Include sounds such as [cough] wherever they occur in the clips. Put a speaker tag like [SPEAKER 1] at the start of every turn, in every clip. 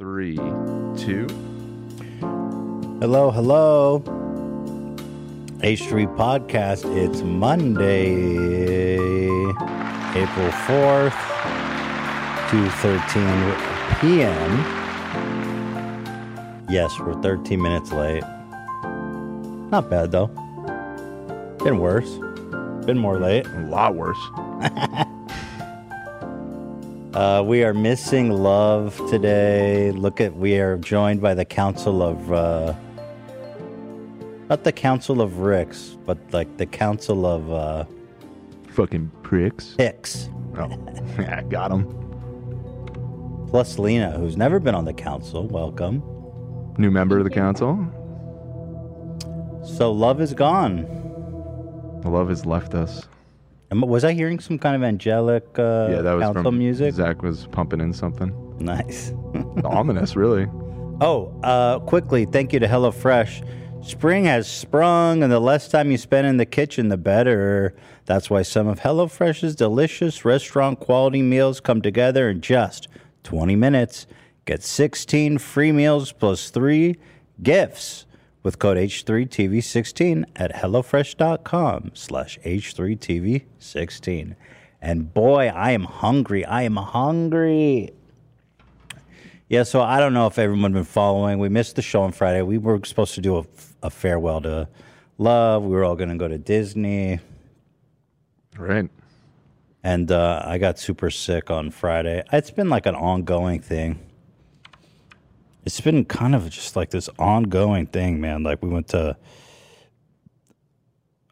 [SPEAKER 1] three, two.
[SPEAKER 2] Hello, hello. H3 Podcast. It's Monday, April 4th, 2.13 p.m. Yes, we're 13 minutes late. Not bad, though. Been worse. Been more late.
[SPEAKER 1] A lot worse.
[SPEAKER 2] [laughs] Uh, we are missing love today. Look at, we are joined by the Council of, uh, not the Council of Ricks, but like the Council of uh,
[SPEAKER 1] Fucking pricks.
[SPEAKER 2] Hicks,
[SPEAKER 1] Oh, [laughs] I got him.
[SPEAKER 2] plus Lena, who's never been on the Council. Welcome.
[SPEAKER 1] New member of the council.
[SPEAKER 2] So love is gone.
[SPEAKER 1] Love has left us.
[SPEAKER 2] Am- Was I hearing some kind of angelic uh,
[SPEAKER 1] yeah, that was
[SPEAKER 2] Council
[SPEAKER 1] from
[SPEAKER 2] music?
[SPEAKER 1] Zach was pumping in something.
[SPEAKER 2] Nice.
[SPEAKER 1] [laughs] Ominous, really.
[SPEAKER 2] Oh, uh, quickly, thank you to HelloFresh. Spring has sprung, and the less time you spend in the kitchen, the better. That's why some of HelloFresh's delicious restaurant quality meals come together in just 20 minutes. Get 16 free meals plus three gifts with code H3TV16 at HelloFresh.com slash H3TV16. And boy, I am hungry. I am hungry. Yeah, so I don't know if everyone been following. We missed the show on Friday. We were supposed to do a, a farewell to love. We were all going to go to Disney,
[SPEAKER 1] Right.
[SPEAKER 2] and uh, I got super sick on Friday. It's been like an ongoing thing. It's been kind of just like this ongoing thing, man. Like we went to.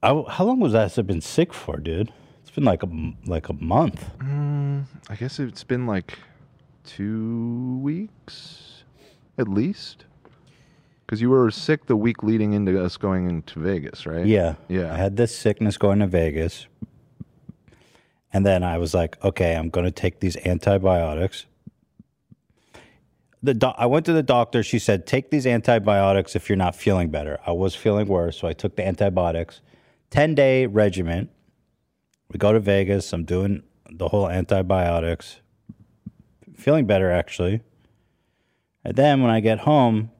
[SPEAKER 2] I, how long was that? I've been sick for, dude. It's been like a m- like a month.
[SPEAKER 1] Mm, I guess it's been like two weeks at least. Because you were sick the week leading into us going into Vegas, right?
[SPEAKER 2] Yeah.
[SPEAKER 1] Yeah.
[SPEAKER 2] I had this sickness going to Vegas. And then I was like, okay, I'm going to take these antibiotics. The doc I went to the doctor. She said, take these antibiotics if you're not feeling better. I was feeling worse. So I took the antibiotics, 10 day regimen. We go to Vegas. I'm doing the whole antibiotics, feeling better actually. And then when I get home,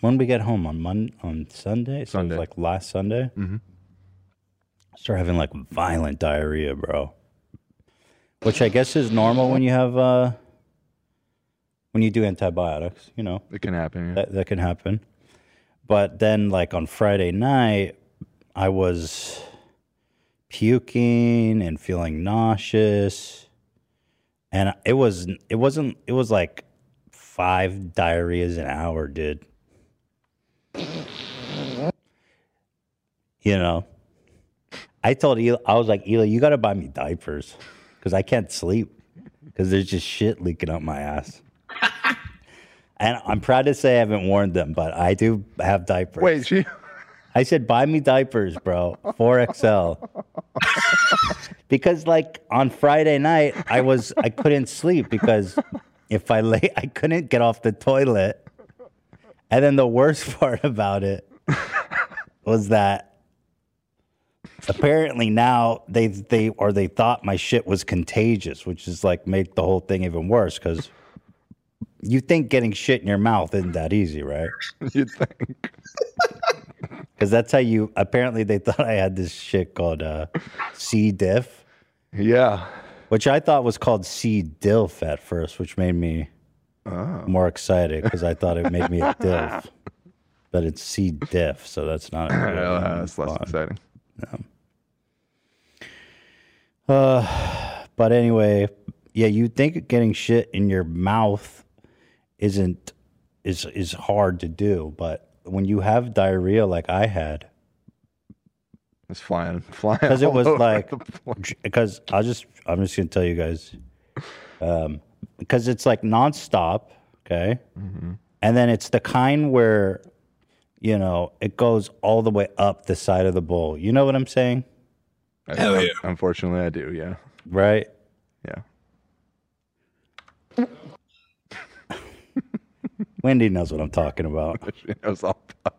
[SPEAKER 2] when we get home on Monday, on Sunday, so
[SPEAKER 1] Sunday. Mm-hmm.
[SPEAKER 2] it was like last Sunday, I start having like violent diarrhea, bro. Which I guess is normal when you have uh, when you do antibiotics, you know
[SPEAKER 1] It can happen. Yeah.
[SPEAKER 2] that, that can happen. But then, like on Friday night, I was puking and feeling nauseous, and it was it wasn't it was like five diarrheas an hour, dude. You know, I told Eli, I was like, Eli, you got to buy me diapers because I can't sleep because there's just shit leaking out my ass. [laughs] And I'm proud to say I haven't worn them, but I do have diapers.
[SPEAKER 1] Wait, she.
[SPEAKER 2] [laughs] I said, buy me diapers, bro, 4XL. [laughs] because like on Friday night, I was I couldn't sleep because if I lay I couldn't get off the toilet. And then the worst [laughs] part about it was that apparently now they they or they thought my shit was contagious, which is like made the whole thing even worse because you think getting shit in your mouth isn't that easy,
[SPEAKER 1] [laughs]
[SPEAKER 2] right? [laughs]
[SPEAKER 1] You'd think.
[SPEAKER 2] Because that's how you. Apparently, they thought I had this shit called uh, C diff,
[SPEAKER 1] Yeah.
[SPEAKER 2] which I thought was called C dilf at first, which made me
[SPEAKER 1] Oh.
[SPEAKER 2] more excited because I thought it made me
[SPEAKER 1] [laughs]
[SPEAKER 2] a dilf. But it's C diff, so that's
[SPEAKER 1] [laughs]
[SPEAKER 2] not. really
[SPEAKER 1] Uh, that's less
[SPEAKER 2] fun.
[SPEAKER 1] exciting.
[SPEAKER 2] Uh, But anyway, yeah, you think getting shit in your mouth isn't is is hard to do, but when you have diarrhea like I had,
[SPEAKER 1] It's flying, [laughs] flying.
[SPEAKER 2] because it
[SPEAKER 1] all
[SPEAKER 2] was
[SPEAKER 1] over
[SPEAKER 2] like
[SPEAKER 1] the place.
[SPEAKER 2] because I'll just I'm just gonna tell you guys um, because it's like nonstop. Okay.
[SPEAKER 1] Mm-hmm.
[SPEAKER 2] And then it's the kind where, you know, it goes all the way up the side of the bowl. You know what I'm saying?
[SPEAKER 1] I-
[SPEAKER 3] Hell
[SPEAKER 1] un-
[SPEAKER 3] yeah.
[SPEAKER 1] Unfortunately, I do. Yeah.
[SPEAKER 2] Right?
[SPEAKER 1] Yeah.
[SPEAKER 2] [laughs] Wendy knows what I'm talking about.
[SPEAKER 1] [laughs] She knows all about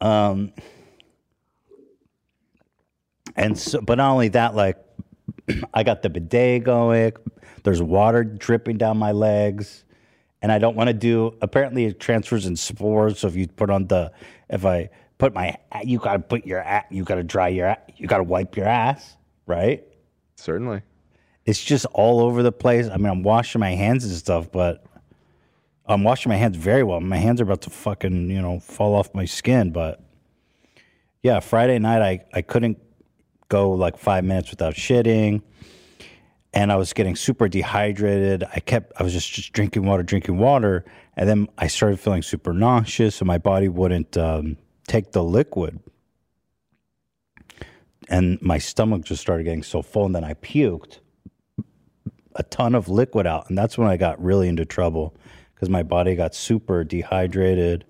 [SPEAKER 1] that.
[SPEAKER 2] Um, and so, but not only that, like [clears throat] I got the bidet going. There's water dripping down my legs, and I don't want to do. Apparently, it transfers in spores. So if you put on the, if I put my, you gotta put your, a- you gotta dry your, you gotta wipe your ass, right?
[SPEAKER 1] Certainly.
[SPEAKER 2] It's just all over the place. I mean, I'm washing my hands and stuff, but I'm washing my hands very well. My hands are about to fucking, you know, fall off my skin. But yeah, Friday night, I, I couldn't go like five minutes without shitting. And I was getting super dehydrated. I kept, I was just, just drinking water, drinking water. And then I started feeling super nauseous, and my body wouldn't um, take the liquid. And my stomach just started getting so full. And then I puked a ton of liquid out. And that's when I got really into trouble because my body got super dehydrated.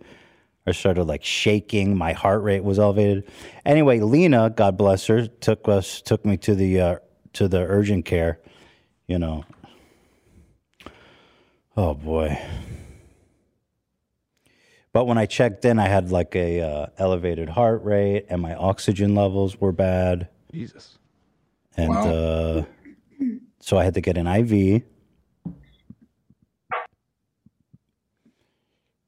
[SPEAKER 2] I started like shaking. My heart rate was elevated. Anyway, Lena, God bless her, took us took me to the uh, to the urgent care. You know. Oh boy. But when I checked in, I had like a uh, elevated heart rate, and my oxygen levels were bad
[SPEAKER 1] Jesus.
[SPEAKER 2] and
[SPEAKER 3] Wow.
[SPEAKER 2] uh, so I had to get an IV,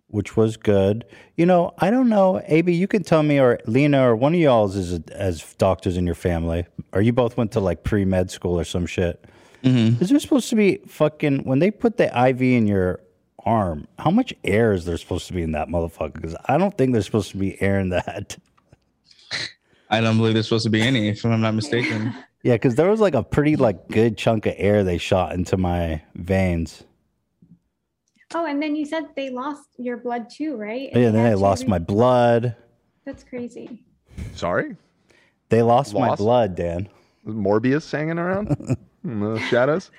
[SPEAKER 2] which was good. You know, I don't know, AB. You can tell me, or Lena, or one of y'all's is as doctors in your family, or you both went to like pre med school or some shit. Is there supposed to be fucking when they put the IV in your arm? How much air is there supposed to be in that motherfucker? Because I don't think there's supposed to be air in that.
[SPEAKER 3] I don't believe there's supposed to be any, if I'm not mistaken.
[SPEAKER 2] Yeah, because there was like a pretty like good chunk of air they shot into my veins.
[SPEAKER 4] Oh, and then you said they lost your blood too, right?
[SPEAKER 2] Yeah, then
[SPEAKER 4] they
[SPEAKER 2] they lost my blood.
[SPEAKER 4] That's crazy.
[SPEAKER 1] Sorry.
[SPEAKER 2] They lost, my
[SPEAKER 1] Lost?
[SPEAKER 2] blood, Dan.
[SPEAKER 1] Morbius
[SPEAKER 2] [laughs]
[SPEAKER 1] hanging around in the shadows.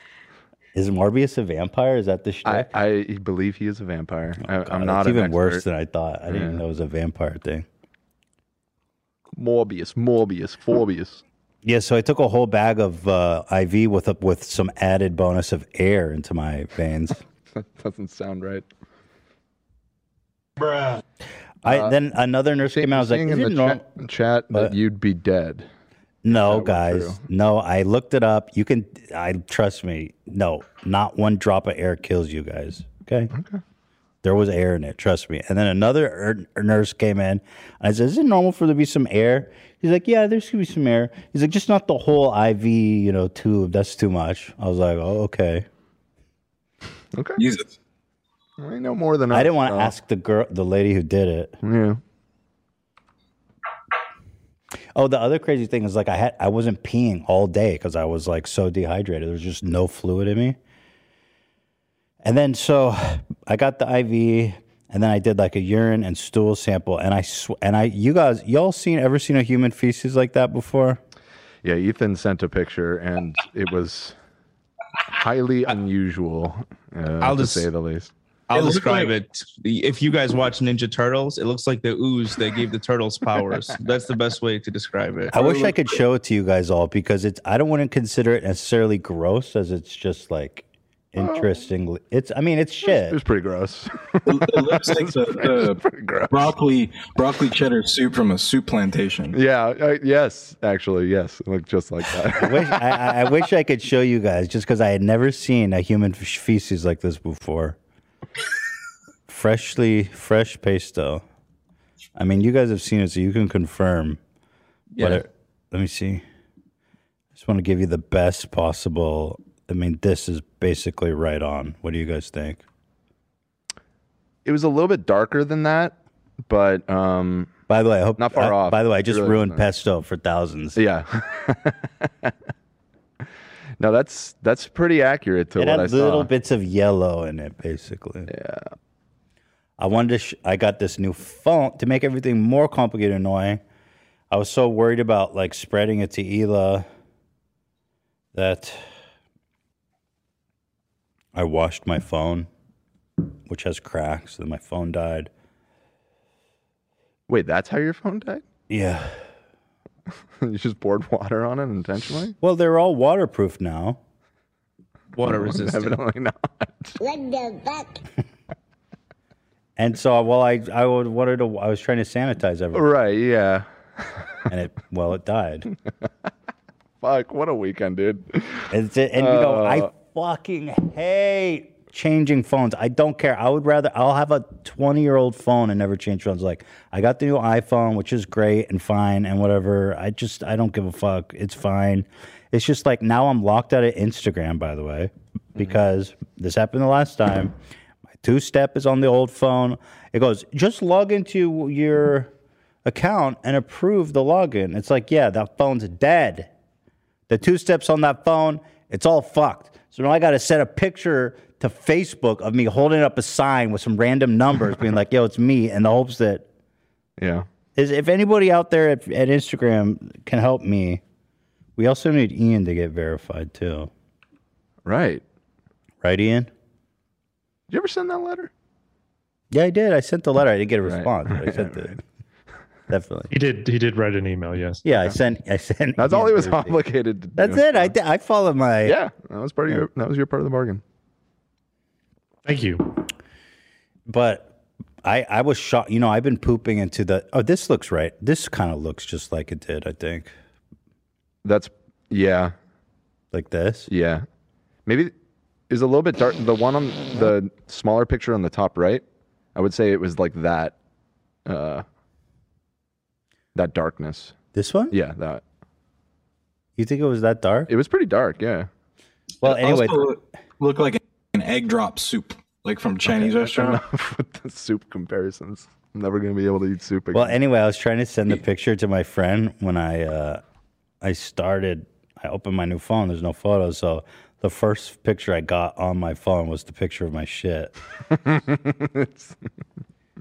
[SPEAKER 2] Is Morbius a vampire? Is that the shit?
[SPEAKER 1] I, I believe he is a vampire. I, I'm not
[SPEAKER 2] It's
[SPEAKER 1] an
[SPEAKER 2] Oh, even
[SPEAKER 1] expert.
[SPEAKER 2] worse than I thought. I didn't even
[SPEAKER 1] Yeah.
[SPEAKER 2] know it was a vampire thing.
[SPEAKER 1] Morbius, Morbius, Forbius. [laughs]
[SPEAKER 2] Yeah, so I took a whole bag of uh, IV with a, with some added bonus of air into my veins.
[SPEAKER 1] That doesn't sound right.
[SPEAKER 2] I then another nurse came out. I was like,
[SPEAKER 1] Uh, Seeing
[SPEAKER 2] "Is
[SPEAKER 1] in
[SPEAKER 2] it
[SPEAKER 1] the
[SPEAKER 2] normal?"
[SPEAKER 1] chat, chat that
[SPEAKER 2] But-
[SPEAKER 1] you'd be dead.
[SPEAKER 2] No,
[SPEAKER 1] That
[SPEAKER 2] guys.
[SPEAKER 1] was
[SPEAKER 2] No, I looked it up. You can I trust me. No, not one drop of air kills you guys. Okay? Okay. There was air in it, trust me. And then another er- nurse came in. I said, "Is it normal for there to be some air?" He's like, "Yeah, there's gonna be some air." He's like, "Just not the whole IV, you know, tube. That's too much." I was like, "Oh, okay."
[SPEAKER 1] Okay.
[SPEAKER 3] Jesus.
[SPEAKER 1] I know more than
[SPEAKER 2] I didn't want to
[SPEAKER 1] so-
[SPEAKER 2] ask the girl, the lady who did it.
[SPEAKER 1] Yeah.
[SPEAKER 2] Oh, the other crazy thing is like I had I wasn't peeing all day because I was like so dehydrated. There was just no fluid in me. And then so I got the IV, and then I did like a urine and stool sample, and I sw- and I you guys y'all seen ever seen a human feces like that before?
[SPEAKER 1] Yeah, Ethan sent a picture and it was highly unusual, uh,
[SPEAKER 3] I'll
[SPEAKER 1] to
[SPEAKER 3] just-
[SPEAKER 1] say the least.
[SPEAKER 3] I'll
[SPEAKER 5] It looked
[SPEAKER 3] describe
[SPEAKER 5] like-
[SPEAKER 3] it. If you guys watch Ninja Turtles, it looks like the ooze that gave the turtles powers. That's the best way to describe it.
[SPEAKER 2] I wish I could show it to you guys all because it's I don't want to consider it necessarily gross as it's just like interestingly it's I mean it's
[SPEAKER 1] Oh. It
[SPEAKER 2] shit.
[SPEAKER 1] was pretty gross.
[SPEAKER 5] It
[SPEAKER 1] [laughs]
[SPEAKER 5] it looks like the, the
[SPEAKER 1] pretty gross.
[SPEAKER 5] broccoli broccoli cheddar soup from a soup plantation.
[SPEAKER 1] Yeah. I, yes, actually, yes. It looked just like
[SPEAKER 2] I
[SPEAKER 1] that.
[SPEAKER 2] wish I, I- I wish I could show you guys just because I had never seen a human f- feces like this before. Freshly fresh pesto. I mean, you guys have seen it, so you can confirm.
[SPEAKER 3] Yeah.
[SPEAKER 2] it- let me see. I just want to give you the best possible. I mean, this is basically right on. What do you guys think?
[SPEAKER 1] it was a little bit darker than that, but um,
[SPEAKER 2] By the way, I hope
[SPEAKER 1] Not far
[SPEAKER 2] I-
[SPEAKER 1] off.
[SPEAKER 2] By the way, I just
[SPEAKER 1] Really
[SPEAKER 2] ruined
[SPEAKER 1] not.
[SPEAKER 2] pesto for thousands.
[SPEAKER 1] yeah. [laughs] no, that's that's pretty accurate to
[SPEAKER 2] it
[SPEAKER 1] what
[SPEAKER 2] had
[SPEAKER 1] I saw.
[SPEAKER 2] little bits of yellow in it, basically. Yeah. I wanted to. Sh- I got this new font to make everything more complicated and annoying. I was so worried about like spreading it to Ela that I washed my phone. which has cracks. Then my phone died.
[SPEAKER 1] Wait, that's how your phone died?
[SPEAKER 2] Yeah.
[SPEAKER 1] [laughs] you just poured water on it intentionally?
[SPEAKER 2] Well, they're all waterproof now.
[SPEAKER 3] Water resistant.
[SPEAKER 1] [laughs] Evidently not.
[SPEAKER 2] And so, well, I I would- wanted to. I was trying to sanitize everything,
[SPEAKER 1] right, yeah.
[SPEAKER 2] and it well, it died.
[SPEAKER 1] Fuck, what a weekend, dude.
[SPEAKER 2] And, it's- and you know,
[SPEAKER 1] [laughs] Uh,
[SPEAKER 2] I fucking hate changing phones. I don't care. I would rather I'll have a twenty year old phone and never change phones. Like I got the new iPhone, which is great and fine and whatever. I just I don't give a fuck. It's fine. It's just like now I'm locked out of Instagram. By the way, because this happened the last time. My two step is on the old phone. It goes just log into your account and approve the login. It's like yeah, that phone's dead. The two steps on that phone, it's all fucked. So now I got to set a picture to Facebook of me holding up a sign with some random numbers, being like, "Yo, it's me," in the hopes that
[SPEAKER 1] Yeah.
[SPEAKER 2] is if anybody out there at, at Instagram can help me. We also need Ian to get verified too,
[SPEAKER 1] Right.
[SPEAKER 2] right, Ian?
[SPEAKER 1] Did you ever send that letter?
[SPEAKER 2] Yeah, I did. I sent the letter. I didn't get a
[SPEAKER 1] [laughs] Right,
[SPEAKER 2] response. but I sent it. Definitely.
[SPEAKER 6] He did. He did write an email. Yes.
[SPEAKER 2] Yeah, I sent. I sent.
[SPEAKER 1] That's all
[SPEAKER 2] Ian
[SPEAKER 1] he was
[SPEAKER 2] everything.
[SPEAKER 1] obligated to do.
[SPEAKER 2] That's it. I did, I followed my.
[SPEAKER 1] Yeah. That was part of your that was your part of the bargain.
[SPEAKER 6] Thank you.
[SPEAKER 2] but I I was shocked. You know, I've been pooping into the. Oh, this looks right. This kind of looks just like it did. I think
[SPEAKER 1] That's yeah,
[SPEAKER 2] like this.
[SPEAKER 1] yeah. Maybe is a little bit dark the one on the smaller picture on the top right. I would say it was like that uh that darkness.
[SPEAKER 2] This one.
[SPEAKER 1] Yeah, that.
[SPEAKER 2] You think it was that dark?
[SPEAKER 1] It was pretty dark, yeah.
[SPEAKER 2] well, anyway,
[SPEAKER 5] also look- look like an egg drop soup, like from Chinese restaurant. [laughs]
[SPEAKER 1] Enough with the [laughs] soup comparisons. I'm never gonna be able to eat soup again.
[SPEAKER 2] well, anyway, I was trying to
[SPEAKER 1] [laughs]
[SPEAKER 2] send the picture to my friend when I uh, I started. I opened my new phone. There's no photos, so the first picture I got on my phone was the picture of my shit,
[SPEAKER 1] [laughs] It's-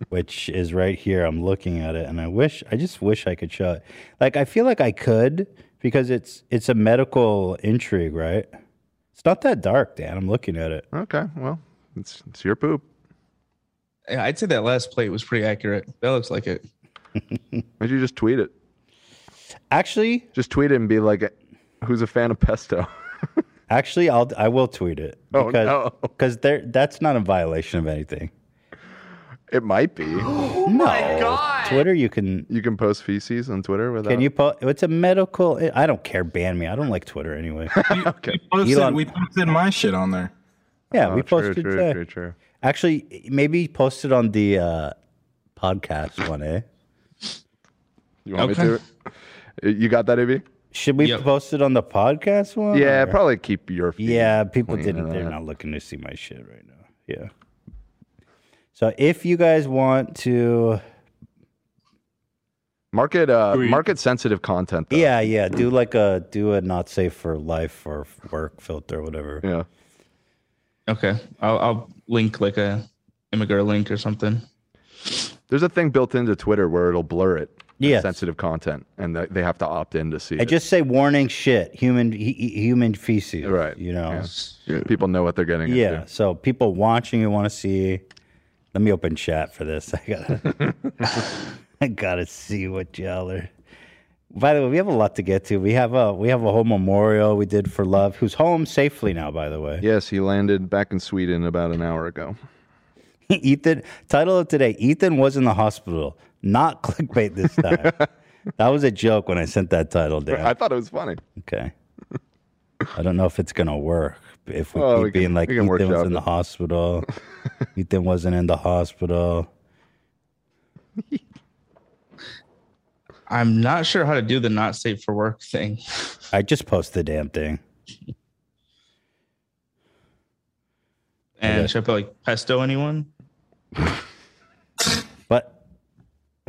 [SPEAKER 2] which is right here. I'm looking at it, and I wish I just wish I could show it. Like I feel like I could because it's it's a medical intrigue, right? It's not that dark, Dan. I'm looking at it.
[SPEAKER 1] okay, well, it's it's your poop.
[SPEAKER 3] Yeah, I'd say that last plate was pretty accurate. That looks like it.
[SPEAKER 1] Why don't you just tweet it?
[SPEAKER 2] Actually,
[SPEAKER 1] Just tweet it and be like, "Who's a fan of pesto?"
[SPEAKER 2] [laughs] actually, I'll I will tweet it
[SPEAKER 1] Oh,
[SPEAKER 2] because
[SPEAKER 1] no.
[SPEAKER 2] because there that's not a violation of anything.
[SPEAKER 1] it might
[SPEAKER 2] [gasps]
[SPEAKER 1] be.
[SPEAKER 2] no. Twitter, you can.
[SPEAKER 1] You can post feces on Twitter without.
[SPEAKER 2] Can you post? It's a medical. I don't care. Ban me. I don't like Twitter anyway.
[SPEAKER 1] [laughs] Okay.
[SPEAKER 5] Posted-
[SPEAKER 2] Elon-
[SPEAKER 5] we posted my shit on there.
[SPEAKER 2] Yeah,
[SPEAKER 1] Oh,
[SPEAKER 2] we
[SPEAKER 1] true,
[SPEAKER 2] posted.
[SPEAKER 1] True,
[SPEAKER 2] that.
[SPEAKER 1] true, true.
[SPEAKER 2] Actually, maybe post it on the uh, podcast one, eh?
[SPEAKER 1] You want me
[SPEAKER 3] Okay.
[SPEAKER 1] to? You got that, AB?
[SPEAKER 2] Should we
[SPEAKER 3] Yep.
[SPEAKER 2] post it on the podcast one?
[SPEAKER 1] Yeah,
[SPEAKER 2] or-
[SPEAKER 1] probably keep your. feed
[SPEAKER 2] Yeah, people
[SPEAKER 1] clean
[SPEAKER 2] didn't.
[SPEAKER 1] and
[SPEAKER 2] They're
[SPEAKER 1] that.
[SPEAKER 2] not looking to see my shit right now. Yeah. So if you guys want to,
[SPEAKER 1] Market, uh, market sensitive content. Though.
[SPEAKER 2] yeah, yeah, do like a do a not safe for life or work filter, whatever.
[SPEAKER 1] Yeah.
[SPEAKER 3] Okay, I'll, I'll link like a immigrant link or something.
[SPEAKER 1] There's a thing built into Twitter where it'll blur it. the
[SPEAKER 2] Yes.
[SPEAKER 1] Sensitive content, and th- they have to opt in to see.
[SPEAKER 2] I
[SPEAKER 1] it. [laughs]
[SPEAKER 2] just say warning shit, human he, he- human feces.
[SPEAKER 1] Right.
[SPEAKER 2] You know.
[SPEAKER 1] Yeah. people know what they're getting
[SPEAKER 2] Yeah.
[SPEAKER 1] into.
[SPEAKER 2] So people watching you want to see. Let me open chat for this. [laughs] I gotta I gotta see what y'all are. By the way, we have a lot to get to. We have a we have a whole memorial we did for love, who's home safely now, by the way.
[SPEAKER 1] Yes, he landed back in Sweden about an hour ago.
[SPEAKER 2] [laughs] Ethan title of today, Ethan was in the hospital. Not clickbait this time.
[SPEAKER 1] [laughs]
[SPEAKER 2] that was a joke when I sent that title down.
[SPEAKER 1] I thought it was funny.
[SPEAKER 2] Okay. I don't know if it's gonna work. If we
[SPEAKER 1] Oh,
[SPEAKER 2] keep
[SPEAKER 1] we can-
[SPEAKER 2] being like
[SPEAKER 1] we can
[SPEAKER 2] Ethan was
[SPEAKER 1] workshop
[SPEAKER 2] in the
[SPEAKER 1] it." [laughs]
[SPEAKER 2] hospital, Ethan wasn't in the hospital.
[SPEAKER 3] I'm not sure how to do the not safe for work thing.
[SPEAKER 2] I just post the damn thing.
[SPEAKER 3] And
[SPEAKER 2] Okay.
[SPEAKER 3] should I put like pesto anyone?
[SPEAKER 2] But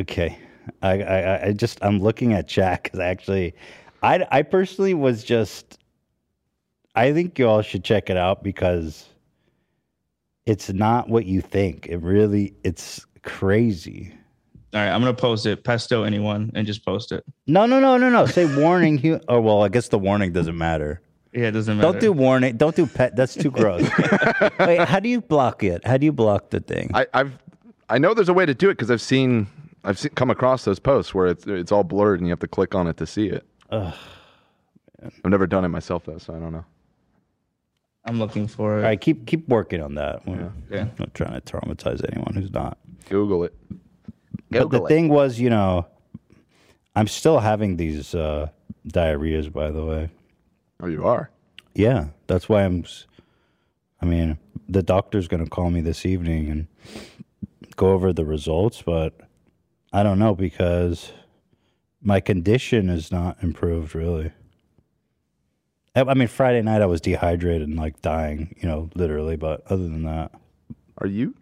[SPEAKER 2] okay, I I, I- I just I'm looking at chat because I actually, I I personally was just, I think you all should check it out because it's not what you think. It really it's crazy.
[SPEAKER 3] All right, I'm gonna post it. Pesto anyone, and just post it.
[SPEAKER 2] No no no no no. Say warning. hu- oh well, I guess the warning doesn't matter.
[SPEAKER 3] Yeah, it doesn't matter.
[SPEAKER 2] Don't do warning. Don't do pet. That's
[SPEAKER 3] [laughs]
[SPEAKER 2] too gross. [laughs] Wait, how do you block it? How do you block the thing?
[SPEAKER 1] I, I've I know there's a way to do it because I've seen I've seen, come across those posts where it's it's all blurred and you have to click on it to see it. I've never done it myself though, so I don't know.
[SPEAKER 3] I'm looking for it.
[SPEAKER 2] All right, keep keep working on that. We're
[SPEAKER 3] Yeah.
[SPEAKER 2] not trying to traumatize anyone who's not.
[SPEAKER 1] Google it.
[SPEAKER 2] But the
[SPEAKER 1] Google it.
[SPEAKER 2] thing was, you know, I'm still having these uh, diarrheas. By the way,
[SPEAKER 1] Oh, you are.
[SPEAKER 2] yeah, that's why I'm. s- I mean, the doctor's going to call me this evening and go over the results, but I don't know because my condition is not improved really. I I mean, Friday night I was dehydrated and like dying, you know, literally. But other than that,
[SPEAKER 1] Are you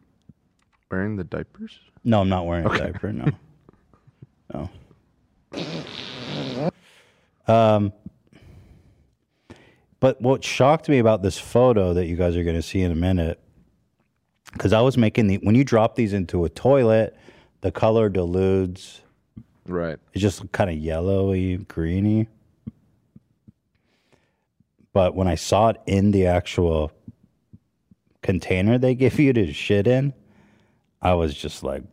[SPEAKER 1] wearing the diapers?
[SPEAKER 2] No, I'm not wearing a diaper. No.
[SPEAKER 1] [laughs]
[SPEAKER 2] no. Um, but what shocked me about this photo that you guys are going to see in a minute, because I was making the when you drop these into a toilet, the color deludes.
[SPEAKER 1] Right.
[SPEAKER 2] It's just kind of yellowy, greeny. But when I saw it in the actual container they [laughs] give you to shit in, I was just like,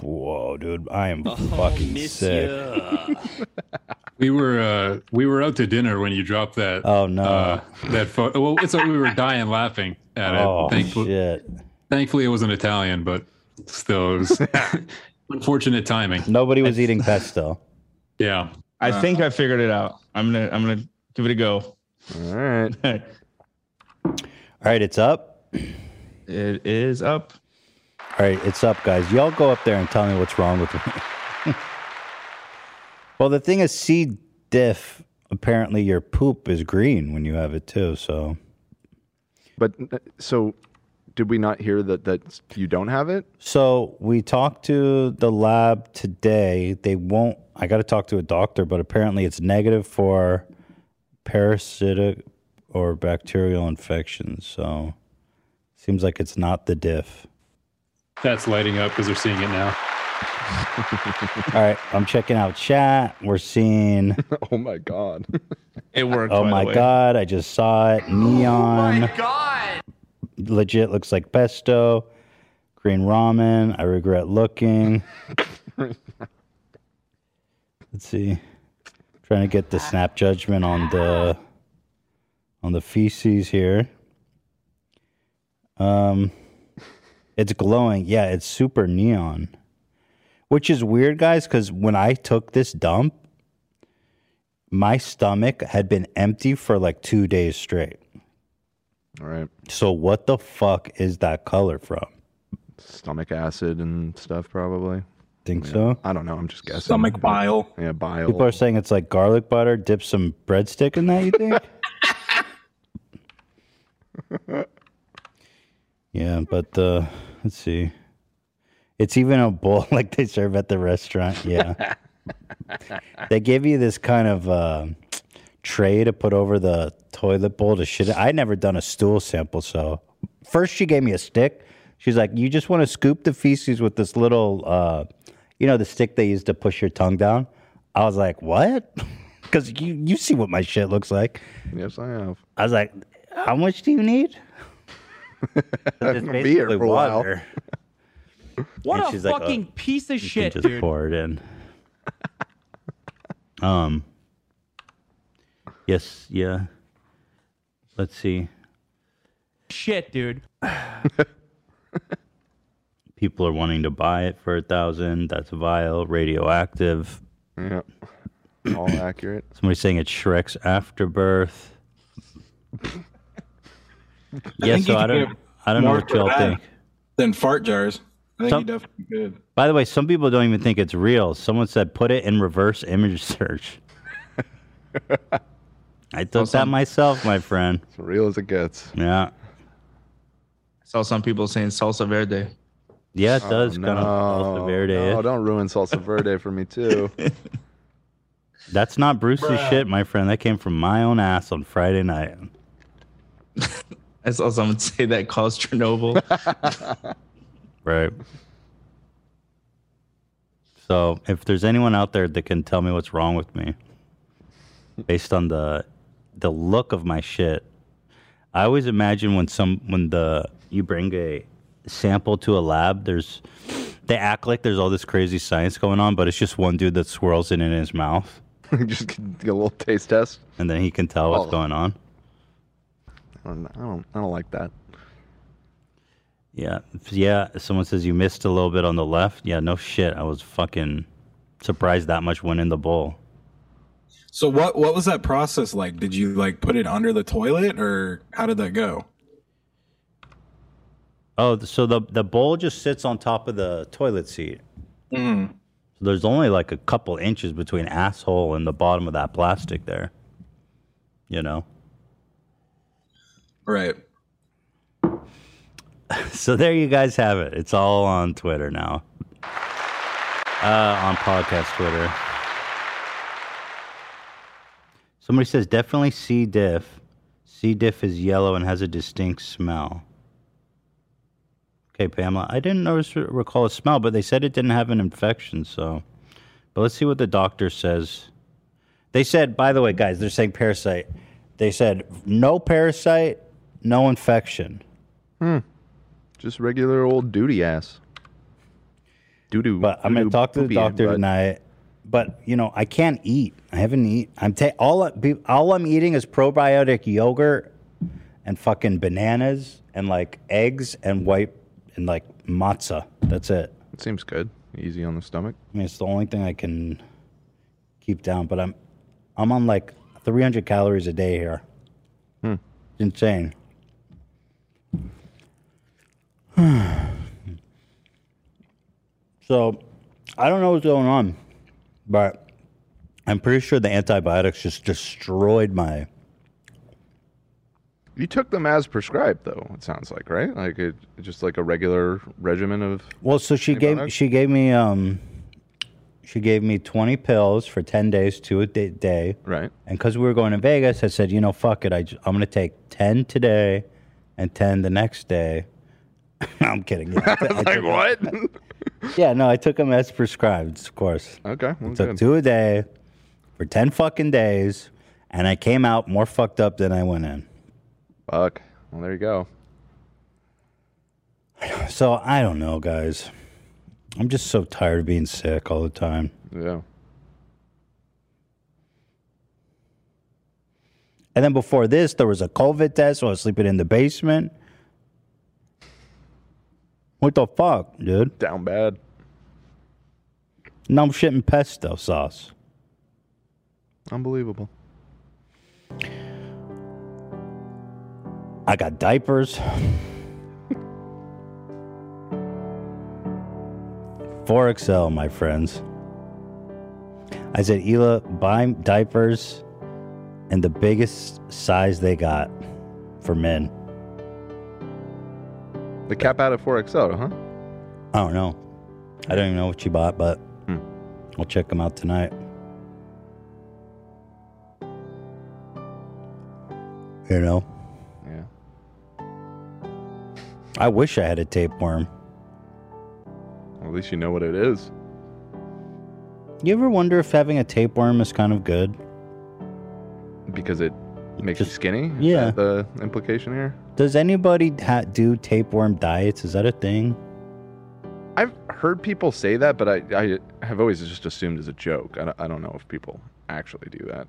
[SPEAKER 2] "Whoa, dude! I am fucking sick." [laughs]
[SPEAKER 7] We were uh, we were out to dinner when you dropped that.
[SPEAKER 2] Oh, no.
[SPEAKER 7] Uh, that photo. Well, it's like we were dying laughing at it.
[SPEAKER 2] Oh
[SPEAKER 7] thankfully,
[SPEAKER 2] shit!
[SPEAKER 7] thankfully, it was an Italian, but still, it
[SPEAKER 1] [laughs]
[SPEAKER 7] was [laughs] unfortunate timing.
[SPEAKER 2] Nobody was eating pesto.
[SPEAKER 7] Yeah.
[SPEAKER 3] I think I figured it out. I'm gonna I'm gonna give it a go.
[SPEAKER 1] All right.
[SPEAKER 3] [laughs] it
[SPEAKER 2] All right, it's up.
[SPEAKER 3] is up.
[SPEAKER 2] All right, it's up, guys. Y'all go up there and tell me what's wrong with me. [laughs] well, the thing is, C. diff. Apparently, your poop is green when you have it too. So.
[SPEAKER 1] But uh, so did we not hear that that you [laughs] don't have it?
[SPEAKER 2] So we talked to the lab today. They won't. I got to talk to a doctor, but apparently it's negative for parasitic or bacterial infections. So seems like it's not the
[SPEAKER 1] [laughs]
[SPEAKER 2] diff.
[SPEAKER 7] [laughs] That's lighting up because they're seeing it now.
[SPEAKER 2] All right, I'm checking out chat. We're seeing.
[SPEAKER 1] [laughs] Oh my god. Oh
[SPEAKER 3] It worked.
[SPEAKER 2] Oh
[SPEAKER 3] by the
[SPEAKER 2] my
[SPEAKER 3] way.
[SPEAKER 2] god! I just saw
[SPEAKER 1] [gasps]
[SPEAKER 2] it. Neon. Legit looks like pesto. Green ramen. I regret looking. Let's see. Trying to get the snap judgment on the on the feces here. Um, it's glowing. Yeah, it's super neon, which is weird, guys. Because when I took this dump, my stomach had been empty for like two days straight.
[SPEAKER 1] All right.
[SPEAKER 2] So what the fuck is that color from?
[SPEAKER 1] Stomach acid and stuff probably.
[SPEAKER 2] Think so?
[SPEAKER 1] I don't know. I'm just guessing.
[SPEAKER 5] Stomach bile.
[SPEAKER 1] Yeah, bile.
[SPEAKER 2] People are saying it's like garlic butter. Dip some breadstick in that. You think?
[SPEAKER 8] [laughs]
[SPEAKER 2] yeah, but uh, let's see. It's even a bowl [laughs] like they serve at the restaurant. Yeah, [laughs] they give you this kind of uh, tray to put over the toilet bowl to shit. in. I never done a stool sample, so first she gave me a stick. She's like, "You just want to scoop the feces with this little, uh, you know, the stick they use to push your tongue down." I was like, "What?" [laughs] Because you you see what my shit looks like.
[SPEAKER 1] yes, I have.
[SPEAKER 2] I was like, "How much do you
[SPEAKER 1] [laughs]
[SPEAKER 2] need?" It's
[SPEAKER 1] gonna be here
[SPEAKER 2] basically
[SPEAKER 1] for a while.
[SPEAKER 2] water.
[SPEAKER 9] What
[SPEAKER 2] And
[SPEAKER 9] a
[SPEAKER 2] she's like,
[SPEAKER 9] fucking
[SPEAKER 2] "Oh,
[SPEAKER 9] piece of
[SPEAKER 2] You can
[SPEAKER 9] shit,
[SPEAKER 2] just
[SPEAKER 9] dude.
[SPEAKER 2] pour it in. [laughs] um. Yes. Yeah. Let's see.
[SPEAKER 9] Shit, dude.
[SPEAKER 2] People are wanting to buy it for a thousand. That's vile, radioactive.
[SPEAKER 1] Yeah.
[SPEAKER 2] [laughs]
[SPEAKER 1] All accurate.
[SPEAKER 2] Somebody's saying it's Shrek's afterbirth.
[SPEAKER 5] I
[SPEAKER 2] yeah,
[SPEAKER 5] think
[SPEAKER 2] so
[SPEAKER 5] you
[SPEAKER 2] I
[SPEAKER 5] could
[SPEAKER 2] don't,
[SPEAKER 5] give
[SPEAKER 2] I don't know
[SPEAKER 5] more
[SPEAKER 2] what
[SPEAKER 5] for
[SPEAKER 2] y'all
[SPEAKER 5] that.
[SPEAKER 2] think.
[SPEAKER 5] Then fart jars. I think
[SPEAKER 2] Some-
[SPEAKER 5] you definitely could.
[SPEAKER 2] By the way, some people don't even think it's real. Someone said put it in reverse image search. [laughs] I thought that myself, my friend.
[SPEAKER 1] It's real as it gets.
[SPEAKER 2] Yeah.
[SPEAKER 3] Saw some people saying salsa verde.
[SPEAKER 2] Yeah, it does
[SPEAKER 1] Oh, no,
[SPEAKER 2] kind of Alta Verde.
[SPEAKER 1] no, don't ruin salsa verde for
[SPEAKER 2] [laughs]
[SPEAKER 1] me too. [laughs]
[SPEAKER 2] That's not Bruce's shit, my friend. That came from my own ass on Friday night.
[SPEAKER 3] I saw someone [laughs] say that caused Chernobyl.
[SPEAKER 2] Right. So, if there's anyone out there that can tell me what's wrong with me based on the the look of my shit. I always imagine when some when the you bring a sample to a lab, there's they act like there's all this crazy science going on, but it's just one dude that swirls it in his mouth,
[SPEAKER 1] Just get get a little taste test.
[SPEAKER 2] and then he can tell what's
[SPEAKER 1] Oh.
[SPEAKER 2] going on.
[SPEAKER 1] I don't, I don't, I don't like that.
[SPEAKER 2] Yeah, yeah. Someone says you missed a little bit on the left. Yeah, no shit. I was fucking surprised that much went in the bowl.
[SPEAKER 5] So what what was that process like? Did you like put it under the toilet or how did that go?
[SPEAKER 2] Oh, so the the bowl just sits on top of the toilet seat.
[SPEAKER 5] Mm.
[SPEAKER 2] So there's only like a couple inches between asshole and the bottom of that plastic there. You know.
[SPEAKER 5] Right.
[SPEAKER 2] [laughs] So there you guys have it. It's all on Twitter now. Uh, on podcast Twitter. Somebody says definitely C diff. C diff is yellow and has a distinct smell. Okay, Pamela. I didn't notice recall a smell, but they said it didn't have an infection, so but let's see what the doctor says. They said, by the way, guys, they're saying parasite. They said no parasite, no infection.
[SPEAKER 1] Just regular old duty ass. Doo doo.
[SPEAKER 2] But I'm going to talk to the doctor tonight. But you know, I can't eat. I haven't eat. I'm ta- all I- be- all I'm eating is probiotic yogurt and fucking bananas and like eggs and white and like matzah. That's it.
[SPEAKER 1] It seems good. Easy on the stomach.
[SPEAKER 2] I mean, it's the only thing I can keep down. But I'm I'm on like 300 calories a day here.
[SPEAKER 1] Hmm.
[SPEAKER 2] It's insane. so I don't know what's going on, but I'm pretty sure the antibiotics just destroyed my.
[SPEAKER 1] You took them as prescribed, though. It sounds like right, like it, just like a regular regimen of.
[SPEAKER 2] Well, so she gave
[SPEAKER 1] Antibiotics?
[SPEAKER 2] she gave me um she gave me 20 pills for 10 days, two a da- day.
[SPEAKER 1] Right.
[SPEAKER 2] And because we were going to Vegas, I said, you know, fuck it. I ju- I'm going to take 10 today and 10 the next day. [laughs] I'm
[SPEAKER 1] [laughs]
[SPEAKER 2] kidding. Yeah, I took- I took-
[SPEAKER 1] what?
[SPEAKER 2] [laughs]
[SPEAKER 1] Oh,
[SPEAKER 2] yeah, no, I took them as prescribed, of course.
[SPEAKER 1] okay. Well,
[SPEAKER 2] Took
[SPEAKER 1] good.
[SPEAKER 2] two a day for 10 fucking days. And I came out more fucked up than I went in.
[SPEAKER 1] Fuck. Well, there you go.
[SPEAKER 2] So I don't know, guys. I'm just so tired of being sick all the time.
[SPEAKER 1] Yeah.
[SPEAKER 2] And then before this, there was a COVID test. So I was sleeping in the basement. What the fuck, dude?
[SPEAKER 1] Down bad.
[SPEAKER 2] No I'm shitting pesto sauce.
[SPEAKER 1] Unbelievable.
[SPEAKER 2] I got diapers. Four XL, my friends. I said, Ela, buy diapers and the biggest size they got for men.
[SPEAKER 1] The cap out at 4XL, huh?
[SPEAKER 2] I don't know. I don't even know what you bought, but
[SPEAKER 1] Hmm.
[SPEAKER 2] I'll check them out tonight. You know,
[SPEAKER 1] Yeah.
[SPEAKER 2] I wish I had a tapeworm.
[SPEAKER 1] Well, at least you know what it is.
[SPEAKER 2] You ever wonder if having a tapeworm is kind of good?
[SPEAKER 1] Because it makes you
[SPEAKER 2] Just-
[SPEAKER 1] skinny? Is
[SPEAKER 2] yeah.
[SPEAKER 1] that the implication here?
[SPEAKER 2] Does anybody ha- do tapeworm diets? Is that a thing?
[SPEAKER 1] I've heard people say that, but I, I have always just assumed as a joke. I don't, I don't know if people actually do that.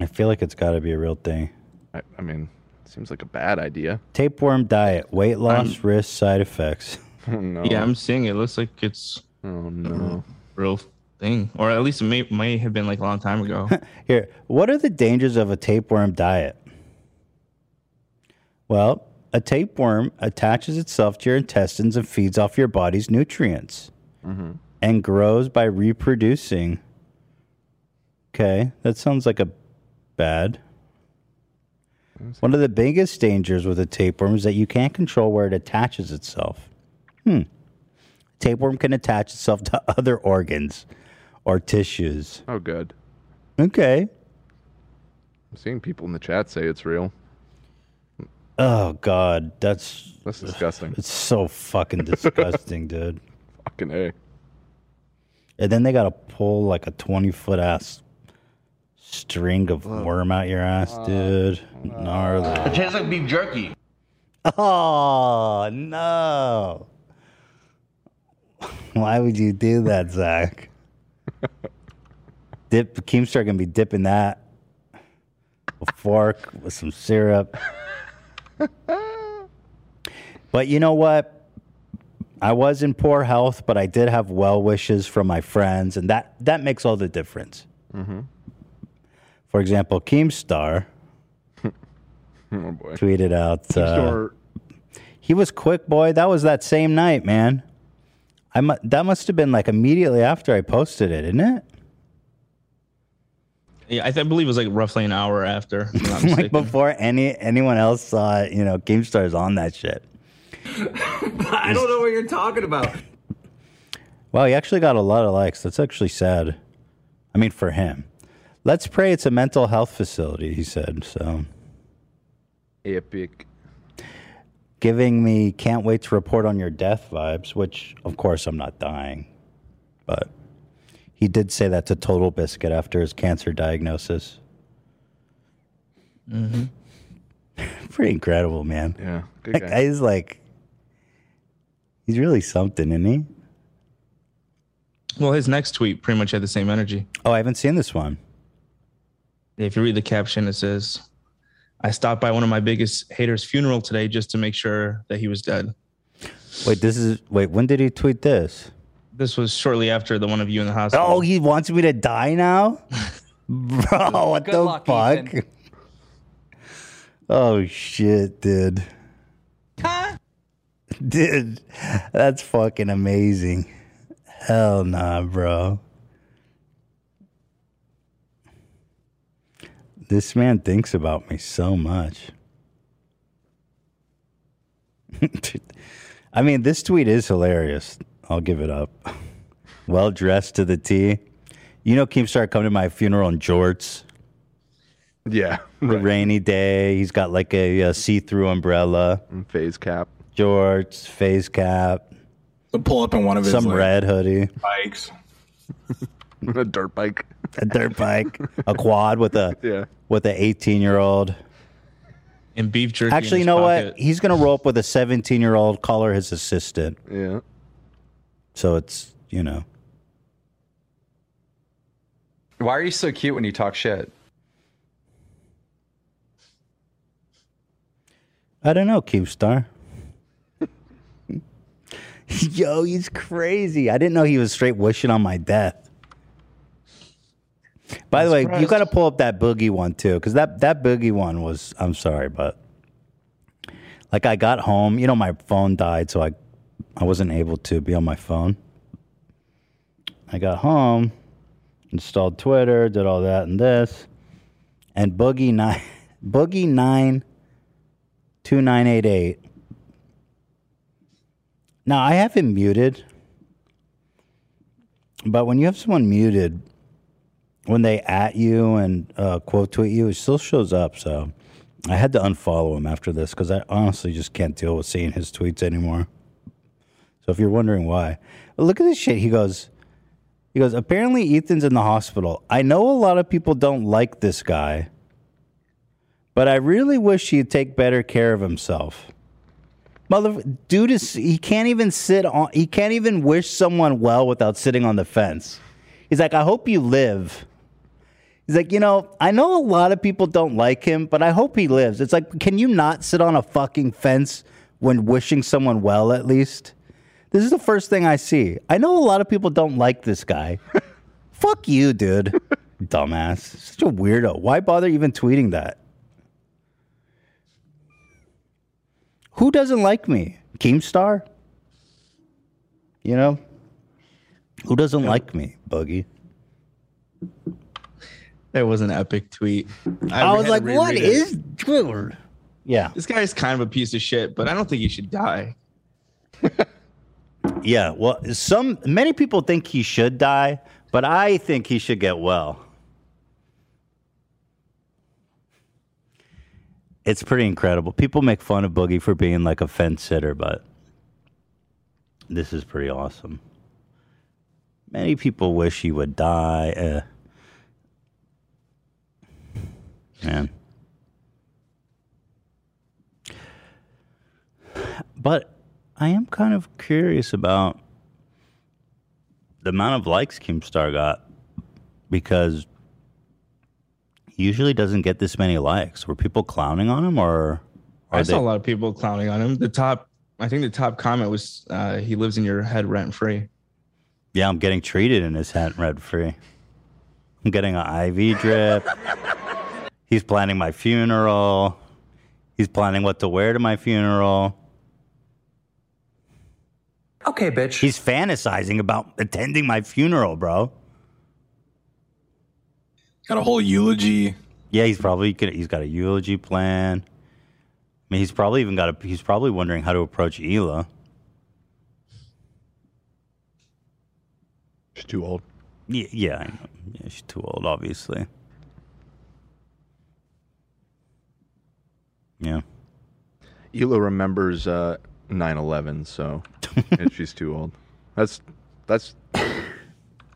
[SPEAKER 2] I feel like it's got to be a real thing.
[SPEAKER 1] I, I mean, it seems like a bad idea.
[SPEAKER 2] Tapeworm diet, weight loss, risk, side effects.
[SPEAKER 1] [laughs] Oh, [laughs] no.
[SPEAKER 3] Yeah, I'm seeing it. it. Looks like it's
[SPEAKER 1] Oh, no.
[SPEAKER 3] real thing, or at least it may may have been like a long time
[SPEAKER 2] [laughs]
[SPEAKER 3] ago.
[SPEAKER 2] Here, what are the dangers of a tapeworm diet? Well, a tapeworm attaches itself to your intestines and feeds off your body's nutrients
[SPEAKER 1] Mm-hmm.
[SPEAKER 2] and grows by reproducing. Okay, that sounds like a bad. One of the biggest dangers with a tapeworm is that you can't control where it attaches itself. Hmm. Tapeworm can attach itself to [laughs] other organs or tissues.
[SPEAKER 1] Oh, good. [laughs]
[SPEAKER 2] Okay.
[SPEAKER 1] I'm seeing people in the chat say it's real.
[SPEAKER 2] Oh God, that's
[SPEAKER 1] That's disgusting.
[SPEAKER 2] it's so fucking disgusting, dude.
[SPEAKER 1] Fucking A.
[SPEAKER 2] And then they gotta pull like a twenty foot ass string of worm out your ass, dude. Gnarly.
[SPEAKER 10] Uh, It tastes like beef jerky.
[SPEAKER 2] Oh no! [laughs] Why would you do that,
[SPEAKER 1] [laughs]
[SPEAKER 2] Zach? Dip Keemstar gonna be dipping that with a fork with some syrup. but you know what? I was in poor health, but I did have well wishes from my friends, and that that makes all the difference.
[SPEAKER 1] Mm-hmm.
[SPEAKER 2] For example, Keemstar
[SPEAKER 1] [laughs] Oh boy.
[SPEAKER 2] tweeted out. Uh,
[SPEAKER 1] Keemstar-
[SPEAKER 2] he was quick, boy. That was that same night, man. I mu- that must have been like immediately after I posted it, isn't it?
[SPEAKER 3] Yeah, I, th- I believe it was like roughly an hour after. if
[SPEAKER 2] [laughs]
[SPEAKER 3] I'm not
[SPEAKER 2] like
[SPEAKER 3] mistaken.
[SPEAKER 2] before any anyone else saw it. You know, Keemstar's on that shit.
[SPEAKER 10] I don't know what you're talking about.
[SPEAKER 2] Wow, he actually got a lot of likes. That's actually sad. I mean, for him. Let's pray it's a mental health facility. He said so.
[SPEAKER 1] Epic.
[SPEAKER 2] giving me can't wait to report on your death vibes, which of course I'm not dying. But he did say that to Total Biscuit after his cancer diagnosis.
[SPEAKER 8] Mm-hmm.
[SPEAKER 2] Pretty incredible, man.
[SPEAKER 1] Yeah. Good
[SPEAKER 2] That
[SPEAKER 1] guy.
[SPEAKER 2] guy's like, he's really something, isn't he?
[SPEAKER 3] well, his next tweet pretty much had the same energy.
[SPEAKER 2] Oh, I haven't seen this one.
[SPEAKER 3] If you read the caption, it says, "I stopped by one of my biggest haters' funeral today just to make sure that he was dead."
[SPEAKER 2] Wait, this is, wait, when did he tweet this?
[SPEAKER 3] This was shortly after the one of you in the hospital.
[SPEAKER 2] Oh, he wants me to die now? [laughs] Bro, what
[SPEAKER 9] Good
[SPEAKER 2] the
[SPEAKER 9] luck,
[SPEAKER 2] fuck?
[SPEAKER 9] Ethan.
[SPEAKER 2] Oh shit, dude. Dude, that's fucking amazing. Hell nah, bro. This man thinks about me so much. [laughs] Dude, I mean, this tweet is hilarious. I'll give it up. [laughs] well dressed to the T. You know, Keemstar come to my funeral in jorts
[SPEAKER 1] yeah.
[SPEAKER 2] a rainy day. He's got like a, uh see-through umbrella,
[SPEAKER 1] And phase Mm, cap.
[SPEAKER 2] shorts, face cap,
[SPEAKER 5] So pull up in one of his
[SPEAKER 2] some
[SPEAKER 5] like,
[SPEAKER 2] red hoodie,
[SPEAKER 5] bikes.
[SPEAKER 1] [laughs] a dirt bike.
[SPEAKER 2] a dirt bike, a quad with a
[SPEAKER 1] [laughs] Yeah.
[SPEAKER 2] with an 18-year-old.
[SPEAKER 3] and beef jerky. in
[SPEAKER 2] Actually,
[SPEAKER 3] his
[SPEAKER 2] you know
[SPEAKER 3] pocket.
[SPEAKER 2] what? He's gonna roll up with a 17-year-old. Call her his assistant.
[SPEAKER 1] Yeah.
[SPEAKER 2] So it's you know
[SPEAKER 11] Why are you so cute when you talk shit?
[SPEAKER 2] I don't know, Keemstar. [laughs] Yo, he's crazy. I didn't know he was straight wishing on my death. By the way, you got to pull up that boogie one too, because that that boogie one was. I'm sorry, but like I got home, you know, my phone died, so I I wasn't able to be on my phone. I got home, installed Twitter, did all that and this, and boogie nine, [laughs] boogie nine 2988. Now, I have him muted, but when you have someone muted, when they at you and uh, quote tweet you, it still shows up. So I had to unfollow him after this because I honestly just can't deal with seeing his tweets anymore. So if you're wondering why, but look at this shit. He goes, he goes, apparently Ethan's in the hospital. I know a lot of people don't like this guy but I really wish he'd take better care of himself. Mother, dude is he can't even sit on. He can't even wish someone well without sitting on the fence. He's like, I hope you live. He's like, you know, I know a lot of people don't like him, but I hope he lives. It's like, can you not sit on a fucking fence when wishing someone well? At least this is the first thing I see. I know a lot of people don't like this guy. Fuck you, dude. Dumbass. Such a weirdo. Why bother even tweeting that? Who doesn't like me? Keemstar? You know? Who doesn't like me, Buggy?
[SPEAKER 3] That was an epic tweet.
[SPEAKER 2] I, was
[SPEAKER 3] had to
[SPEAKER 2] like,
[SPEAKER 3] reread
[SPEAKER 2] what
[SPEAKER 3] it.
[SPEAKER 2] is dude? Yeah.
[SPEAKER 3] this guy's kind of a piece of shit, but I don't think he should die.
[SPEAKER 2] Yeah. Well, some many people think he should die, but I think he should get well. It's pretty incredible. People make fun of Boogie for being like a fence sitter, but this is pretty awesome. Many people wish he would die. Uh, Man. But I am kind of curious about the amount of likes Keemstar got because he usually doesn't get this many likes. Were people clowning on him or
[SPEAKER 3] I saw a lot of people clowning on him. The top, I think the top comment was, uh, "He lives in your head rent free."
[SPEAKER 2] Yeah, I'm getting treated in his hat red free. I'm getting an IV drip. He's planning my funeral. He's planning what to wear to my funeral.
[SPEAKER 11] Okay, bitch.
[SPEAKER 2] He's fantasizing about attending my funeral, bro.
[SPEAKER 5] Got a whole eulogy.
[SPEAKER 2] Yeah, he's probably could, he's got a eulogy plan. I mean, he's probably even got a he's probably wondering how to approach Hila.
[SPEAKER 1] She's too old.
[SPEAKER 2] Yeah, yeah, I know. Yeah, she's too old, obviously. Yeah.
[SPEAKER 1] Ela remembers uh,
[SPEAKER 2] [laughs]
[SPEAKER 1] 9/11, so yeah, she's too old. That's that's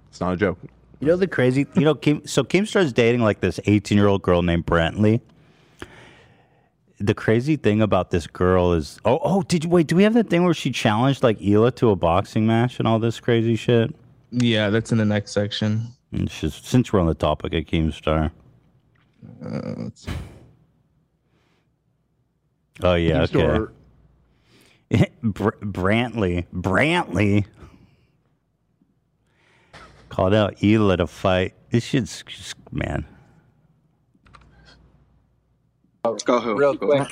[SPEAKER 1] it's not a joke.
[SPEAKER 2] You know the crazy, you know, Kim, so Keemstar's dating like this 18 year old girl named Brantley. The crazy thing about this girl is, oh, oh, did you wait? Do we have that thing where she challenged like Hila to a boxing match and all this crazy shit?
[SPEAKER 3] Yeah, that's in the next section.
[SPEAKER 2] And she's, since we're on the topic of Keemstar,
[SPEAKER 3] Uh, let's see.
[SPEAKER 2] oh yeah, okay.
[SPEAKER 1] Keemstar-
[SPEAKER 2] [laughs] Br- Brantley, Brantley called out Hila to fight. This shit's just, man.
[SPEAKER 11] Real quick,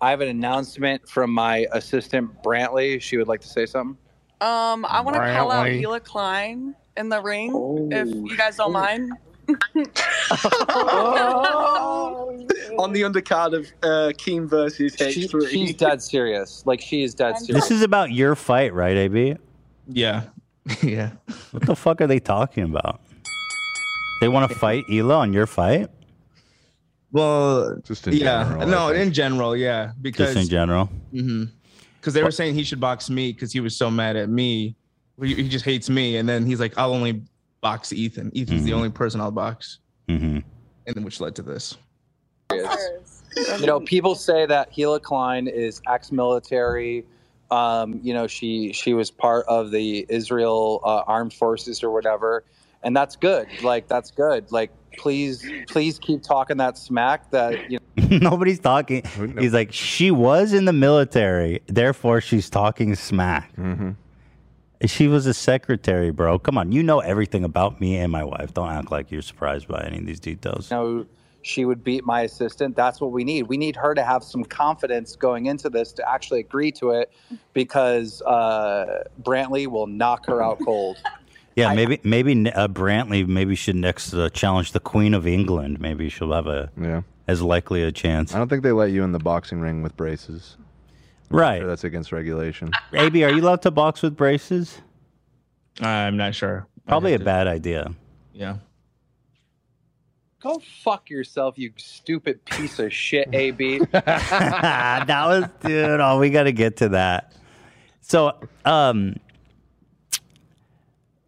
[SPEAKER 11] I have an announcement from my assistant Brantley. She would like to say something.
[SPEAKER 8] Um, I want to call out
[SPEAKER 11] Brantley.
[SPEAKER 8] Hila Klein in the ring, if you guys don't mind.
[SPEAKER 10] On the undercard of uh, Keem versus
[SPEAKER 11] She,
[SPEAKER 10] H3.
[SPEAKER 11] she's dead serious. Like she is dead serious.
[SPEAKER 2] This is about your fight, right, AB?
[SPEAKER 3] Yeah, [laughs] yeah.
[SPEAKER 2] What the fuck are they talking about? They want to fight Hila on your fight?
[SPEAKER 3] Well,
[SPEAKER 1] Just in
[SPEAKER 3] yeah,
[SPEAKER 1] general, I
[SPEAKER 3] no,
[SPEAKER 1] think.
[SPEAKER 3] in general, yeah, because
[SPEAKER 2] Just in general.
[SPEAKER 3] Mhm. 'Cause they were saying he should box me because he was so mad at me. He, he just hates me, and then he's like, "I'll only box Ethan. Ethan's the
[SPEAKER 2] Mhm.
[SPEAKER 3] only person I'll box,"
[SPEAKER 2] Mm-hmm.
[SPEAKER 3] and then which led to this.
[SPEAKER 11] you know, people say that Gila Klein is ex-military. Um, you know, she she was part of the Israel uh, Armed Forces or whatever, and that's good. Like that's good. Like please, please keep talking that smack. That you
[SPEAKER 2] [laughs] Nobody's talking.
[SPEAKER 1] no.
[SPEAKER 2] He's like, she was in the military, therefore she's talking smack.
[SPEAKER 1] Mhm.
[SPEAKER 2] She was a secretary, bro. Come on, you know everything about me and my wife. Don't act like you're surprised by any of these details.
[SPEAKER 11] know she would beat my assistant. That's what we need. We need her to have some confidence going into this to actually agree to it, because uh, Brantley will knock her out cold.
[SPEAKER 2] Yeah, maybe maybe uh, Brantley maybe should next uh, challenge the Queen of England. Maybe she'll have a
[SPEAKER 1] Yeah.
[SPEAKER 2] as likely a chance.
[SPEAKER 1] I don't think they let you in the boxing ring with braces.
[SPEAKER 2] Right,
[SPEAKER 1] Sure, that's against regulation.
[SPEAKER 2] AB, are you allowed to box with braces?
[SPEAKER 3] I'm not sure. I
[SPEAKER 2] Probably a
[SPEAKER 3] have to-
[SPEAKER 2] bad idea.
[SPEAKER 3] Yeah.
[SPEAKER 11] [laughs] Go fuck yourself, you stupid piece of shit, [laughs] AB.
[SPEAKER 2] [laughs] that was dude. Oh, we got to get to that. So, um,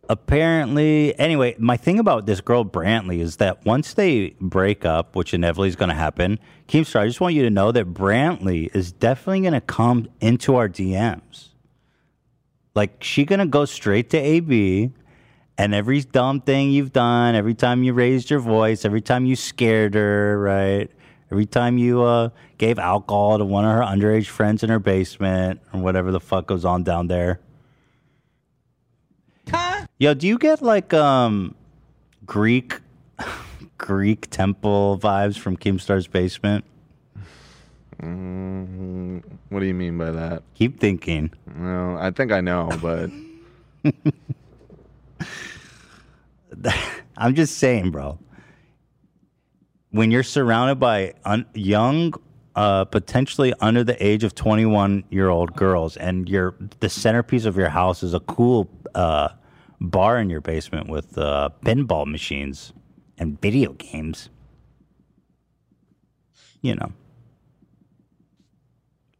[SPEAKER 2] apparently, anyway, my thing about this girl Brantley is that once they break up, which inevitably is going to happen, Keemstar, I just want you to know that Brantley is definitely going to come into our DMs. Like she going to go straight to AB. And every dumb thing you've done, every time you raised your voice, every time you scared her, right? Every time you uh, gave alcohol to one of her underage friends in her basement or whatever the fuck goes on down there. Yo, do you get like um Greek [laughs] Greek temple vibes from Keemstar's basement?
[SPEAKER 1] Mm, what do you mean by that?
[SPEAKER 2] Keep thinking.
[SPEAKER 1] No, I think I know, but
[SPEAKER 2] [laughs] I'm just saying, bro. When you're surrounded by un- young, uh, potentially under the age of 21 year old girls, and your the centerpiece of your house is a cool uh, bar in your basement with uh, pinball machines and video games, you know,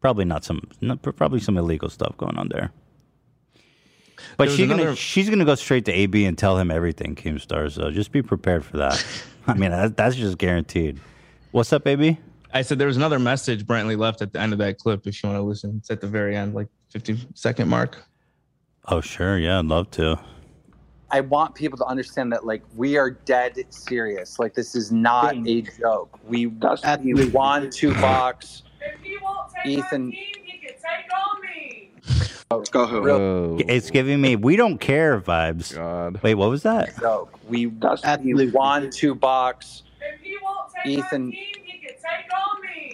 [SPEAKER 2] probably not some not, probably some illegal stuff going on there.
[SPEAKER 3] There
[SPEAKER 2] But
[SPEAKER 3] was
[SPEAKER 2] she's gonna
[SPEAKER 3] another-
[SPEAKER 2] she's gonna go straight to AB and [laughs] tell him everything, Keemstar. So just be prepared for that. I mean, that, that's just guaranteed. What's up, baby?
[SPEAKER 3] I said there was another message Brantley left at the end of that clip. If you want to listen, it's at the very end, like 50 second mark.
[SPEAKER 2] Oh, sure. Yeah, I'd love to.
[SPEAKER 11] I want people to understand that like we are dead serious. Like this is not a joke. We we want to box Ethan. Let's go who?
[SPEAKER 2] It's giving me we don't care vibes. God. Wait, what was that?
[SPEAKER 11] Joke. We we want to box Ethan.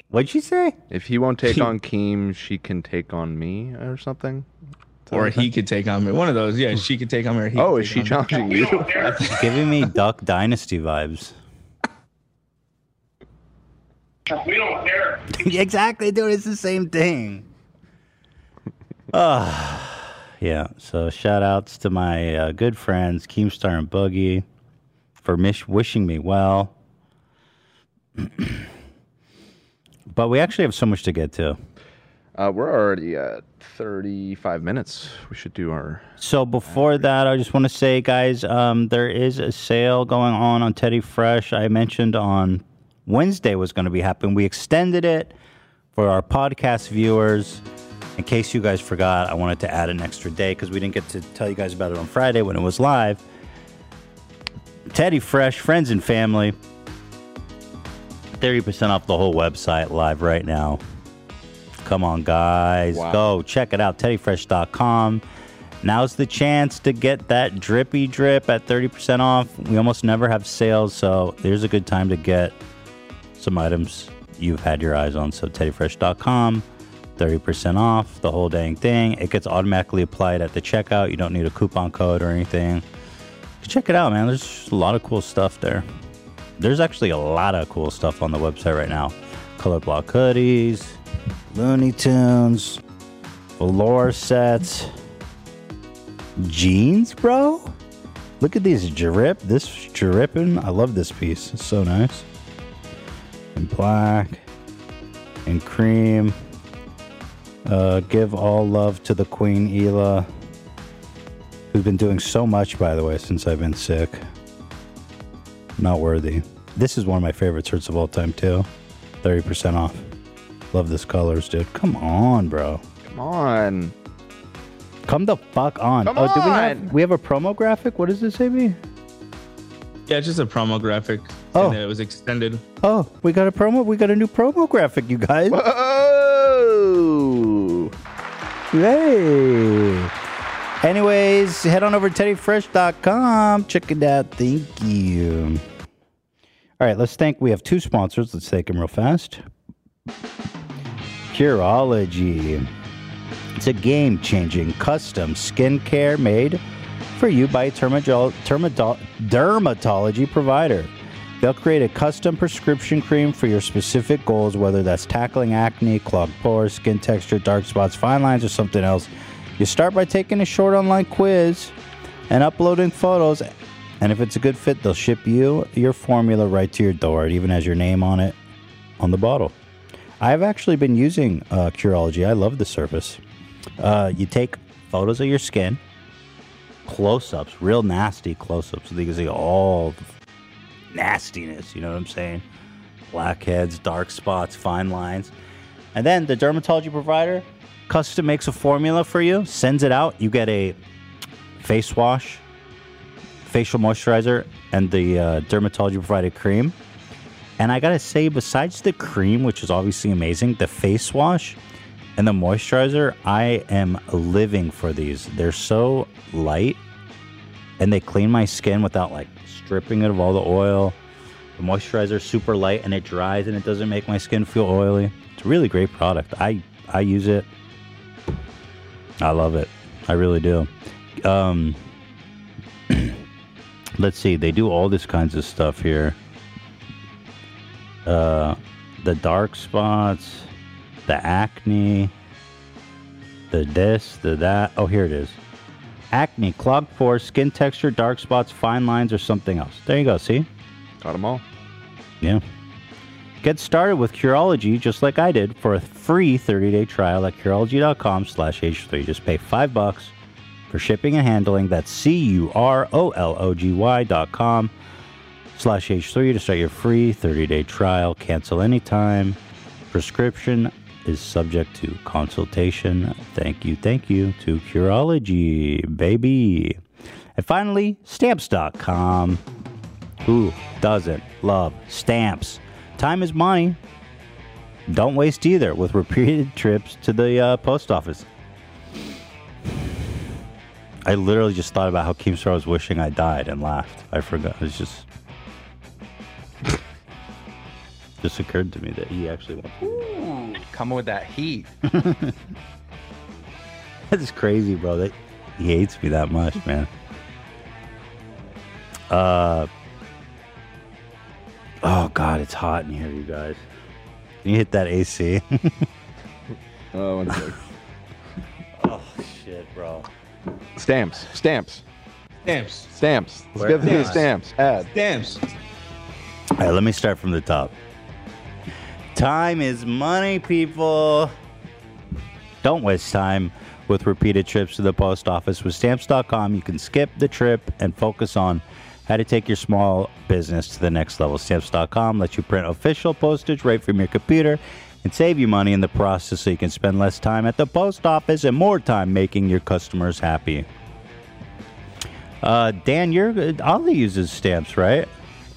[SPEAKER 2] What'd she say?
[SPEAKER 1] If he won't take on Keem, she can take on me or something.
[SPEAKER 3] Or he could take on me. One of those. Yeah, she could take on me. Or he
[SPEAKER 1] Oh,
[SPEAKER 3] could
[SPEAKER 1] is
[SPEAKER 3] take
[SPEAKER 1] she
[SPEAKER 3] on me.
[SPEAKER 1] challenging you?
[SPEAKER 2] It's giving me Duck Dynasty vibes.
[SPEAKER 12] We don't care.
[SPEAKER 2] [laughs] exactly, dude. It's the same thing. [laughs] Ah, yeah. So shout outs to my uh, good friends Keemstar and Boogie for mish- wishing me well. [clears throat] but we actually have so much to get to.
[SPEAKER 1] Uh, we're already at 35 minutes. We should do our.
[SPEAKER 2] So before that, I just want to say, guys, um, there is a sale going on on Teddy Fresh. I mentioned on Wednesday was going to be happening. We extended it for our podcast viewers. In case you guys forgot, I wanted to add an extra day because we didn't get to tell you guys about it on Friday when it was live. Teddy Fresh, friends and family, 30% off the whole website live right now. Come on, guys.
[SPEAKER 13] Wow.
[SPEAKER 2] Go check it out, teddyfresh.com. Now's the chance to get that drippy drip at 30% off. We almost never have sales, so there's a good time to get some items you've had your eyes on. So, teddyfresh.com, 30% off the whole dang thing. It gets automatically applied at the checkout. You don't need a coupon code or anything. Check it out, man. There's just a lot of cool stuff there. There's actually a lot of cool stuff on the website right now color block hoodies, Looney Tunes, velour sets, jeans, bro. Look at these drip. This is dripping. I love this piece. It's so nice. And black and cream. Uh, give all love to the Queen Ela, who's been doing so much, by the way, since I've been sick. Not worthy. This is one of my favorite shirts of all time, too. 30% off. Love this colors, dude. Come on, bro.
[SPEAKER 1] Come on.
[SPEAKER 2] Come the fuck on.
[SPEAKER 1] Come
[SPEAKER 2] oh, do we
[SPEAKER 1] on.
[SPEAKER 2] have we have a promo graphic? What does this say, B?
[SPEAKER 3] Yeah, it's just a promo graphic.
[SPEAKER 2] Oh.
[SPEAKER 3] and it was extended.
[SPEAKER 2] Oh, we got a promo. We got a new promo graphic, you guys.
[SPEAKER 1] Whoa!
[SPEAKER 2] Yay! Anyways, head on over to teddyfresh.com. Check it out. Thank you. All right, let's thank. We have two sponsors. Let's thank them real fast. Curology. It's a game changing custom skincare made for you by a termagol- termadol- dermatology provider. They'll create a custom prescription cream for your specific goals, whether that's tackling acne, clogged pores, skin texture, dark spots, fine lines, or something else. You start by taking a short online quiz and uploading photos. And if it's a good fit, they'll ship you your formula right to your door. It even has your name on it on the bottle. I've actually been using uh, Curology. I love the service. Uh, you take photos of your skin, close ups, real nasty close ups. You can see all the nastiness, you know what I'm saying? Blackheads, dark spots, fine lines. And then the dermatology provider custom makes a formula for you, sends it out. You get a face wash, facial moisturizer, and the uh, dermatology provided cream. And I gotta say, besides the cream, which is obviously amazing, the face wash and the moisturizer, I am living for these. They're so light and they clean my skin without like stripping it of all the oil. The moisturizer is super light and it dries and it doesn't make my skin feel oily. It's a really great product. I I use it. I love it. I really do. Um, let's see. They do all this kinds of stuff here. Uh, the dark spots, the acne, the this, the that. Oh, here it is. Acne, clogged pores, skin texture, dark spots, fine lines, or something else. There you go. See?
[SPEAKER 1] Got them all.
[SPEAKER 2] Yeah. Get started with Curology just like I did for a free 30-day trial at Curology.com slash H3. Just pay five bucks for shipping and handling. That's C-U-R-O-L-O-G-Y dot com slash H3 to start your free 30 day trial. Cancel anytime. Prescription is subject to consultation. Thank you, thank you to Curology, baby. And finally, stamps.com. Who doesn't love stamps? Time is money. Don't waste either with repeated [laughs] trips to the uh, post office. I literally just thought about how Keemstar was wishing I died and laughed. I forgot. It's just. [laughs] just occurred to me that he actually wants me to
[SPEAKER 13] Coming with that heat.
[SPEAKER 2] [laughs] That's crazy, bro. That he hates me that much, [laughs] man. Uh Oh god, it's hot in here, you guys. Can you hit that AC? [laughs]
[SPEAKER 1] Oh, one sec.
[SPEAKER 2] oh shit, bro.
[SPEAKER 1] Stamps. Stamps.
[SPEAKER 3] Stamps.
[SPEAKER 1] Stamps. Let's get through the stamps. Ad.
[SPEAKER 3] Stamps.
[SPEAKER 2] All right, let me start from the top. Time is money, people. Don't waste time with repeated trips to the post office. With stamps.com, you can skip the trip and focus on how to take your small business to the next level. Stamps.com lets you print official postage right from your computer and save you money in the process so you can spend less time at the post office and more time making your customers happy. Uh, Dan, you're Ollie uses stamps, right?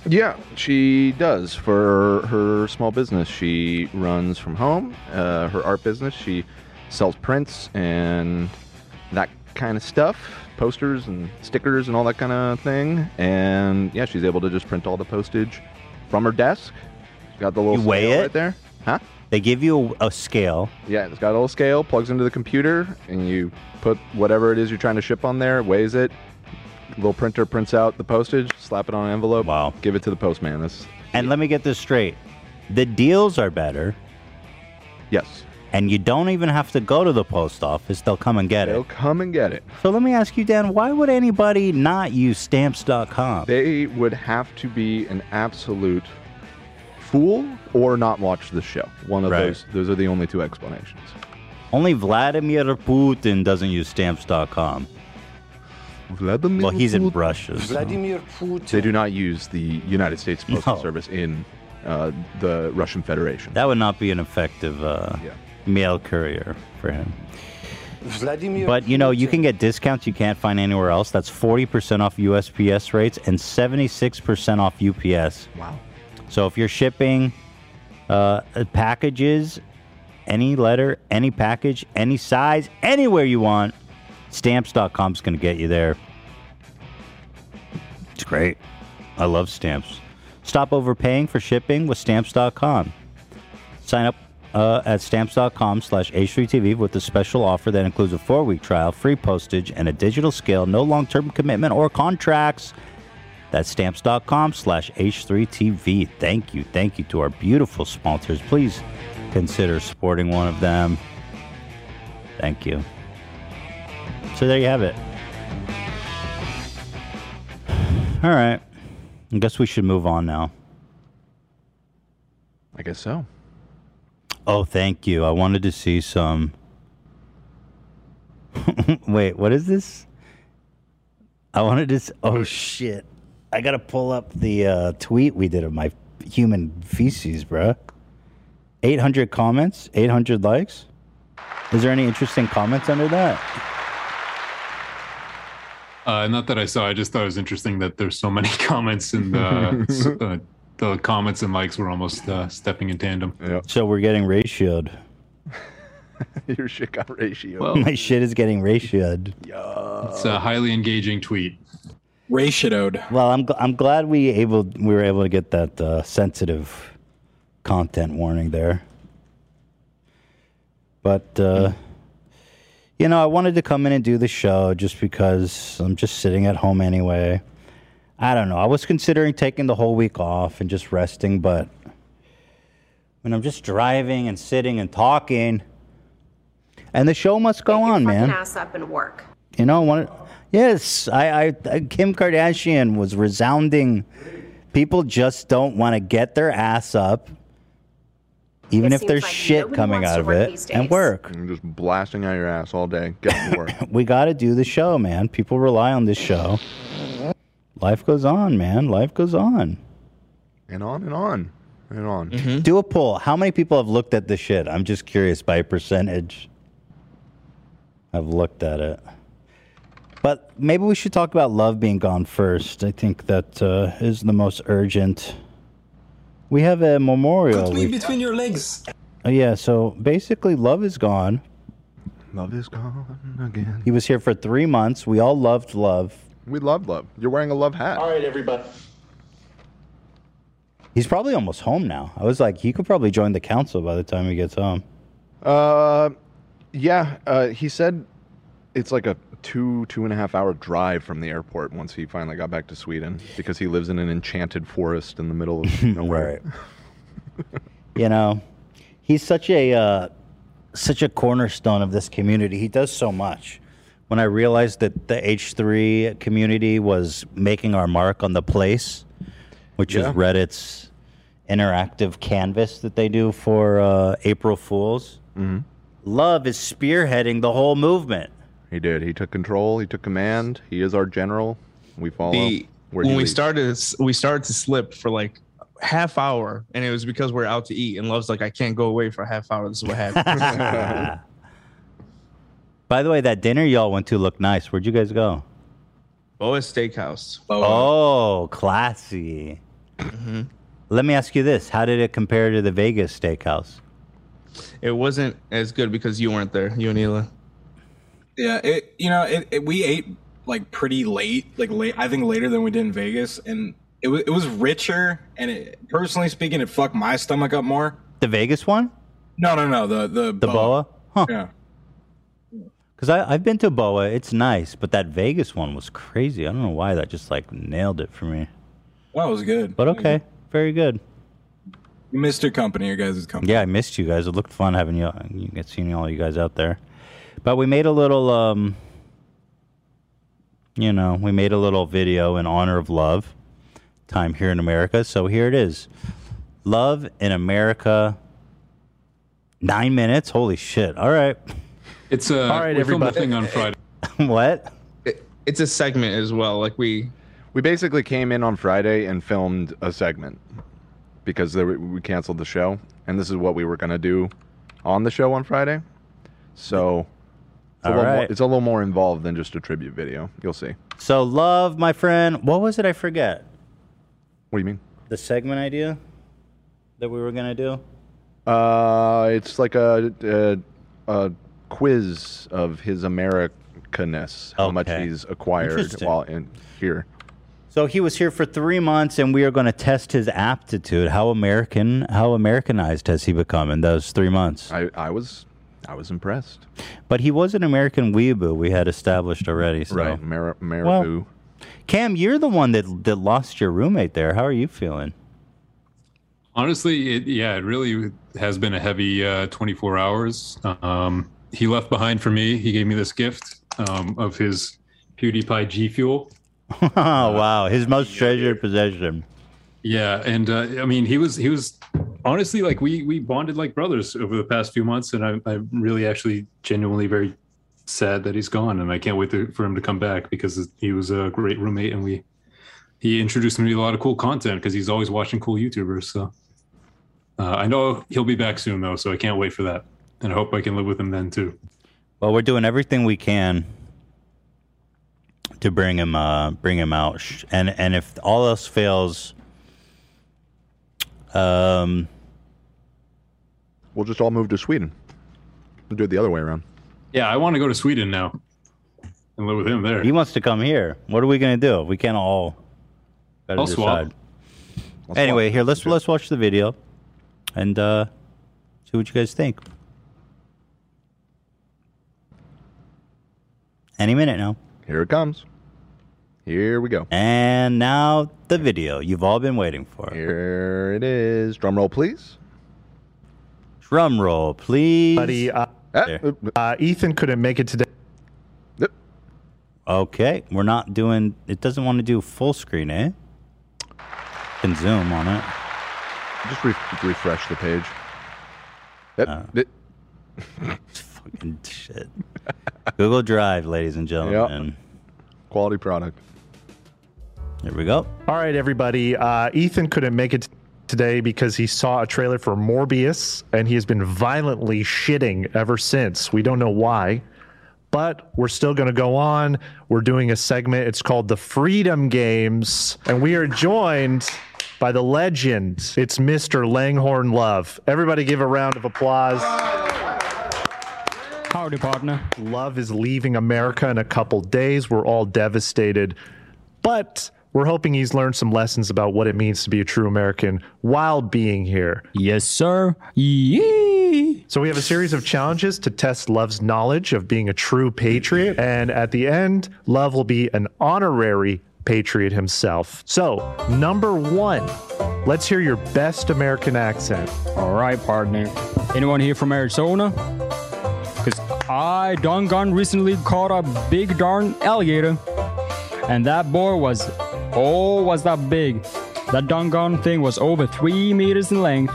[SPEAKER 1] Yeah, she does for her small business. She runs from home, uh, her art business. She sells prints and that kind of stuff, posters and stickers and all that kind of thing. And yeah, she's able to just print all the postage from her desk. Got the little
[SPEAKER 2] You weigh
[SPEAKER 1] scale
[SPEAKER 2] it?
[SPEAKER 1] right there, huh?
[SPEAKER 2] They give you a, a scale.
[SPEAKER 1] Yeah, it's got a little scale, plugs into the computer, and you put whatever it is you're trying to ship on there, weighs it. Little printer prints out the postage, slap it on an envelope, wow. give it to the postman. That's
[SPEAKER 2] And let me get this straight. The deals are better.
[SPEAKER 1] Yes.
[SPEAKER 2] And you don't even have to go to the post office. They'll come and get it. They'll
[SPEAKER 1] come and get it.
[SPEAKER 2] So let me ask you, Dan, why would anybody not use stamps.com?
[SPEAKER 1] They would have to be an absolute fool or not watch the show. One of
[SPEAKER 2] Right.
[SPEAKER 1] those. Those are the only two explanations.
[SPEAKER 2] Only Vladimir Putin doesn't use stamps.com.
[SPEAKER 1] Vladimir
[SPEAKER 2] Well, he's in
[SPEAKER 1] Putin.
[SPEAKER 2] Russia. so-
[SPEAKER 1] They do not use the United States Postal Service in uh, the Russian Federation.
[SPEAKER 2] That would not be an effective uh, mail courier for him.
[SPEAKER 14] Vladimir.
[SPEAKER 2] But you know, you can get discounts you can't find anywhere else. That's 40% off USPS rates and 76% off UPS.
[SPEAKER 1] Wow.
[SPEAKER 2] So if you're shipping uh, packages, any letter, any package, any size, anywhere you want, stamps.com's going to get you there. It's great. I love stamps. Stop overpaying for shipping with stamps.com. Sign up uh, at stamps.com slash H3TV with a special offer that includes a four week trial, free postage, and a digital scale, no long term commitment or contracts. That's stamps.com slash H3TV. Thank you. Thank you to our beautiful sponsors. Please consider supporting one of them. Thank you. So there you have it. All right. I guess we should move on now.
[SPEAKER 1] I guess so.
[SPEAKER 2] Oh, thank you. I wanted to see some. [laughs] Wait, what is this? I wanted to. s oh shit! I gotta pull up the uh, tweet we did of my human feces, bruh. Eight hundred comments, eight hundred likes. Is there any interesting comments under that?
[SPEAKER 7] Uh, not that I saw. I just thought it was interesting that there's so many [laughs] comments and the
[SPEAKER 1] [laughs]
[SPEAKER 7] s- uh, the comments and likes were almost uh, stepping in tandem.
[SPEAKER 2] So we're getting ratioed.
[SPEAKER 1] [laughs] Your shit got
[SPEAKER 2] [laughs]
[SPEAKER 1] ratio.
[SPEAKER 2] my shit is getting ratioed.
[SPEAKER 7] It's a highly engaging tweet.
[SPEAKER 5] Ratioed.
[SPEAKER 2] Well, I'm gl- I'm glad we able we were able to get that uh, sensitive content warning there. But uh, you know, I wanted to come in and do the show just because I'm just sitting at home anyway. I don't know. I was considering taking the whole week off and just resting, but when I'm just driving and sitting and talking, and the show must go on, man.
[SPEAKER 15] ass up and work.
[SPEAKER 2] You know, one, yes, I, I, Kim Kardashian was resounding. People just don't want to get their ass up, even
[SPEAKER 15] It
[SPEAKER 2] if there's
[SPEAKER 15] seems like
[SPEAKER 2] shit
[SPEAKER 15] nobody
[SPEAKER 2] coming
[SPEAKER 15] wants
[SPEAKER 2] out
[SPEAKER 15] to
[SPEAKER 2] of
[SPEAKER 15] work
[SPEAKER 2] it
[SPEAKER 15] these
[SPEAKER 2] and
[SPEAKER 15] days.
[SPEAKER 2] work.
[SPEAKER 1] You're just blasting out your ass all day.
[SPEAKER 2] [laughs]
[SPEAKER 1] Get to work.
[SPEAKER 2] We got to do the show, man. People rely on this show. Life goes on, man. Life goes on.
[SPEAKER 1] and on and on and on.
[SPEAKER 2] Do a poll. How many people have looked at this shit? I'm just curious by percentage. I've looked at it. But maybe we should talk about love being gone first. I think that uh, is the most urgent. We have a memorial.
[SPEAKER 10] Put me
[SPEAKER 2] we-
[SPEAKER 10] between your legs.
[SPEAKER 2] Oh, yeah, so basically, love is gone.
[SPEAKER 1] Love is gone again.
[SPEAKER 2] He was here for three months. We all loved love.
[SPEAKER 1] We love love. You're wearing a love hat. All
[SPEAKER 10] right, everybody.
[SPEAKER 2] He's probably almost home now. I was like, he could probably join the council by the time he gets home.
[SPEAKER 1] Uh, yeah. Uh, he said it's like a two two and a half hour drive from the airport once he finally got back to Sweden because he lives in an enchanted forest in the middle
[SPEAKER 3] [laughs]
[SPEAKER 1] of nowhere.
[SPEAKER 2] you know he's such a uh, such a cornerstone of this community he does so much when i realized that the h3 community was making our mark on the place which
[SPEAKER 1] Yeah.
[SPEAKER 2] is reddit's interactive canvas that they do for uh, april fools
[SPEAKER 1] Mm-hmm.
[SPEAKER 2] love is spearheading the whole movement
[SPEAKER 1] He did. He took control. He took command. He is our general. We follow.
[SPEAKER 3] The,
[SPEAKER 1] where
[SPEAKER 3] when
[SPEAKER 1] he
[SPEAKER 3] we
[SPEAKER 1] leads.
[SPEAKER 3] started, we started to slip for like half hour, and it was because we are out to eat, and Love's like, I can't go away for a half hour. This is what [laughs] happens.
[SPEAKER 2] by the way that dinner y'all went to looked nice where'd you guys go
[SPEAKER 3] Boa Steakhouse.
[SPEAKER 2] oh classy Mm-hmm. let me ask you this how did it compare to the vegas steakhouse
[SPEAKER 3] It wasn't as good because you weren't there, you and Hila.
[SPEAKER 5] Yeah, it you know it, it we ate like pretty late, like late. I think later than we did in Vegas, and it was it was richer. And it, personally speaking, it fucked my stomach up more.
[SPEAKER 2] The Vegas one?
[SPEAKER 5] No, no, no. The the
[SPEAKER 2] The boa? Huh.
[SPEAKER 5] Yeah.
[SPEAKER 2] Because I've been to Boa, it's nice, but that Vegas one was crazy. I don't know why that just like nailed it for me.
[SPEAKER 5] Well, it was good.
[SPEAKER 2] But okay, very good.
[SPEAKER 5] You missed your company, your guys' company.
[SPEAKER 2] Yeah, I missed you guys. It looked fun having you, you get seeing all you guys out there. But we made a little, um, you know, we made a little video in honor of love, time here in America. So here it is, love in America. Nine minutes. Holy shit! All right.
[SPEAKER 7] It's uh,
[SPEAKER 2] All right,
[SPEAKER 7] we filmed a
[SPEAKER 2] everybody.
[SPEAKER 7] thing on Friday.
[SPEAKER 2] [laughs] what?
[SPEAKER 3] it's a segment as well. Like we
[SPEAKER 1] we basically came in on Friday and filmed a segment because there, we canceled the show, and this is what we were gonna do on the show on Friday. So it's a,
[SPEAKER 2] All
[SPEAKER 1] little more,
[SPEAKER 2] right.
[SPEAKER 1] it's a little more involved than just a tribute video. You'll see.
[SPEAKER 2] So love, my friend. What was it? I forget.
[SPEAKER 1] What do you mean?
[SPEAKER 2] The segment idea that we were gonna do.
[SPEAKER 1] Uh, it's like a, a, a quiz of his Americaness, how much he's acquired
[SPEAKER 2] Interesting.
[SPEAKER 1] while in here.
[SPEAKER 2] So he was here for three months, and we are going to test his aptitude. How American, how Americanized has he become in those three months?
[SPEAKER 1] I, I was, I was impressed.
[SPEAKER 2] But he was an American weeaboo we had established already. So.
[SPEAKER 1] Right, Mar-
[SPEAKER 2] Well, Cam, you're the one that that lost your roommate there. How are you feeling?
[SPEAKER 7] Honestly, it, yeah, it really has been a heavy uh, 24 hours. Um, he left behind for me. He gave me this gift um, of his PewDiePie G Fuel.
[SPEAKER 2] oh [laughs] wow, his most treasured possession.
[SPEAKER 7] Yeah, and uh, I mean, he was he was honestly like we we bonded like brothers over the past few months, and I'm I'm really actually genuinely very sad that he's gone, and I can't wait to, for him to come back because he was a great roommate, and we he introduced me to a lot of cool content because he's always watching cool YouTubers. So uh, I know he'll be back soon though, so I can't wait for that, and I hope I can live with him then too.
[SPEAKER 2] Well, we're doing everything we can to bring him, uh, bring him out, Sh- and and if all else fails, um,
[SPEAKER 1] We'll just all move to Sweden. We'll do it the other way around.
[SPEAKER 7] Yeah, I want to go to Sweden now and live with him there.
[SPEAKER 2] he wants to come here. What are we gonna do? We can't all. gotta
[SPEAKER 7] I'll swap.
[SPEAKER 2] decide. Anyway, here let's let's watch the video, and uh, see what you guys think. Any minute now.
[SPEAKER 1] Here it comes. Here we go.
[SPEAKER 2] And now the video you've all been waiting for.
[SPEAKER 1] Here it is. Drum roll, please.
[SPEAKER 2] Drum roll, please.
[SPEAKER 6] Buddy, uh,
[SPEAKER 1] Ah,
[SPEAKER 6] uh, Ethan couldn't make it today.
[SPEAKER 2] Okay, we're not doing. It doesn't want to do full screen, eh? Can zoom on it.
[SPEAKER 1] Just re- refresh the page. Yep.
[SPEAKER 2] Uh. [laughs] fucking shit. Google Drive, ladies and gentlemen.
[SPEAKER 1] Quality product.
[SPEAKER 2] There we go.
[SPEAKER 6] All right, everybody. Uh, Ethan couldn't make it today because he saw a trailer for Morbius and he has been violently shitting ever since. We don't know why, but we're still going to go on. We're doing a segment. It's called The Freedom Games, and we are joined by the legend. It's Mr. Langhorn Love. Everybody give a round of applause.
[SPEAKER 16] Howdy, partner.
[SPEAKER 6] Love is leaving America in a couple days. We're all devastated, but we're hoping he's learned some lessons about what it means to be a true American while being here.
[SPEAKER 16] Yes, sir. Yee.
[SPEAKER 6] So we have a series of challenges to test Love's knowledge of being a true patriot, and at the end, Love will be an honorary patriot himself. So, number 1, let's hear your best American accent.
[SPEAKER 16] All right, partner. Anyone here from Arizona? Because I done gone recently caught a big darn alligator. And that boy was Oh, was that big? That doggone thing was over three meters in length.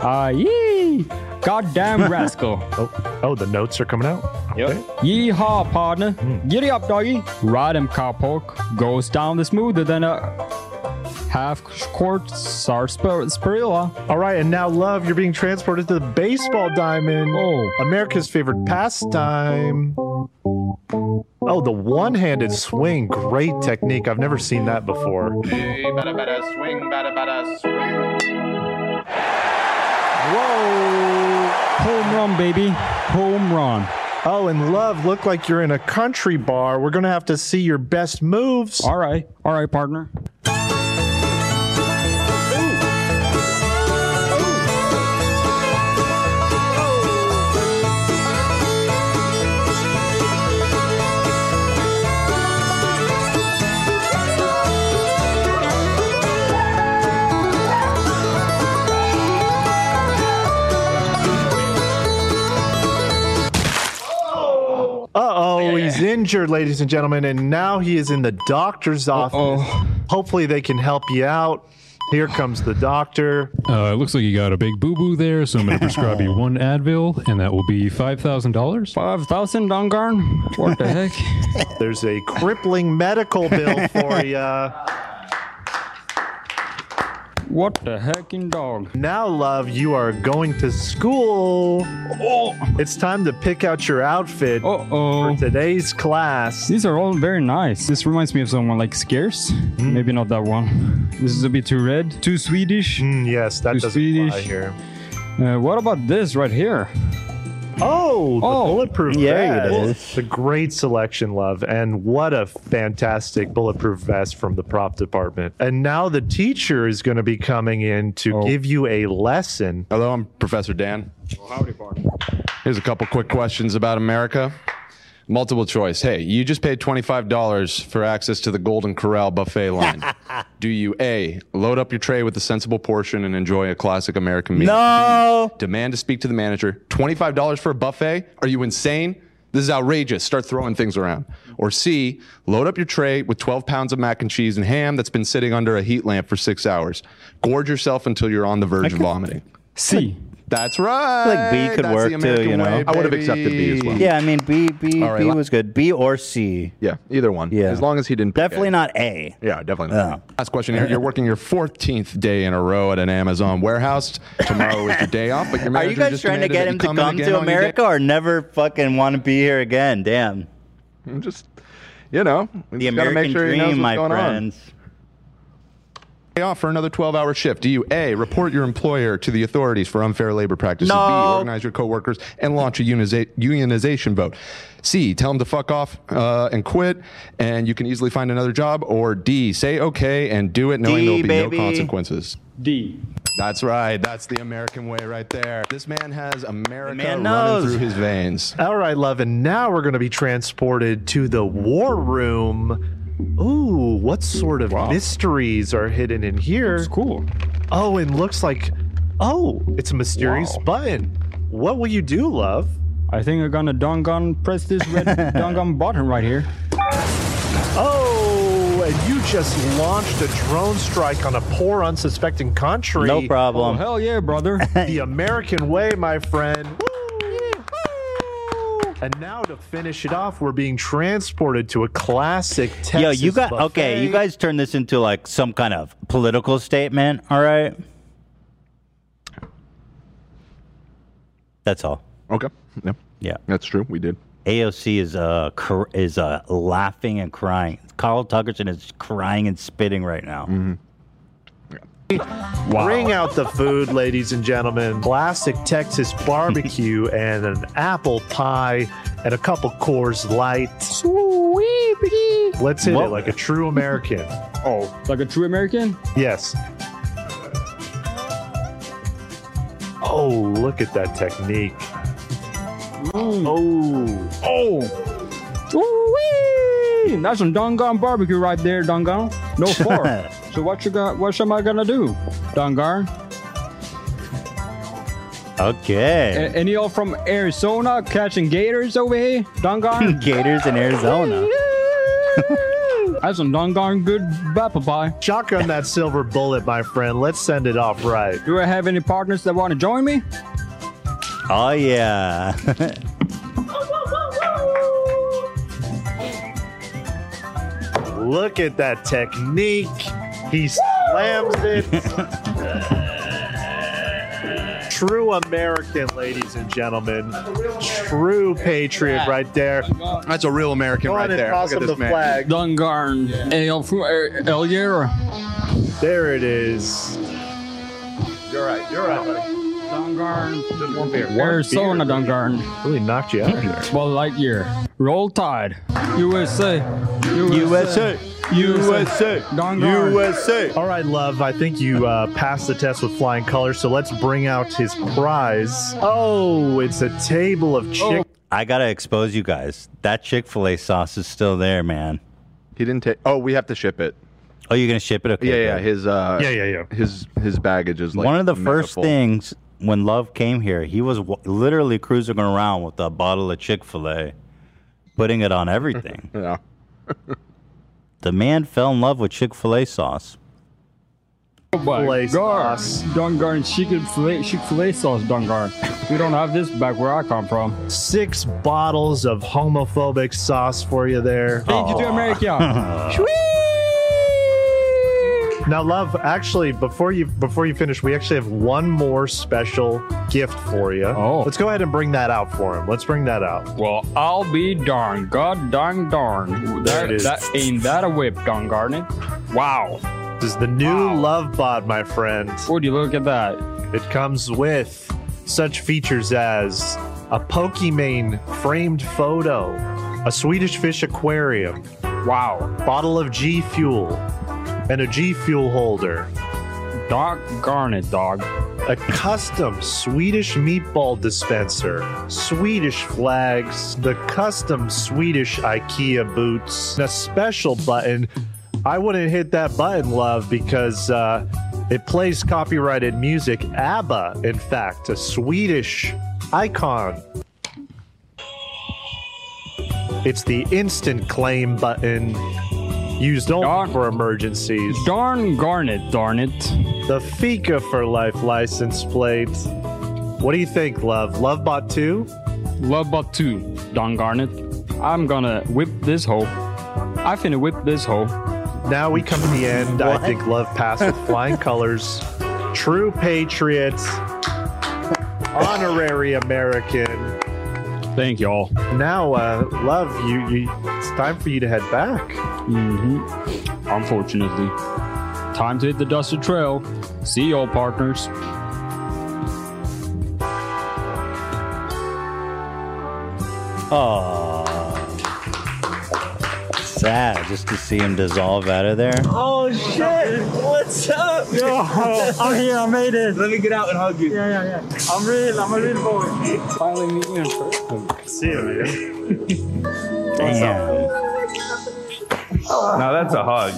[SPEAKER 16] Ah, uh, yee!
[SPEAKER 6] [laughs]
[SPEAKER 16] Goddamn rascal.
[SPEAKER 6] oh, oh, the notes are coming out. Hmm.
[SPEAKER 16] Yep. Okay. Yeehaw, partner. Mm. Giddy up, doggy. Ride him, cowpoke. Goes down the smoother than a half quart sarsaparilla.
[SPEAKER 6] All right, and now, love, you're being transported to the baseball diamond.
[SPEAKER 16] Oh.
[SPEAKER 6] America's favorite pastime. Oh, the one handed swing. Great technique. I've never seen that before.
[SPEAKER 17] Hey, bada, bada, swing, bada, bada, swing.
[SPEAKER 16] Whoa! Home run, baby. Home run.
[SPEAKER 6] Oh, and love, look like you're in a country bar. We're going to have to see your best moves.
[SPEAKER 16] All right. All right, partner. Oh,
[SPEAKER 6] Uh-oh, he's injured, ladies and gentlemen, and now he is in the doctor's office.
[SPEAKER 16] Uh-oh.
[SPEAKER 6] Hopefully they can help you out. Here comes the doctor.
[SPEAKER 7] Uh, it looks like you got a big boo boo there, so I'm going to prescribe [laughs] you one Advil, and that will be five thousand dollars.
[SPEAKER 16] Five thousand, Dongarn. What the
[SPEAKER 7] [laughs]
[SPEAKER 16] heck?
[SPEAKER 6] There's a crippling medical
[SPEAKER 16] [laughs]
[SPEAKER 6] bill for you.
[SPEAKER 16] What the heckin' dog?
[SPEAKER 6] Now, love, you are going to school.
[SPEAKER 16] Oh,
[SPEAKER 6] It's time to pick out your outfit
[SPEAKER 16] uh oh.
[SPEAKER 6] for today's class.
[SPEAKER 16] These are all very nice. This reminds me of someone like Scarce.
[SPEAKER 6] Mm.
[SPEAKER 16] Maybe not that one. This is a bit too red, too Swedish.
[SPEAKER 6] Mm, yes, that
[SPEAKER 16] Too
[SPEAKER 6] doesn't
[SPEAKER 16] Swedish.
[SPEAKER 6] apply here.
[SPEAKER 16] Uh, what about this right here?
[SPEAKER 6] Oh, the
[SPEAKER 16] Oh,
[SPEAKER 6] bulletproof
[SPEAKER 2] yeah, it
[SPEAKER 6] vest.
[SPEAKER 2] is.
[SPEAKER 6] The great selection, love, and what a fantastic bulletproof vest from the prop department. And now the teacher is going to be coming in
[SPEAKER 16] Oh.
[SPEAKER 6] to give you a lesson.
[SPEAKER 1] Hello, I'm Professor Dan.
[SPEAKER 16] howdy, partner.
[SPEAKER 1] Here's a couple quick questions about America. Multiple choice. Hey, you just paid $25 for access to the Golden Corral buffet line. Do you A, load up your tray with a sensible portion and enjoy a classic American meal?
[SPEAKER 2] No.
[SPEAKER 1] B, demand to speak to the manager. $25 for a buffet? Are you insane? This is outrageous. Start throwing things around. Or C, load up your tray with 12 pounds of mac and cheese and ham that's been sitting under a heat lamp for six hours. Gorge yourself until you're on the verge of vomiting.
[SPEAKER 16] C.
[SPEAKER 1] That's right.
[SPEAKER 2] I think B could
[SPEAKER 1] That's the
[SPEAKER 2] work too,
[SPEAKER 1] American
[SPEAKER 2] you know.
[SPEAKER 1] way,
[SPEAKER 2] I
[SPEAKER 1] would've accepted B as
[SPEAKER 18] baby.
[SPEAKER 1] well.
[SPEAKER 2] Yeah, I mean B B
[SPEAKER 1] All right,
[SPEAKER 2] B
[SPEAKER 1] la-
[SPEAKER 2] was good. B or C.
[SPEAKER 18] Yeah, either one.
[SPEAKER 2] Yeah.
[SPEAKER 18] As long as he didn't pick
[SPEAKER 2] Definitely
[SPEAKER 18] A.
[SPEAKER 2] not A.
[SPEAKER 18] Yeah, definitely not.
[SPEAKER 2] Uh,
[SPEAKER 1] Last question here. You're working your 14th day in a row at an Amazon warehouse. Tomorrow is your day off, but your
[SPEAKER 2] are
[SPEAKER 1] manager
[SPEAKER 2] you guys
[SPEAKER 1] just
[SPEAKER 2] trying to
[SPEAKER 1] demanded
[SPEAKER 2] get
[SPEAKER 1] that
[SPEAKER 2] him
[SPEAKER 1] you
[SPEAKER 2] to
[SPEAKER 1] come in
[SPEAKER 2] come
[SPEAKER 1] again
[SPEAKER 2] to
[SPEAKER 1] on your day-
[SPEAKER 2] America or never fucking want to be here again? Damn.
[SPEAKER 18] I'm just, you know, we
[SPEAKER 2] The
[SPEAKER 18] just gotta make
[SPEAKER 2] American
[SPEAKER 18] sure he knows
[SPEAKER 2] dream,
[SPEAKER 18] what's
[SPEAKER 2] my
[SPEAKER 18] going on.
[SPEAKER 2] friends.
[SPEAKER 1] Day off for another 12-hour shift. Do you A, report your employer to the authorities for unfair labor practices?
[SPEAKER 2] No.
[SPEAKER 1] B, organize your coworkers and launch a uniza- unionization vote. C, tell them to fuck off uh, and quit, and you can easily find another job. Or D, say okay and do it, knowing
[SPEAKER 2] D,
[SPEAKER 1] there'll
[SPEAKER 2] baby.
[SPEAKER 1] be no consequences.
[SPEAKER 16] D.
[SPEAKER 1] That's right. That's the American way right there. This man has America
[SPEAKER 2] man knows.
[SPEAKER 1] running through his veins.
[SPEAKER 6] All right, love, and now we're going to be transported to the war room. Ooh, what sort of mysteries are hidden in here?
[SPEAKER 16] It's cool.
[SPEAKER 6] Oh, and looks like, oh, it's a mysterious
[SPEAKER 16] Wow.
[SPEAKER 6] button. What will you do, love?
[SPEAKER 16] I think I'm gonna doggone press this red
[SPEAKER 6] [laughs]
[SPEAKER 16] doggone button right here.
[SPEAKER 6] Oh, and you just launched a drone strike on a poor, unsuspecting country.
[SPEAKER 2] No
[SPEAKER 16] Oh,
[SPEAKER 2] problem. [laughs]
[SPEAKER 16] hell yeah, brother.
[SPEAKER 6] The American way, my friend. Woo! And now to finish it off, we're being transported to a classic Texas.
[SPEAKER 2] Yo, you got
[SPEAKER 6] buffet.
[SPEAKER 2] okay. You guys turn this into like some kind of political statement. All right. That's all.
[SPEAKER 18] Oh.
[SPEAKER 1] Okay. Yep.
[SPEAKER 2] Yeah.
[SPEAKER 1] That's true. We did.
[SPEAKER 2] AOC is uh cr- is uh laughing and crying. Carl Tuckerson is crying and spitting right now.
[SPEAKER 6] Bring out the food, ladies and gentlemen. Classic Texas
[SPEAKER 16] [laughs]
[SPEAKER 6] barbecue and an apple pie and a couple Coors Light. Sweet. Let's hit
[SPEAKER 16] Whoa.
[SPEAKER 6] it like a true American.
[SPEAKER 16] [laughs] Oh, like a true American?
[SPEAKER 6] Yes. Oh, look at that technique. Oh.
[SPEAKER 16] Oh. Ooh-wee! That's some dongon barbecue right there, dongon.
[SPEAKER 2] [laughs]
[SPEAKER 16] No fork. so what you got? What am I gonna do, dongon?
[SPEAKER 2] Okay.
[SPEAKER 16] A- any all from Arizona catching gators over here, dongon?
[SPEAKER 2] [laughs] Gators in Arizona.
[SPEAKER 16] That's some dongon good apple pie.
[SPEAKER 6] Shotgun that silver bullet, my friend. Let's send it off right.
[SPEAKER 16] Do I have any partners that want to join me?
[SPEAKER 2] Oh yeah. [laughs]
[SPEAKER 6] Look at that technique. He slams it. True American, ladies and gentlemen. True patriot right there.
[SPEAKER 19] That's a real American
[SPEAKER 6] Go on
[SPEAKER 19] right
[SPEAKER 6] and
[SPEAKER 19] there.
[SPEAKER 6] toss
[SPEAKER 19] Look at
[SPEAKER 6] him
[SPEAKER 19] this
[SPEAKER 6] the
[SPEAKER 19] man.
[SPEAKER 6] flag.
[SPEAKER 16] Dungarn ale from Er- El Hierro.
[SPEAKER 6] There it is.
[SPEAKER 1] You're right. You're right, buddy.
[SPEAKER 16] Dungarn.
[SPEAKER 1] Just one beer.
[SPEAKER 16] Arizona Dungarn.
[SPEAKER 6] Really knocked you out there.
[SPEAKER 16] 12 light year. Roll Tide. USA.
[SPEAKER 6] USA.
[SPEAKER 16] USA. Dungarn.
[SPEAKER 6] USA. All right, love. I think you uh, passed the test with flying colors, so let's bring out his prize. Oh, it's a table of
[SPEAKER 1] Oh.
[SPEAKER 2] Oh,
[SPEAKER 6] chicken.
[SPEAKER 2] I gotta expose you guys. That Chick Fil A sauce is still there, man.
[SPEAKER 1] He didn't take. Oh, we have to ship it.
[SPEAKER 2] Oh, you're gonna ship it? Okay.
[SPEAKER 1] Yeah, yeah.
[SPEAKER 2] good.
[SPEAKER 1] His uh,
[SPEAKER 6] Yeah, yeah, yeah.
[SPEAKER 1] His his baggage is like
[SPEAKER 2] One of the
[SPEAKER 1] mega
[SPEAKER 2] first
[SPEAKER 1] full.
[SPEAKER 2] things when Love came here, he was w- literally cruising around with a bottle of Chick Fil A, putting it on everything.
[SPEAKER 1] [laughs] yeah.
[SPEAKER 2] the man fell in love with Chick Fil A sauce.
[SPEAKER 16] Oh my
[SPEAKER 6] Filet
[SPEAKER 16] God.
[SPEAKER 6] sauce.
[SPEAKER 16] Dungarn chicken filet, chick filet sauce, Dungarn. We don't have this back where I come from.
[SPEAKER 6] Six bottles of homophobic sauce for you there.
[SPEAKER 16] Thank you to America.
[SPEAKER 6] Now, love. Actually, before you before you finish, we actually have one more special gift for you.
[SPEAKER 16] Oh.
[SPEAKER 6] let's go ahead and bring that out for him. Let's bring that out.
[SPEAKER 16] well, I'll be darned. God darn darn.
[SPEAKER 6] there it
[SPEAKER 16] That,
[SPEAKER 6] is.
[SPEAKER 16] that ain't that a whip, Dungarn. Wow.
[SPEAKER 6] This is the new Love Bot, my friend.
[SPEAKER 16] Would you look at that?
[SPEAKER 6] It comes with such features as a Pokimane framed photo, a Swedish fish aquarium,
[SPEAKER 16] Wow.
[SPEAKER 6] bottle of G Fuel, and a G Fuel holder.
[SPEAKER 16] Doggone it, dog.
[SPEAKER 6] a custom Swedish meatball dispenser, Swedish flags, the custom Swedish IKEA boots, and a special button. I wouldn't hit that button, love, because uh, it plays copyrighted music. ABBA, in fact, a Swedish icon. It's the instant claim button used only for emergencies.
[SPEAKER 16] Darn garnet, darn it.
[SPEAKER 6] The Fika for Life license plate. What do you think, love? Lovebot 2?
[SPEAKER 16] Love but two, Don Garnet. I'm gonna whip this hoe. I finna whip this hoe.
[SPEAKER 6] Now we come to the end. I think love passed with
[SPEAKER 16] [laughs]
[SPEAKER 6] flying colors. True patriot. Honorary American.
[SPEAKER 16] Thank y'all.
[SPEAKER 6] Now, uh, love, you, you it's time for you to head back.
[SPEAKER 16] Mm-hmm. Unfortunately. Time to hit the dusted trail. See y'all, partners.
[SPEAKER 2] Oh, sad just to see him dissolve out of there.
[SPEAKER 10] Oh shit! What's up? Yo, I'm here. I made it. Let me get out and hug you. Yeah, yeah, yeah. I'm real. I'm a real boy.
[SPEAKER 16] Finally meeting in person.
[SPEAKER 6] See you, man.
[SPEAKER 2] Damn.
[SPEAKER 3] Now that's a hug.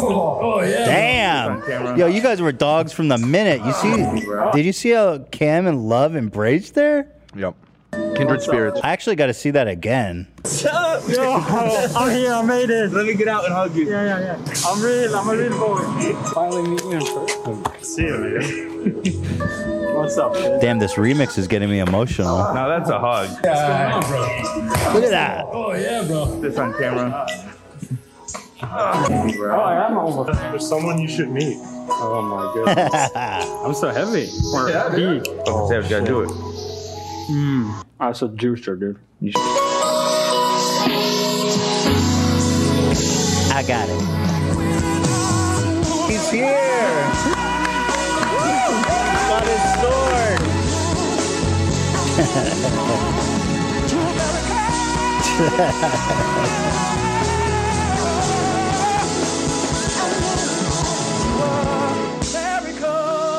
[SPEAKER 13] Oh,
[SPEAKER 2] Damn. Yo, you guys were dogs from the minute. You see? Did you see how Cam and Love embraced there?
[SPEAKER 1] Yep. Kindred spirits.
[SPEAKER 2] I actually got to see that again.
[SPEAKER 10] What's up? Yo, I'm here. I made it. Let me get out and hug you. Yeah, yeah, yeah. I'm real. I'm a real boy.
[SPEAKER 16] Finally meeting in person.
[SPEAKER 6] See you, man.
[SPEAKER 13] What's up? Look
[SPEAKER 2] Damn, this remix is getting me emotional.
[SPEAKER 13] No, that's a hug. What's going on, bro?
[SPEAKER 2] Look at that.
[SPEAKER 13] Oh yeah, bro. This on camera. Oh, I am almost. There's someone you should meet. Oh my goodness. [laughs]
[SPEAKER 2] Ah,
[SPEAKER 13] I'm so heavy.
[SPEAKER 10] Yeah, dude.
[SPEAKER 13] Oh, Sam, gotta do it.
[SPEAKER 16] Hmm.
[SPEAKER 10] Mm. That's a juicer, dude. You should.
[SPEAKER 2] I got it.
[SPEAKER 10] He's here. Got his
[SPEAKER 2] [laughs]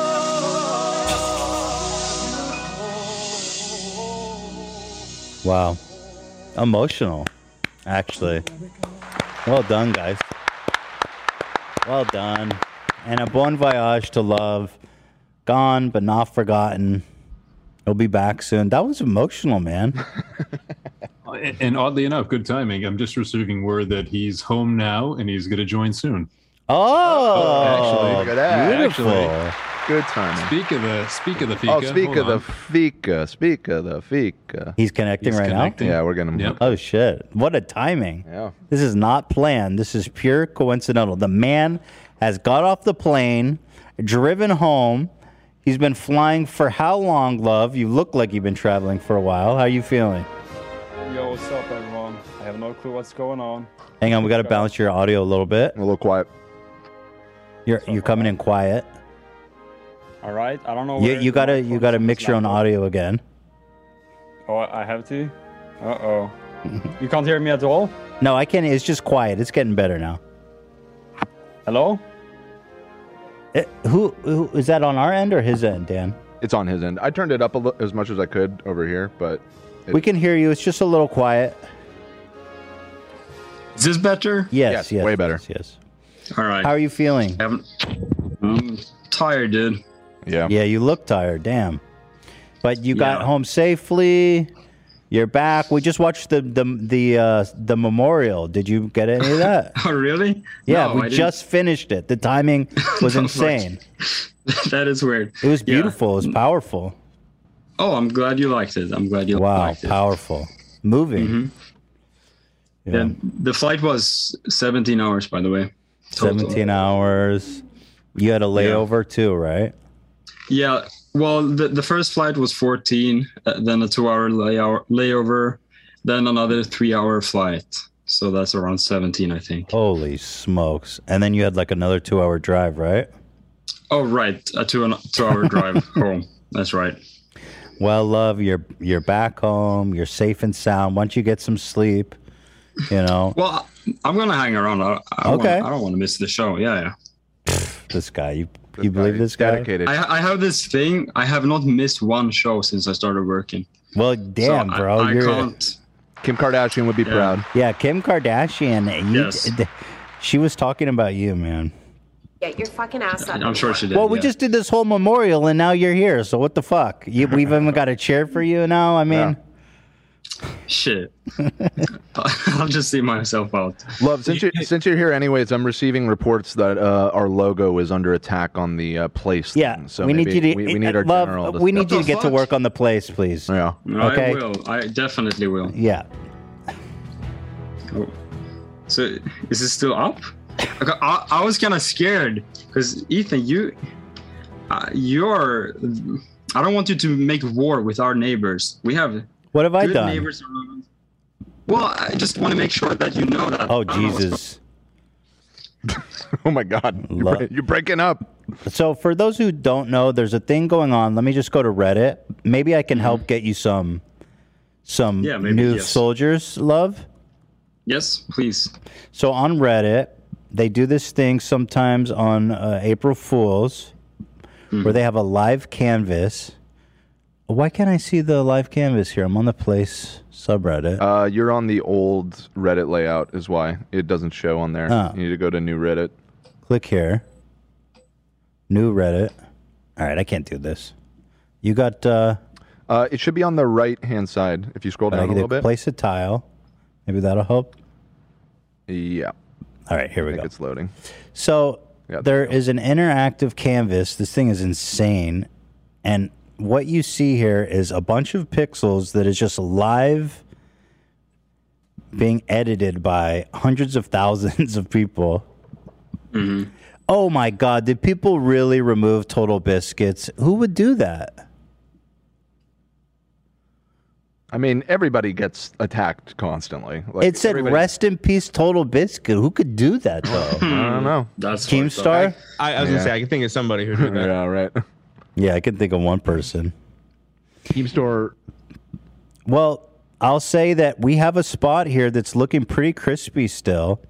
[SPEAKER 2] Wow. Emotional, actually. Well done, guys. Well done. And a bon voyage to love. Gone, but not forgotten. He'll be back soon. That was emotional,
[SPEAKER 1] [laughs]
[SPEAKER 2] man.
[SPEAKER 7] And and oddly enough, good timing. I'm just receiving word that he's home now and he's going to join soon.
[SPEAKER 2] Oh,
[SPEAKER 7] actually,
[SPEAKER 1] look at that.
[SPEAKER 7] Actually,
[SPEAKER 1] Good timing.
[SPEAKER 7] Speak of the speak of the fika.
[SPEAKER 1] Oh, speak
[SPEAKER 7] hold
[SPEAKER 1] of the
[SPEAKER 7] on.
[SPEAKER 1] fika. Speak of the fika.
[SPEAKER 2] He's connecting right now.
[SPEAKER 1] Yeah, we're gonna.
[SPEAKER 2] Oh shit! What a timing.
[SPEAKER 1] Yeah.
[SPEAKER 2] This is not planned. This is pure coincidental. The man has got off the plane, driven home. He's been flying for how long, love? You look like you've been traveling for a while. How are you feeling?
[SPEAKER 13] Yo, what's up, everyone? I have no clue what's going on.
[SPEAKER 2] Hang on, we got to balance your audio a little bit. A
[SPEAKER 1] little quiet.
[SPEAKER 2] You're you're coming in quiet.
[SPEAKER 13] All right, I don't
[SPEAKER 16] Oh,
[SPEAKER 13] know.
[SPEAKER 2] You
[SPEAKER 13] where-
[SPEAKER 2] you gotta you gotta mix your own audio again.
[SPEAKER 13] Oh, I have to. Uh oh. [laughs] you can't hear me at all.
[SPEAKER 2] No, I can't. It's just quiet. It's getting better now.
[SPEAKER 13] Hello.
[SPEAKER 2] Eh, who who is that on our end or his end, Dan?
[SPEAKER 1] It's on his end. I turned it up a li- as much as I could over here, but it-
[SPEAKER 2] We can hear you. It's just a little quiet.
[SPEAKER 16] Is this better?
[SPEAKER 2] Yes, yes,
[SPEAKER 1] way better.
[SPEAKER 2] Yes, yes.
[SPEAKER 16] All right.
[SPEAKER 2] How are you feeling?
[SPEAKER 16] I'm, I'm tired, dude.
[SPEAKER 1] Yeah.
[SPEAKER 2] Yeah, you look tired. Damn. But you got home safely. You're back. We just watched the the the uh, the memorial. Did you get any of that?
[SPEAKER 16] [laughs] Oh, [laughs] really?
[SPEAKER 2] Yeah,
[SPEAKER 16] No, I
[SPEAKER 2] we
[SPEAKER 16] didn't-
[SPEAKER 2] just finished it.
[SPEAKER 16] [laughs]
[SPEAKER 2] The timing was
[SPEAKER 16] No,
[SPEAKER 2] insane.
[SPEAKER 16] that is weird.
[SPEAKER 2] It was beautiful. It was powerful.
[SPEAKER 16] Oh, I'm glad you liked it. I'm glad you
[SPEAKER 2] Wow,
[SPEAKER 16] liked it. Mm-hmm.
[SPEAKER 2] powerful, moving.
[SPEAKER 16] Yeah. The flight was 17 hours, by the way. total.
[SPEAKER 2] Seventeen hours. You had a layover too, right?
[SPEAKER 16] Yeah. Well, the, the first flight was 14, uh, then a two hour layover, layover, then another three hour flight. So that's around 17, I think.
[SPEAKER 2] Holy smokes! And then you had like another two-hour drive, right?
[SPEAKER 16] Oh, right. A two, and two
[SPEAKER 2] [laughs]
[SPEAKER 16] hour drive home. That's right.
[SPEAKER 2] Well, love, you're you're back home. You're safe and sound. Once you get some sleep, you know.
[SPEAKER 16] Well, I'm going to hang around. I, I
[SPEAKER 2] Okay.
[SPEAKER 16] Want, I don't want to miss the show. Yeah. yeah.
[SPEAKER 2] this guy, you you believe this guy?
[SPEAKER 16] I, I have this thing. I have not missed one show since I started working.
[SPEAKER 2] well, damn,
[SPEAKER 16] So I-
[SPEAKER 2] bro,
[SPEAKER 16] I
[SPEAKER 2] you're
[SPEAKER 16] can't-
[SPEAKER 1] Kim Kardashian would be
[SPEAKER 16] Yeah.
[SPEAKER 1] proud.
[SPEAKER 2] yeah, Kim Kardashian. You,
[SPEAKER 16] Yes.
[SPEAKER 2] d- she was talking about you, man.
[SPEAKER 20] Get your fucking ass up.
[SPEAKER 16] I'm sure she did.
[SPEAKER 2] well, we
[SPEAKER 16] yeah.
[SPEAKER 2] just did this whole memorial, and now you're here. So what the fuck? You, we've even got a chair for you now. I mean,
[SPEAKER 16] shit. [laughs] I'll just see myself out.
[SPEAKER 1] Love, since you're, since you're here, anyways, I'm receiving reports that uh, our logo is under attack on the uh, place.
[SPEAKER 2] yeah.
[SPEAKER 1] thing, so
[SPEAKER 2] we need you
[SPEAKER 1] maybe
[SPEAKER 2] to eh,
[SPEAKER 1] we, we need our
[SPEAKER 2] love.
[SPEAKER 1] general.
[SPEAKER 2] we need you to get
[SPEAKER 1] discuss-
[SPEAKER 2] to work on the place, [laughs] please.
[SPEAKER 1] Yeah.
[SPEAKER 16] No,
[SPEAKER 2] Okay.
[SPEAKER 16] I will. I definitely will.
[SPEAKER 2] Yeah.
[SPEAKER 16] So, is this still up? I, got- I, I was kind of scared because Ethan, you, uh, you're. I don't want you to make war with our neighbors. We have.
[SPEAKER 2] What have I
[SPEAKER 16] good
[SPEAKER 2] done?
[SPEAKER 10] [laughs]
[SPEAKER 16] Neighbors around. Well, I just want to make sure that you know that.
[SPEAKER 2] Oh Jesus.
[SPEAKER 1] [laughs] oh my God. You're, bre- you're breaking up.
[SPEAKER 2] So for those who don't know, there's a thing going on. Let me just go to Reddit. Maybe I can help get you some some
[SPEAKER 16] Mm-hmm. Yeah, maybe,
[SPEAKER 2] new
[SPEAKER 16] yes.
[SPEAKER 2] soldiers love.
[SPEAKER 16] Yes, please.
[SPEAKER 2] So on Reddit, they do this thing sometimes on uh, April Fools
[SPEAKER 1] Hmm.
[SPEAKER 2] where they have a live canvas. Why can't I see the live canvas here? I'm on the place subreddit.
[SPEAKER 1] Uh, you're on the old Reddit layout, is why it doesn't show on there.
[SPEAKER 2] Ah.
[SPEAKER 1] You need to go to new Reddit.
[SPEAKER 2] Click here. New Reddit. All right, I can't do this. You got uh,
[SPEAKER 1] Uh, it should be on the right hand side if you scroll
[SPEAKER 2] I
[SPEAKER 1] down a
[SPEAKER 2] get
[SPEAKER 1] little
[SPEAKER 2] to
[SPEAKER 1] bit.
[SPEAKER 2] place a tile. Maybe that'll help.
[SPEAKER 1] Yeah.
[SPEAKER 2] All right, here we
[SPEAKER 1] go. It's loading.
[SPEAKER 2] So there is an interactive canvas. This thing is insane. And what you see here is a bunch of pixels that is just live being edited by hundreds of thousands of people. Oh my God, did people really remove Total Biscuits? Who would do that?
[SPEAKER 1] I mean, everybody gets attacked constantly. Like,
[SPEAKER 2] it said
[SPEAKER 1] everybody-
[SPEAKER 2] rest in peace, Total Biscuit. Who could do that though?
[SPEAKER 1] I
[SPEAKER 3] Hmm.
[SPEAKER 1] don't know.
[SPEAKER 2] That's Keemstar?
[SPEAKER 3] I, I was gonna say I can think of somebody who did that.
[SPEAKER 1] [laughs] yeah, right.
[SPEAKER 2] Yeah, I can think of one person.
[SPEAKER 1] Keemstar.
[SPEAKER 2] Well, I'll say that we have a spot here that's looking pretty crispy still.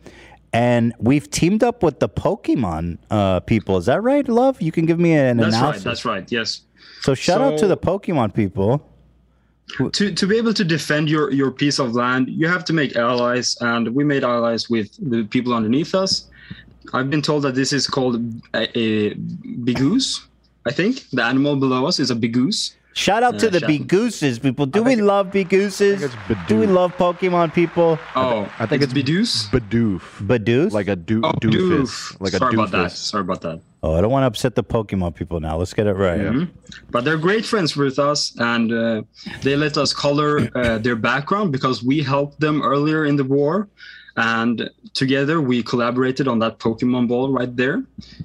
[SPEAKER 2] And we've teamed up with the Pokemon uh, people. Is that right, Love? You can give me an
[SPEAKER 16] That's right.
[SPEAKER 2] analysis.
[SPEAKER 16] That's right. Yes.
[SPEAKER 2] So shout out to
[SPEAKER 16] So-
[SPEAKER 2] the Pokemon people.
[SPEAKER 16] to to be able to defend your your piece of land you have to make allies and we made allies with the people underneath us i've been told that this is called a, a bigoose i think the animal below us is a Uh, bigoose
[SPEAKER 2] Shout out to the Bigooses people. Do we love Bigooses? Do we love Pokemon people?
[SPEAKER 16] Oh,
[SPEAKER 1] I think it's,
[SPEAKER 16] Bidoof.
[SPEAKER 1] Bidoof.
[SPEAKER 2] Bidoof.
[SPEAKER 1] Like a do-
[SPEAKER 2] Oh,
[SPEAKER 1] doofus.
[SPEAKER 16] Oof.
[SPEAKER 1] Like a
[SPEAKER 16] sorry
[SPEAKER 1] doofus.
[SPEAKER 16] about that sorry about that
[SPEAKER 2] Oh, I don't want to upset the Pokemon people now. Let's get it right.
[SPEAKER 16] Mhm. but they're great friends with us and uh, they let us color uh, their background because we helped them earlier in the war and together we collaborated on that pokemon ball right there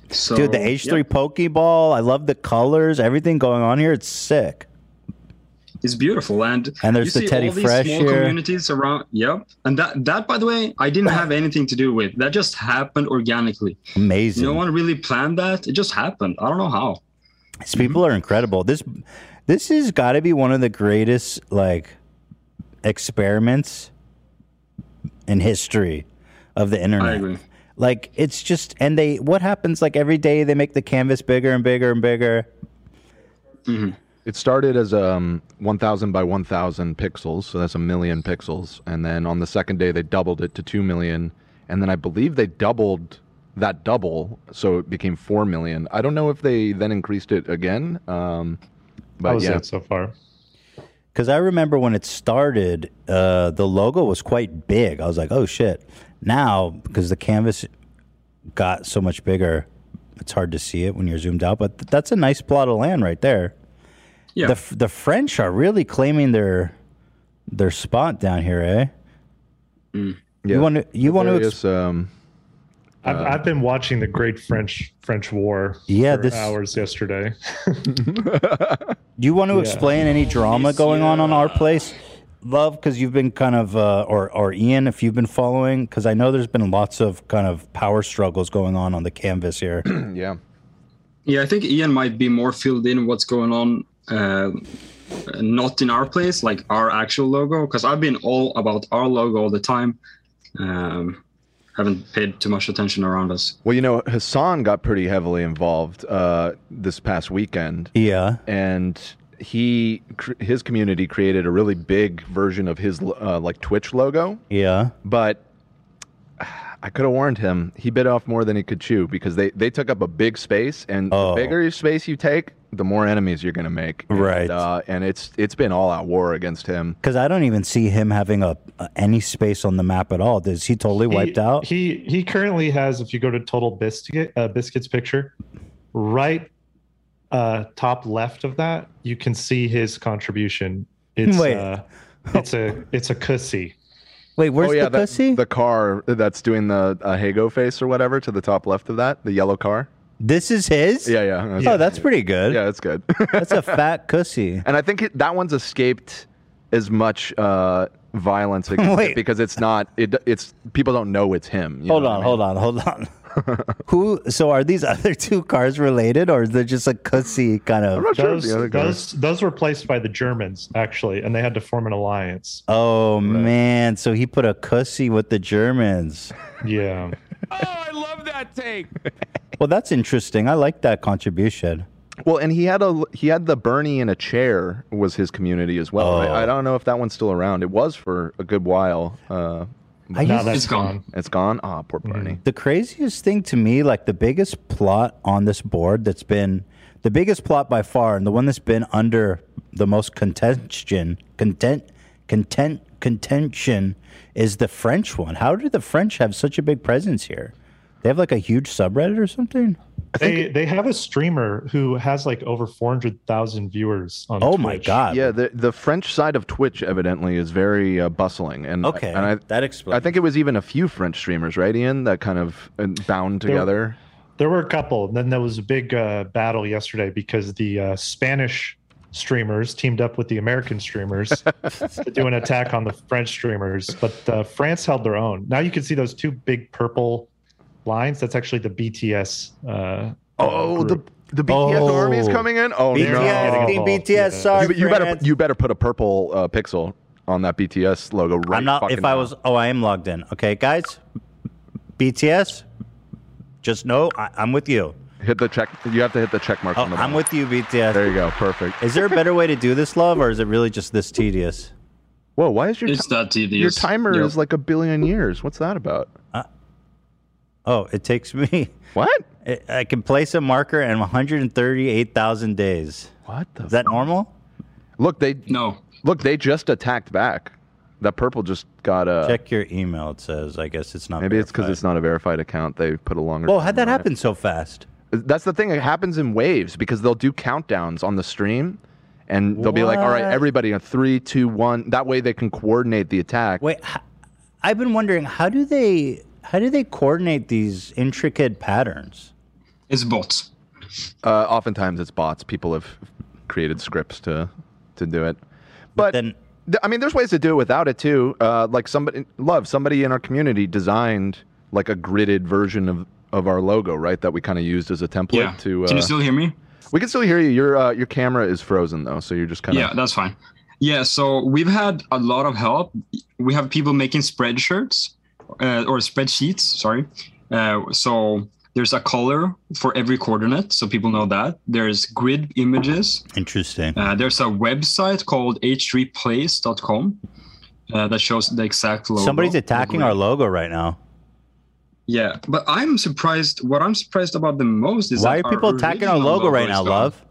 [SPEAKER 16] so
[SPEAKER 2] Dude, the H3
[SPEAKER 16] yeah.
[SPEAKER 2] Pokeball. I love the colors, everything going on here. It's sick.
[SPEAKER 16] It's beautiful, and
[SPEAKER 2] And there's
[SPEAKER 16] you see
[SPEAKER 2] the Teddy
[SPEAKER 16] all these
[SPEAKER 2] Fresh
[SPEAKER 16] small
[SPEAKER 2] here.
[SPEAKER 16] communities around. Yep, and that that by the way, I didn't have anything to do with. That just happened organically.
[SPEAKER 2] Amazing.
[SPEAKER 16] No one really planned that. It just happened. I don't know how. Mm-hmm.
[SPEAKER 2] These people are incredible. This this has got to be one of the greatest like experiments in history of the internet.
[SPEAKER 16] agree.
[SPEAKER 2] Like it's just and they what happens like every day they make the canvas bigger and bigger and bigger.
[SPEAKER 1] Mm-hmm. It started as um, 1,000 by 1,000 pixels, so that's a million pixels. And then on the second day, they doubled it to 2 million. And then I believe they doubled that double, so it became 4 million. I don't know if they then increased it again. Um, but
[SPEAKER 2] was
[SPEAKER 1] yeah.
[SPEAKER 2] it so far? Cuz I remember when it started, uh the logo was quite big. I was like, "Oh shit." Now because the canvas got so much bigger, it's hard to see it when you're zoomed out, but th- that's a nice plot of land right there.
[SPEAKER 16] Yeah.
[SPEAKER 2] The f- the French are really claiming their their spot down here, eh? You want to you want to
[SPEAKER 1] Various, um,
[SPEAKER 6] I've,
[SPEAKER 13] Uh,
[SPEAKER 6] I've been watching the Great French French War.
[SPEAKER 2] Yeah,
[SPEAKER 6] for
[SPEAKER 2] this-
[SPEAKER 6] hours yesterday.
[SPEAKER 2] Do you want to
[SPEAKER 6] Yeah.
[SPEAKER 2] explain any drama going on on our place, Love? Because you've been kind of, uh, or or Ian, if you've been following, because I know there's been lots of kind of power struggles going on on the canvas here.
[SPEAKER 1] yeah.
[SPEAKER 16] Yeah, I think Ian might be more filled in what's going on, uh, not in our place, like our actual logo, because I've been all about our logo all the time. Um, haven't paid too much attention around us.
[SPEAKER 1] Well, you know, Hassan got pretty heavily involved uh, this past weekend.
[SPEAKER 2] Yeah.
[SPEAKER 1] And he, cr- his community created a really big version of his lo- uh, like Twitch logo.
[SPEAKER 2] Yeah.
[SPEAKER 1] But [sighs] I could have warned him. He bit off more than he could chew because they, they took up a big space, and
[SPEAKER 2] Oh.
[SPEAKER 1] the bigger your space you take, the more enemies you're going to make. Right. And, uh, and it's it's been all out war against him.
[SPEAKER 2] Because I don't even see him having a, a any space on the map at all. Is he totally wiped
[SPEAKER 6] he, [laughs]
[SPEAKER 2] out?
[SPEAKER 6] He he currently has, if you go to total biscuit uh, biscuits picture, right uh, top left of that, you can see his contribution. It's
[SPEAKER 1] Wait.
[SPEAKER 6] Uh, it's a it's a cussy.
[SPEAKER 2] Wait,
[SPEAKER 6] where's the
[SPEAKER 1] Oh, that- The car that's doing the uh, Hago face or whatever to the top left of that, the yellow car.
[SPEAKER 2] This is his.
[SPEAKER 1] Yeah, yeah.
[SPEAKER 2] Oh, that's pretty good.
[SPEAKER 1] Yeah, that's good.
[SPEAKER 2] [laughs] that's a fat cussy.
[SPEAKER 1] And I think it, that one's escaped as much uh, violence against it
[SPEAKER 2] [laughs] Wait.
[SPEAKER 1] because it's not. It, it's people don't know it's him. you
[SPEAKER 2] Hold
[SPEAKER 1] know
[SPEAKER 2] on,
[SPEAKER 1] what I mean?
[SPEAKER 2] hold on, hold on. [laughs] Who? So are these [laughs] other two cars related, or is there just a cussy kind of?
[SPEAKER 6] those, those those were placed by the Germans actually, and they had to form an alliance.
[SPEAKER 2] Oh man! So he put a cussy with the Germans.
[SPEAKER 6] [laughs] Yeah.
[SPEAKER 2] [laughs] Well, that's interesting. I like that contribution.
[SPEAKER 1] Well, and he had a he had the Bernie in a chair was his community as well. I,
[SPEAKER 2] Oh.
[SPEAKER 1] I don't know if that one's still around. It was for a good while. Uh,
[SPEAKER 2] I No, used- that's It's gone.
[SPEAKER 1] It's gone. Ah, poor Bernie.
[SPEAKER 2] The craziest thing to me, like the biggest plot on this board that's been the biggest plot by far, and the one that's been under the most contention, content, content, contention, is the French one. How did the French have such a big presence here? They have like a huge subreddit or something.
[SPEAKER 6] They they have a streamer who has like over four hundred thousand viewers
[SPEAKER 1] Oh
[SPEAKER 6] on. Twitch.
[SPEAKER 1] Yeah, the the French side of Twitch evidently is very uh, bustling, and
[SPEAKER 6] Okay,
[SPEAKER 1] and I,
[SPEAKER 2] that explains.
[SPEAKER 1] I think it was even a few French streamers, right, Ian, that kind of uh, bound
[SPEAKER 6] There-
[SPEAKER 1] together.
[SPEAKER 6] There were a couple. And then there was a big uh, battle yesterday because the uh, Spanish streamers teamed up with the American streamers
[SPEAKER 1] [laughs]
[SPEAKER 6] to do an attack on the French streamers. But uh, France held their own. Now you can see those two big purple lines. That's actually the BTS. Uh,
[SPEAKER 1] oh, the the BTS army is coming in. Oh no! You, you better you better put a purple uh, pixel on that BTS logo right.
[SPEAKER 2] I'm not. If
[SPEAKER 1] fucking
[SPEAKER 2] I
[SPEAKER 1] now.
[SPEAKER 2] was, oh, I am logged in. Okay, guys, BTS. Just know I, I'm with you.
[SPEAKER 1] Hit the check. You have to hit the check mark.
[SPEAKER 2] Oh, I'm with you, BTS.
[SPEAKER 1] There you go. Perfect.
[SPEAKER 2] Is there a better way to do this, love, or is it really just this tedious?
[SPEAKER 1] Whoa! Why is your
[SPEAKER 2] It's
[SPEAKER 1] ti-
[SPEAKER 2] not tedious.
[SPEAKER 1] Your timer
[SPEAKER 2] Yep.
[SPEAKER 1] is like a billion years. What's that about?
[SPEAKER 2] Oh, it takes me.
[SPEAKER 1] What?
[SPEAKER 2] I, I can place a marker in 138,000 days.
[SPEAKER 1] What the?
[SPEAKER 2] Is that normal?
[SPEAKER 1] Look, they no. Look, they just attacked back. That purple just got a.
[SPEAKER 2] Check your email. It says. I guess it's not.
[SPEAKER 1] Maybe it's because it's not a verified account. They put a longer.
[SPEAKER 2] Well, how'd that
[SPEAKER 1] timer on it. Uh,
[SPEAKER 2] happen so fast?
[SPEAKER 1] That's the thing. It happens in waves because they'll do countdowns on the stream, and they'll be like, "All right,
[SPEAKER 2] What?
[SPEAKER 1] everybody, a three, two, one." That way, they can coordinate the attack.
[SPEAKER 2] Wait, I've been wondering how do they how do they coordinate these intricate patterns?
[SPEAKER 1] It's bots. Uh, oftentimes, it's bots. People have created scripts to to do it. But,
[SPEAKER 2] then,
[SPEAKER 1] I mean, there's ways to do it without it too. Uh, like somebody, love somebody in our community designed like a gridded version of of our logo, right? That we kind of used as a template.
[SPEAKER 16] Yeah.
[SPEAKER 1] To uh,
[SPEAKER 16] Can you still hear me?
[SPEAKER 1] We can still hear you. Your uh, your camera is frozen though, so you're just kind of
[SPEAKER 16] Yeah, that's fine. Yeah, so we've had a lot of help. We have people making spreadshirts uh, or spreadsheets, sorry. Uh, so there's a color for every coordinate, so people know that. There's grid images.
[SPEAKER 2] Interesting.
[SPEAKER 16] Uh, there's a website called h3place.com uh, that shows the exact logo.
[SPEAKER 2] Somebody's attacking our logo right now.
[SPEAKER 16] Yeah, but I'm surprised. What I'm surprised about the most is
[SPEAKER 2] Why
[SPEAKER 16] that
[SPEAKER 2] are people
[SPEAKER 16] our
[SPEAKER 2] attacking our
[SPEAKER 16] original
[SPEAKER 2] logo right
[SPEAKER 16] is
[SPEAKER 2] now,
[SPEAKER 16] gone.
[SPEAKER 2] love?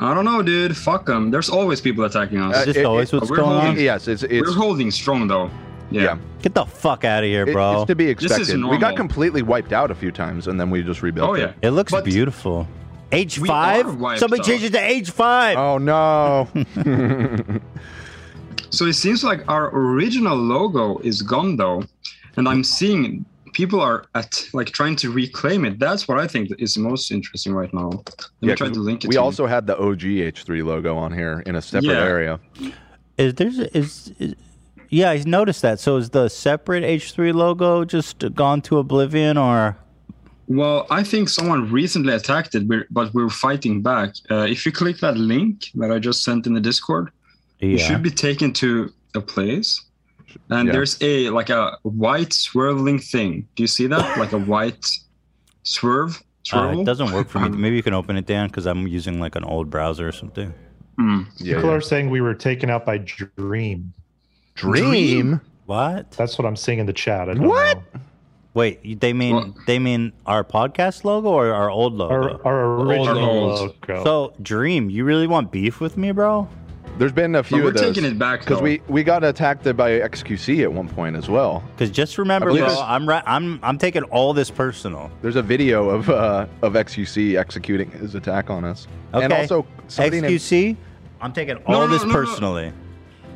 [SPEAKER 16] I don't know, dude. Fuck them. There's always people attacking us.
[SPEAKER 2] Is this Uh, it- always it- what's
[SPEAKER 16] We're
[SPEAKER 2] going on?
[SPEAKER 16] holding,
[SPEAKER 1] Yes, it's,
[SPEAKER 16] we're holding strong though. Yeah.
[SPEAKER 2] Get the fuck out of here,
[SPEAKER 1] It-
[SPEAKER 2] bro.
[SPEAKER 1] It's to be
[SPEAKER 16] This is
[SPEAKER 1] expected. we got
[SPEAKER 16] normal.
[SPEAKER 1] completely wiped out a few times, and then we just rebuilt.
[SPEAKER 16] Oh,
[SPEAKER 1] it.
[SPEAKER 16] yeah.
[SPEAKER 2] It looks beautiful. H
[SPEAKER 16] We are
[SPEAKER 2] five.
[SPEAKER 16] wiped
[SPEAKER 2] Somebody
[SPEAKER 16] out.
[SPEAKER 2] change it to H five. [laughs]
[SPEAKER 1] Oh no.
[SPEAKER 16] So it seems like our original logo is gone though, and I'm seeing people are at like trying to reclaim it. That's what I think is most interesting right now. Let me
[SPEAKER 1] Yeah,
[SPEAKER 16] try to link it.
[SPEAKER 1] we
[SPEAKER 16] to you.
[SPEAKER 1] also had the OG H3 logo on here in a separate
[SPEAKER 16] Yeah.
[SPEAKER 1] area.
[SPEAKER 2] Is there's is, is yeah, I noticed that. So is the separate H three logo just gone to oblivion or
[SPEAKER 16] Well, I think someone recently attacked it, but- but we're fighting back. Uh, if you click that link that I just sent in the Discord, you
[SPEAKER 2] Yeah.
[SPEAKER 16] should be taken to a place, and
[SPEAKER 2] Yeah.
[SPEAKER 16] there's a like a white swirling thing. Do you see that? like a white swerve.
[SPEAKER 2] uh,
[SPEAKER 16] Swirl?
[SPEAKER 2] it doesn't work for me? Maybe you can open it, Dan, because I'm using like an old browser or something. Hmm.
[SPEAKER 6] People are saying we were taken out by Dream.
[SPEAKER 2] Dream? What?
[SPEAKER 6] That's what I'm seeing in the chat. I don't know.
[SPEAKER 2] Wait, you- they mean they mean our podcast logo or our old logo?
[SPEAKER 6] Our- our Our original old. logo.
[SPEAKER 2] So, Dream, you really want beef with me, bro?
[SPEAKER 1] There's been a few
[SPEAKER 2] we're
[SPEAKER 1] of those.
[SPEAKER 2] taking it back,
[SPEAKER 1] because
[SPEAKER 2] though.
[SPEAKER 1] we we got attacked by XQC at one point as well.
[SPEAKER 2] Because just remember,
[SPEAKER 1] I
[SPEAKER 2] bro,
[SPEAKER 1] believe it's-
[SPEAKER 2] I'm right. I'm I'm taking all this personal.
[SPEAKER 1] There's a video of uh, of XQC executing his attack on us,
[SPEAKER 2] Okay.
[SPEAKER 1] and also somebody named-
[SPEAKER 2] XQC, I'm taking all
[SPEAKER 16] no,
[SPEAKER 2] this
[SPEAKER 16] no, no, no.
[SPEAKER 2] personally.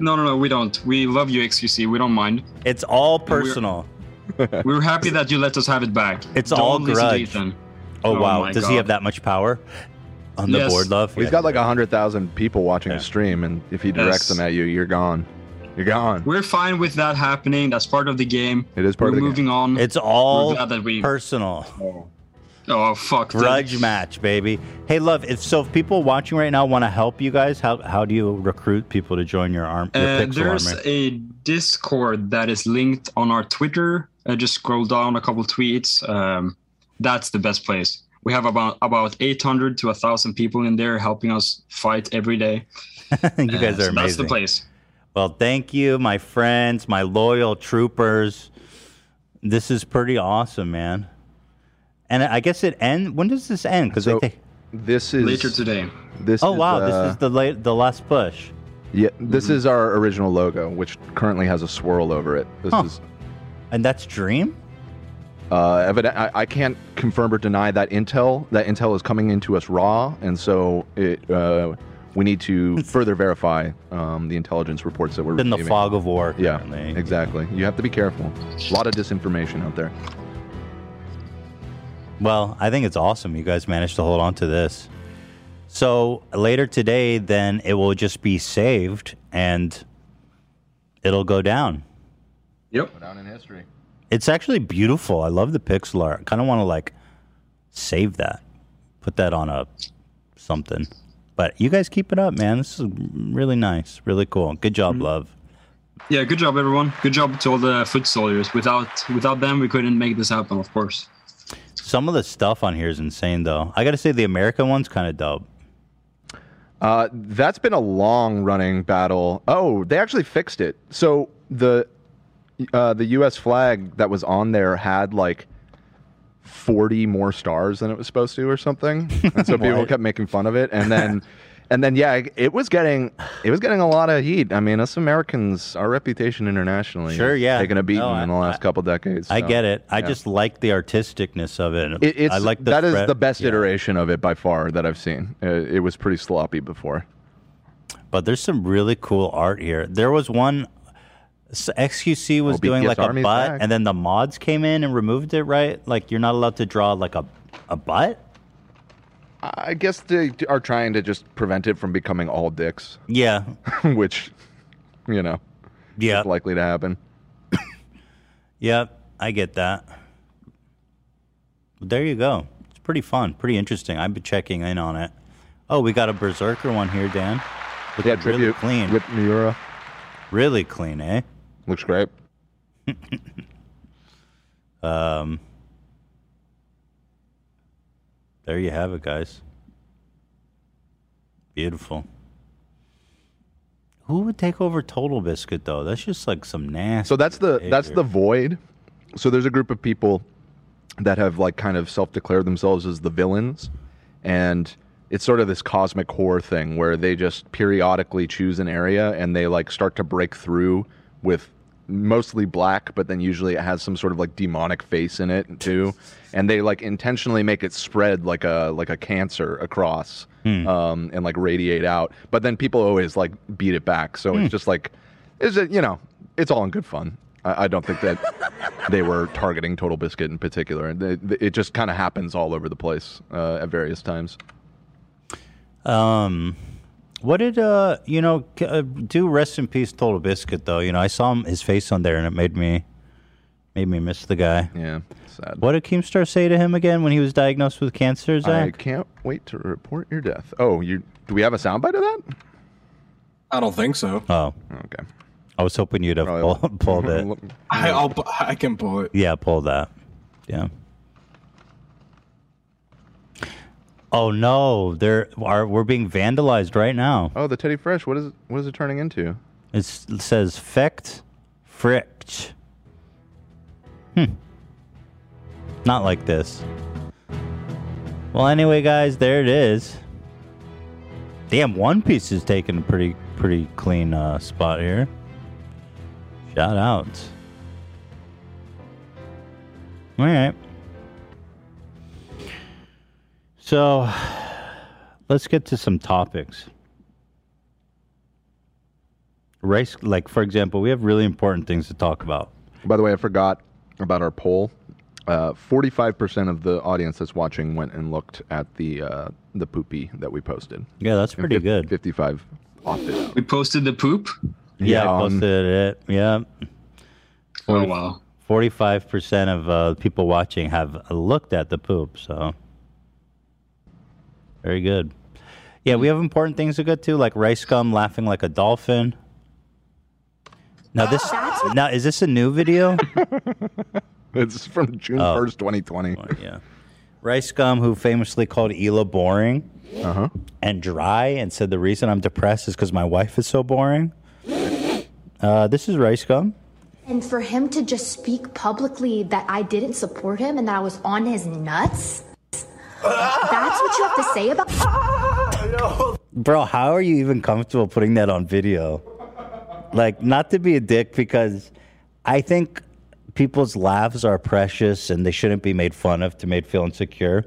[SPEAKER 16] No, no, no, we don't. We love you, XQC. We don't mind.
[SPEAKER 2] It's all
[SPEAKER 16] And we're-
[SPEAKER 2] personal. [laughs]
[SPEAKER 16] We're, happy that you let us have it back.
[SPEAKER 2] It's
[SPEAKER 16] Don't
[SPEAKER 2] all
[SPEAKER 16] listen to
[SPEAKER 2] grudge.
[SPEAKER 16] Ethan.
[SPEAKER 2] Oh,
[SPEAKER 16] Oh
[SPEAKER 2] wow,
[SPEAKER 16] my
[SPEAKER 2] does he
[SPEAKER 16] God.
[SPEAKER 2] have that much power on the
[SPEAKER 16] Yes.
[SPEAKER 2] board, love?
[SPEAKER 1] He's
[SPEAKER 2] Yeah.
[SPEAKER 1] got like hundred thousand people watching his stream, and if he
[SPEAKER 16] Yes.
[SPEAKER 1] directs them at you, you're gone. You're gone.
[SPEAKER 16] We're fine with that happening. That's part of the game.
[SPEAKER 1] It is part
[SPEAKER 16] We're
[SPEAKER 1] of the
[SPEAKER 16] moving on.
[SPEAKER 2] It's all
[SPEAKER 16] We're glad that we.
[SPEAKER 2] personal.
[SPEAKER 16] Oh fuck!
[SPEAKER 2] Grudge match, baby. Hey, love. If so, if people watching right now want to help you guys, how how do you recruit people to join your arm? Your
[SPEAKER 16] Uh,
[SPEAKER 2] pixel
[SPEAKER 16] there's
[SPEAKER 2] army?
[SPEAKER 16] a Discord that is linked on our Twitter. I just scroll down a couple tweets. Um, that's the best place. We have about about 800 to 1,000 people in there helping us fight every day.
[SPEAKER 2] [laughs] you guys
[SPEAKER 16] Uh, so
[SPEAKER 2] are amazing.
[SPEAKER 16] That's the place.
[SPEAKER 2] Well, thank you, my friends, my loyal troopers. This is pretty awesome, man. And I guess it end. When does this end? Because
[SPEAKER 1] this is
[SPEAKER 16] Later today.
[SPEAKER 1] This.
[SPEAKER 2] Oh
[SPEAKER 1] is,
[SPEAKER 2] wow,
[SPEAKER 1] uh,
[SPEAKER 2] this is the late, the last push.
[SPEAKER 1] Yeah, this
[SPEAKER 2] Mm-hmm.
[SPEAKER 1] is our original logo, which currently has a swirl over it. This
[SPEAKER 2] Huh.
[SPEAKER 1] is
[SPEAKER 2] And that's Dream.
[SPEAKER 1] Uh, evident, I, I can't confirm or deny that intel. That intel is coming into us raw, and so it uh, we
[SPEAKER 2] [laughs]
[SPEAKER 1] need to further verify um, the intelligence reports that we're
[SPEAKER 2] In the
[SPEAKER 1] receiving.
[SPEAKER 2] fog of war.
[SPEAKER 1] Yeah, exactly. You have to be careful. A lot of disinformation out there.
[SPEAKER 2] Well, I think it's awesome you guys managed to hold on to this. So later today, then it will just be saved and it'll go down.
[SPEAKER 1] Go down in history.
[SPEAKER 2] It's actually beautiful. I love the pixel art. Kind of want to like save that, put that on a something. But you guys keep it up, man. This is really nice, really cool. Good job, love.
[SPEAKER 16] Yeah, good job, everyone. Good job to all the foot soldiers. Without without them, we couldn't make this happen, of course.
[SPEAKER 2] Some of the stuff on here is insane, though. I gotta say, the American one's kind of dope.
[SPEAKER 1] Uh, that's been a long running battle. Oh, they actually fixed it. So the uh, the U.S. flag that was on there had like forty more stars than it was supposed to,
[SPEAKER 2] [laughs]
[SPEAKER 1] or something. And so people
[SPEAKER 15] What?
[SPEAKER 1] kept making fun of it, and then. And then yeah, it was getting it was getting a lot of heat. I mean, us Americans, our reputation internationally,
[SPEAKER 2] Sure,
[SPEAKER 1] has
[SPEAKER 2] yeah.
[SPEAKER 1] taken a beating
[SPEAKER 2] No, I-
[SPEAKER 1] in the last couple decades.
[SPEAKER 2] I
[SPEAKER 1] so,
[SPEAKER 2] get it. I
[SPEAKER 1] yeah.
[SPEAKER 2] just like the artisticness of it.
[SPEAKER 1] It- it's
[SPEAKER 2] I like the
[SPEAKER 1] that is
[SPEAKER 2] fret-
[SPEAKER 1] the best
[SPEAKER 2] yeah.
[SPEAKER 1] iteration of it by far that I've seen. Uh, it was pretty sloppy before.
[SPEAKER 2] But there's some really cool art here. There was one s- XQC was doing
[SPEAKER 1] BTS
[SPEAKER 2] like a
[SPEAKER 1] Army's
[SPEAKER 2] butt,
[SPEAKER 1] back.
[SPEAKER 2] and then the mods came in and removed it. Right? Like you're not allowed to draw like a a butt.
[SPEAKER 1] I guess they d- are trying to just prevent it from becoming all dicks.
[SPEAKER 2] Yeah.
[SPEAKER 1] [laughs] Which, you know,
[SPEAKER 2] yeah,
[SPEAKER 1] is likely to happen.
[SPEAKER 2] Yep, I get that. There you go. It's pretty fun, pretty interesting. I've been checking in on it. Oh, we got a berserker one here, Dan. Look yeah, really clean. With
[SPEAKER 1] Miura.
[SPEAKER 2] Really clean, eh?
[SPEAKER 1] Looks great.
[SPEAKER 2] [laughs] um, there you have it, guys. Beautiful. Who would take over Total Biscuit though? That's just like some nasty.
[SPEAKER 1] So that's the that's
[SPEAKER 2] behavior.
[SPEAKER 1] the void. So there's a group of people that have like kind of self-declared themselves as the villains, and it's sort of this cosmic horror thing where they just periodically choose an area and they like start to break through with mostly black, but then usually it has some sort of like demonic face in
[SPEAKER 2] [laughs]
[SPEAKER 1] it too, and they like intentionally make it spread like a like a cancer across
[SPEAKER 15] Hmm.
[SPEAKER 1] um, and like radiate out. But then people always like beat it back, so
[SPEAKER 2] Hmm.
[SPEAKER 1] it's just like is it you know it's all in good fun i, I don't think that they were targeting total biscuit in particular and it, it just kind of happens all over the place uh, at various times
[SPEAKER 2] Um, what did uh, you know? c- Uh, do rest in peace, Total Biscuit. Though you know, I saw him, his face on there, and it made me made me miss the guy.
[SPEAKER 1] Yeah, sad.
[SPEAKER 2] What did Keemstar say to him again when he was diagnosed with cancer?
[SPEAKER 1] i
[SPEAKER 2] Zach,
[SPEAKER 1] can't wait to report your death oh you do we have a soundbite of that
[SPEAKER 5] I don't think so.
[SPEAKER 2] Oh,
[SPEAKER 1] okay.
[SPEAKER 2] I was hoping you'd have pull,
[SPEAKER 1] [laughs]
[SPEAKER 2] pulled it.
[SPEAKER 5] I, I'll, pu- I can pull
[SPEAKER 2] [laughs]
[SPEAKER 5] it.
[SPEAKER 2] Yeah, pull that. Yeah. Oh no, there are we're being vandalized right now.
[SPEAKER 1] oh the teddy fresh what is what is it turning into
[SPEAKER 2] It's, it says fecht, fricht. Hmm. Not like this. Well, anyway, guys, there it is. Damn, One Piece is taking a pretty pretty clean uh, spot here. Shout out. All right. So, let's get to some topics race like for example we have really important things to talk about
[SPEAKER 1] by the way i forgot about our poll uh, 45% of the audience that's watching went and looked at the uh, the poopy that we posted
[SPEAKER 2] yeah that's
[SPEAKER 1] pretty good 55
[SPEAKER 16] We posted the poop.
[SPEAKER 2] yeah, I
[SPEAKER 1] um,
[SPEAKER 2] posted it yeah
[SPEAKER 16] Oh, wow.
[SPEAKER 2] 45% of uh, people watching have looked at the poop so very good yeah we have important things to get to like rice gum laughing like a dolphin now this now is this a new video
[SPEAKER 1] [laughs]
[SPEAKER 2] Oh.
[SPEAKER 1] it's from june 1st 2020
[SPEAKER 2] yeah Rice Gum, who famously called Ela boring and dry, and said the reason I'm depressed is because my wife is so boring. Uh, this is Rice Gum.
[SPEAKER 21] And for him to just speak publicly that I didn't support him and that I was on his nuts? That's what you have to say about.
[SPEAKER 2] Bro, how are you even comfortable putting that on video? Like, not to be a dick, because I think people's lives are precious and they shouldn't be made fun of to made feel insecure.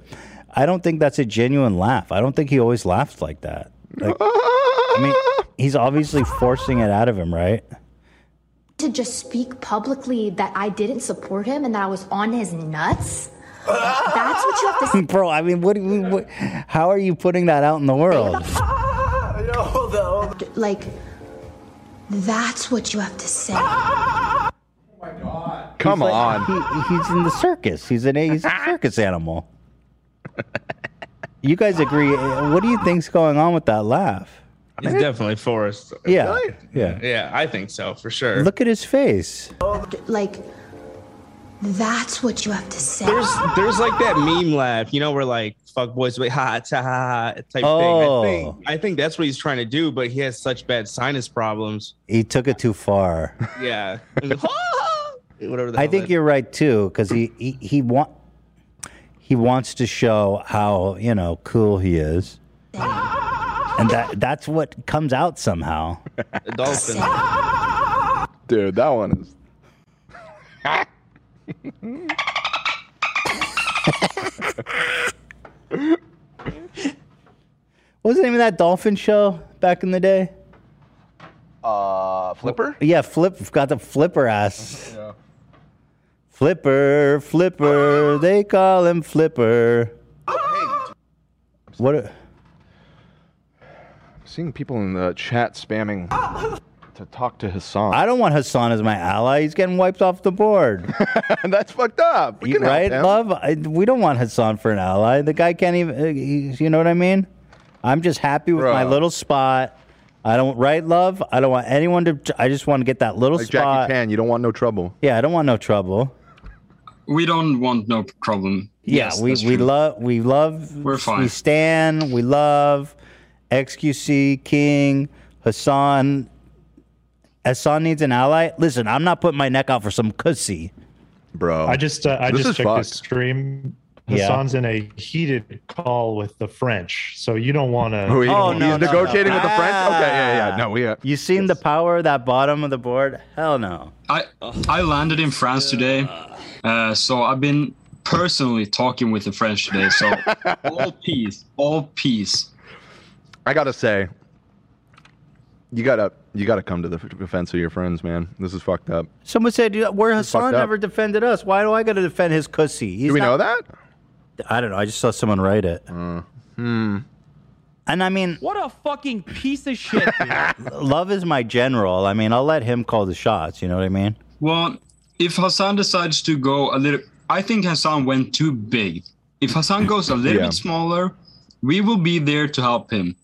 [SPEAKER 2] I don't think that's a genuine laugh. I don't think he always laughs like that. Like, I mean, he's obviously forcing it out of him, right?
[SPEAKER 21] to just speak publicly that I didn't support him and that I was on his nuts? That's what you have to say
[SPEAKER 2] [laughs] Bro, I mean, what, do you- what? How are you putting that out in the world?
[SPEAKER 21] Like, that's what you have to say.
[SPEAKER 2] Come on. He, he's in the circus. He's an he's a circus animal. You guys agree? What do you think's going on with that laugh?
[SPEAKER 3] It's definitely Forrest.
[SPEAKER 2] Yeah, yeah.
[SPEAKER 3] Yeah, I think so for sure.
[SPEAKER 2] Look at his face.
[SPEAKER 21] Like, that's what you have to say.
[SPEAKER 3] There's there's like that meme laugh, you know, where like fuck boys wait ha ta ha ha type
[SPEAKER 2] Oh.
[SPEAKER 3] thing. I think I think that's what he's trying to do, but he has such bad sinus problems.
[SPEAKER 2] He took it too far.
[SPEAKER 3] Yeah. Whatever the
[SPEAKER 2] I
[SPEAKER 3] hell
[SPEAKER 2] think
[SPEAKER 3] that-
[SPEAKER 2] you're right too, because he he he, wa- he wants to show how you know cool he is, and that that's what comes out somehow.
[SPEAKER 3] the dolphin.
[SPEAKER 1] Dude, that one is. [laughs]
[SPEAKER 2] What was the name of that dolphin show back in the day?
[SPEAKER 1] Uh, Flipper?
[SPEAKER 2] Yeah, Flip got the flipper ass. Flipper, Flipper, they call him Flipper. What? A,
[SPEAKER 1] I'm seeing people in the chat spamming to talk to Hassan.
[SPEAKER 2] I don't want Hassan as my ally. He's getting wiped off the board.
[SPEAKER 1] [laughs] That's fucked up. We
[SPEAKER 2] You-
[SPEAKER 1] can help
[SPEAKER 2] right,
[SPEAKER 1] him.
[SPEAKER 2] love? I, we don't want Hassan for an ally. The guy can't even. uh, he's- you know what I mean? I'm just happy with my
[SPEAKER 1] Bro.
[SPEAKER 2] little spot. I don't. Right, love? I don't want anyone to. I just want to get that little
[SPEAKER 1] Like
[SPEAKER 2] spot.
[SPEAKER 1] Jackie Chan, you don't want no trouble.
[SPEAKER 2] Yeah, I don't want no trouble.
[SPEAKER 16] We don't want no problem.
[SPEAKER 2] Yeah,
[SPEAKER 16] Yes,
[SPEAKER 2] we,
[SPEAKER 16] that's
[SPEAKER 2] we
[SPEAKER 16] true.
[SPEAKER 2] love we love
[SPEAKER 16] We're
[SPEAKER 2] we
[SPEAKER 16] fine.
[SPEAKER 2] stand, we love XQC King, Hassan. Hassan needs an ally. Listen, I'm not putting my neck out for some cussy.
[SPEAKER 1] Bro.
[SPEAKER 6] I just uh, I just checked this stream.
[SPEAKER 2] Yeah.
[SPEAKER 6] Hassan's in a heated call with the French, so you don't want to.
[SPEAKER 2] Oh, he- Oh, he's no, no, negotiating no. with the
[SPEAKER 6] French.
[SPEAKER 2] Okay, yeah, yeah, no,
[SPEAKER 1] we. Uh,
[SPEAKER 2] You seen the power of that bottom of the board? Hell no.
[SPEAKER 16] I I landed in France today, uh, so I've been personally talking with the French today. So all peace, all peace.
[SPEAKER 1] I gotta say, you gotta you gotta come to the f- defense of your friends, man. This is fucked up.
[SPEAKER 2] Someone said "Yeah, where
[SPEAKER 1] This is
[SPEAKER 2] Hassan
[SPEAKER 1] fucked up.
[SPEAKER 2] never defended us. Why do I got to defend his cussy? He's
[SPEAKER 1] Do we know
[SPEAKER 2] not-
[SPEAKER 1] that?
[SPEAKER 2] I don't know. I just saw someone write it.
[SPEAKER 1] Hmm.
[SPEAKER 2] And I mean,
[SPEAKER 22] What a fucking piece of shit. dude.
[SPEAKER 2] love is my general. I mean, I'll let him call the shots. You know what I mean?
[SPEAKER 16] Well, if Hassan decides to go a little, I think Hassan went too big. If
[SPEAKER 1] [laughs]
[SPEAKER 16] Hassan goes a little
[SPEAKER 1] Yeah.
[SPEAKER 16] bit smaller, we will be there to help him.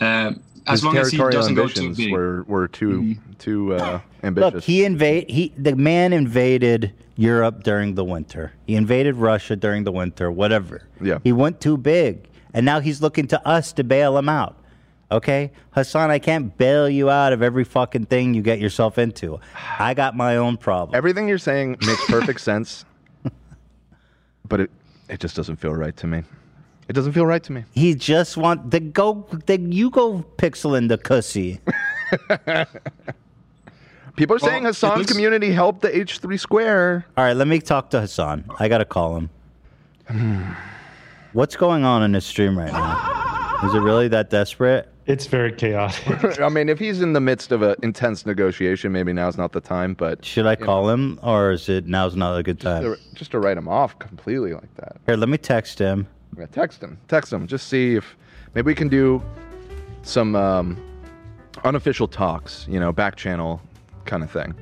[SPEAKER 16] Uh, as
[SPEAKER 1] His
[SPEAKER 16] long as he
[SPEAKER 1] territorial
[SPEAKER 16] doesn't go too
[SPEAKER 1] ambitions
[SPEAKER 16] big.
[SPEAKER 1] were were too too uh, ambitious.
[SPEAKER 2] Look, he invade he the man invaded Europe during the winter. He invaded Russia during the winter, whatever.
[SPEAKER 1] Yeah.
[SPEAKER 2] He went too big. And now he's looking to us to bail him out. Okay? Hassan, I can't bail you out of every fucking thing you get yourself into. I got my own problem.
[SPEAKER 1] Everything you're saying makes
[SPEAKER 2] [laughs]
[SPEAKER 1] perfect sense, but it it just doesn't feel right to me. It doesn't feel right to me.
[SPEAKER 2] He just want the go the you go pixeling the cussy.
[SPEAKER 1] [laughs] People are saying Hassan's community helped the H3 square.
[SPEAKER 2] All right, let me talk to Hassan. I gotta call
[SPEAKER 1] [sighs]
[SPEAKER 2] him. What's going on in this stream right
[SPEAKER 1] [gasps]
[SPEAKER 2] now? Is it really that desperate?
[SPEAKER 6] It's very chaotic.
[SPEAKER 1] [laughs] I mean, if he's in the midst of an intense negotiation, maybe now's not the time. But
[SPEAKER 2] should I call him, or is it now's not a good time?
[SPEAKER 1] just to write him off completely like that?
[SPEAKER 2] Here, let me text him.
[SPEAKER 1] Yeah, text him. Text him. Just see if maybe we can do some um, unofficial talks. You know, back channel kind of thing.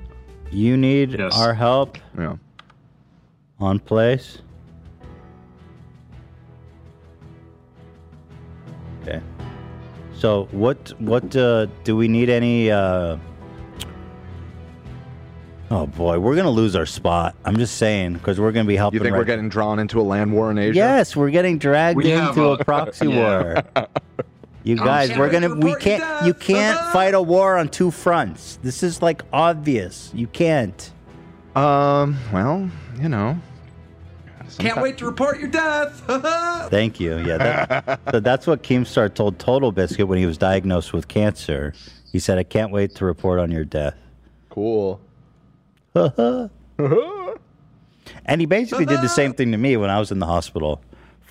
[SPEAKER 2] You need our help.
[SPEAKER 1] Yeah.
[SPEAKER 2] On place. Okay. So what what uh, do we need any? Uh... Oh boy, we're gonna lose our spot. I'm just saying because we're gonna be helping.
[SPEAKER 1] You think we're
[SPEAKER 2] right-
[SPEAKER 1] getting drawn into a land war in Asia?
[SPEAKER 2] Yes, we're getting dragged
[SPEAKER 1] We have
[SPEAKER 2] into a,
[SPEAKER 1] a-
[SPEAKER 2] proxy
[SPEAKER 1] [laughs] Yeah.
[SPEAKER 2] war. You
[SPEAKER 1] I'm
[SPEAKER 2] guys, we're
[SPEAKER 1] sorry.
[SPEAKER 2] gonna we can't you can't
[SPEAKER 1] uh-huh.
[SPEAKER 2] fight a war on two fronts. This is like obvious. You can't.
[SPEAKER 1] Um, well, you know.
[SPEAKER 12] Can't wait to report your death.
[SPEAKER 2] Thank you. Yeah.
[SPEAKER 1] [laughs]
[SPEAKER 2] That, so that's what Keemstar told Total Biscuit when he was diagnosed with cancer. He said, I can't wait to report on your death.
[SPEAKER 10] [laughs]
[SPEAKER 1] Cool.
[SPEAKER 2] Haha.
[SPEAKER 1] All
[SPEAKER 2] And he basically did the same thing to me when I was in the hospital.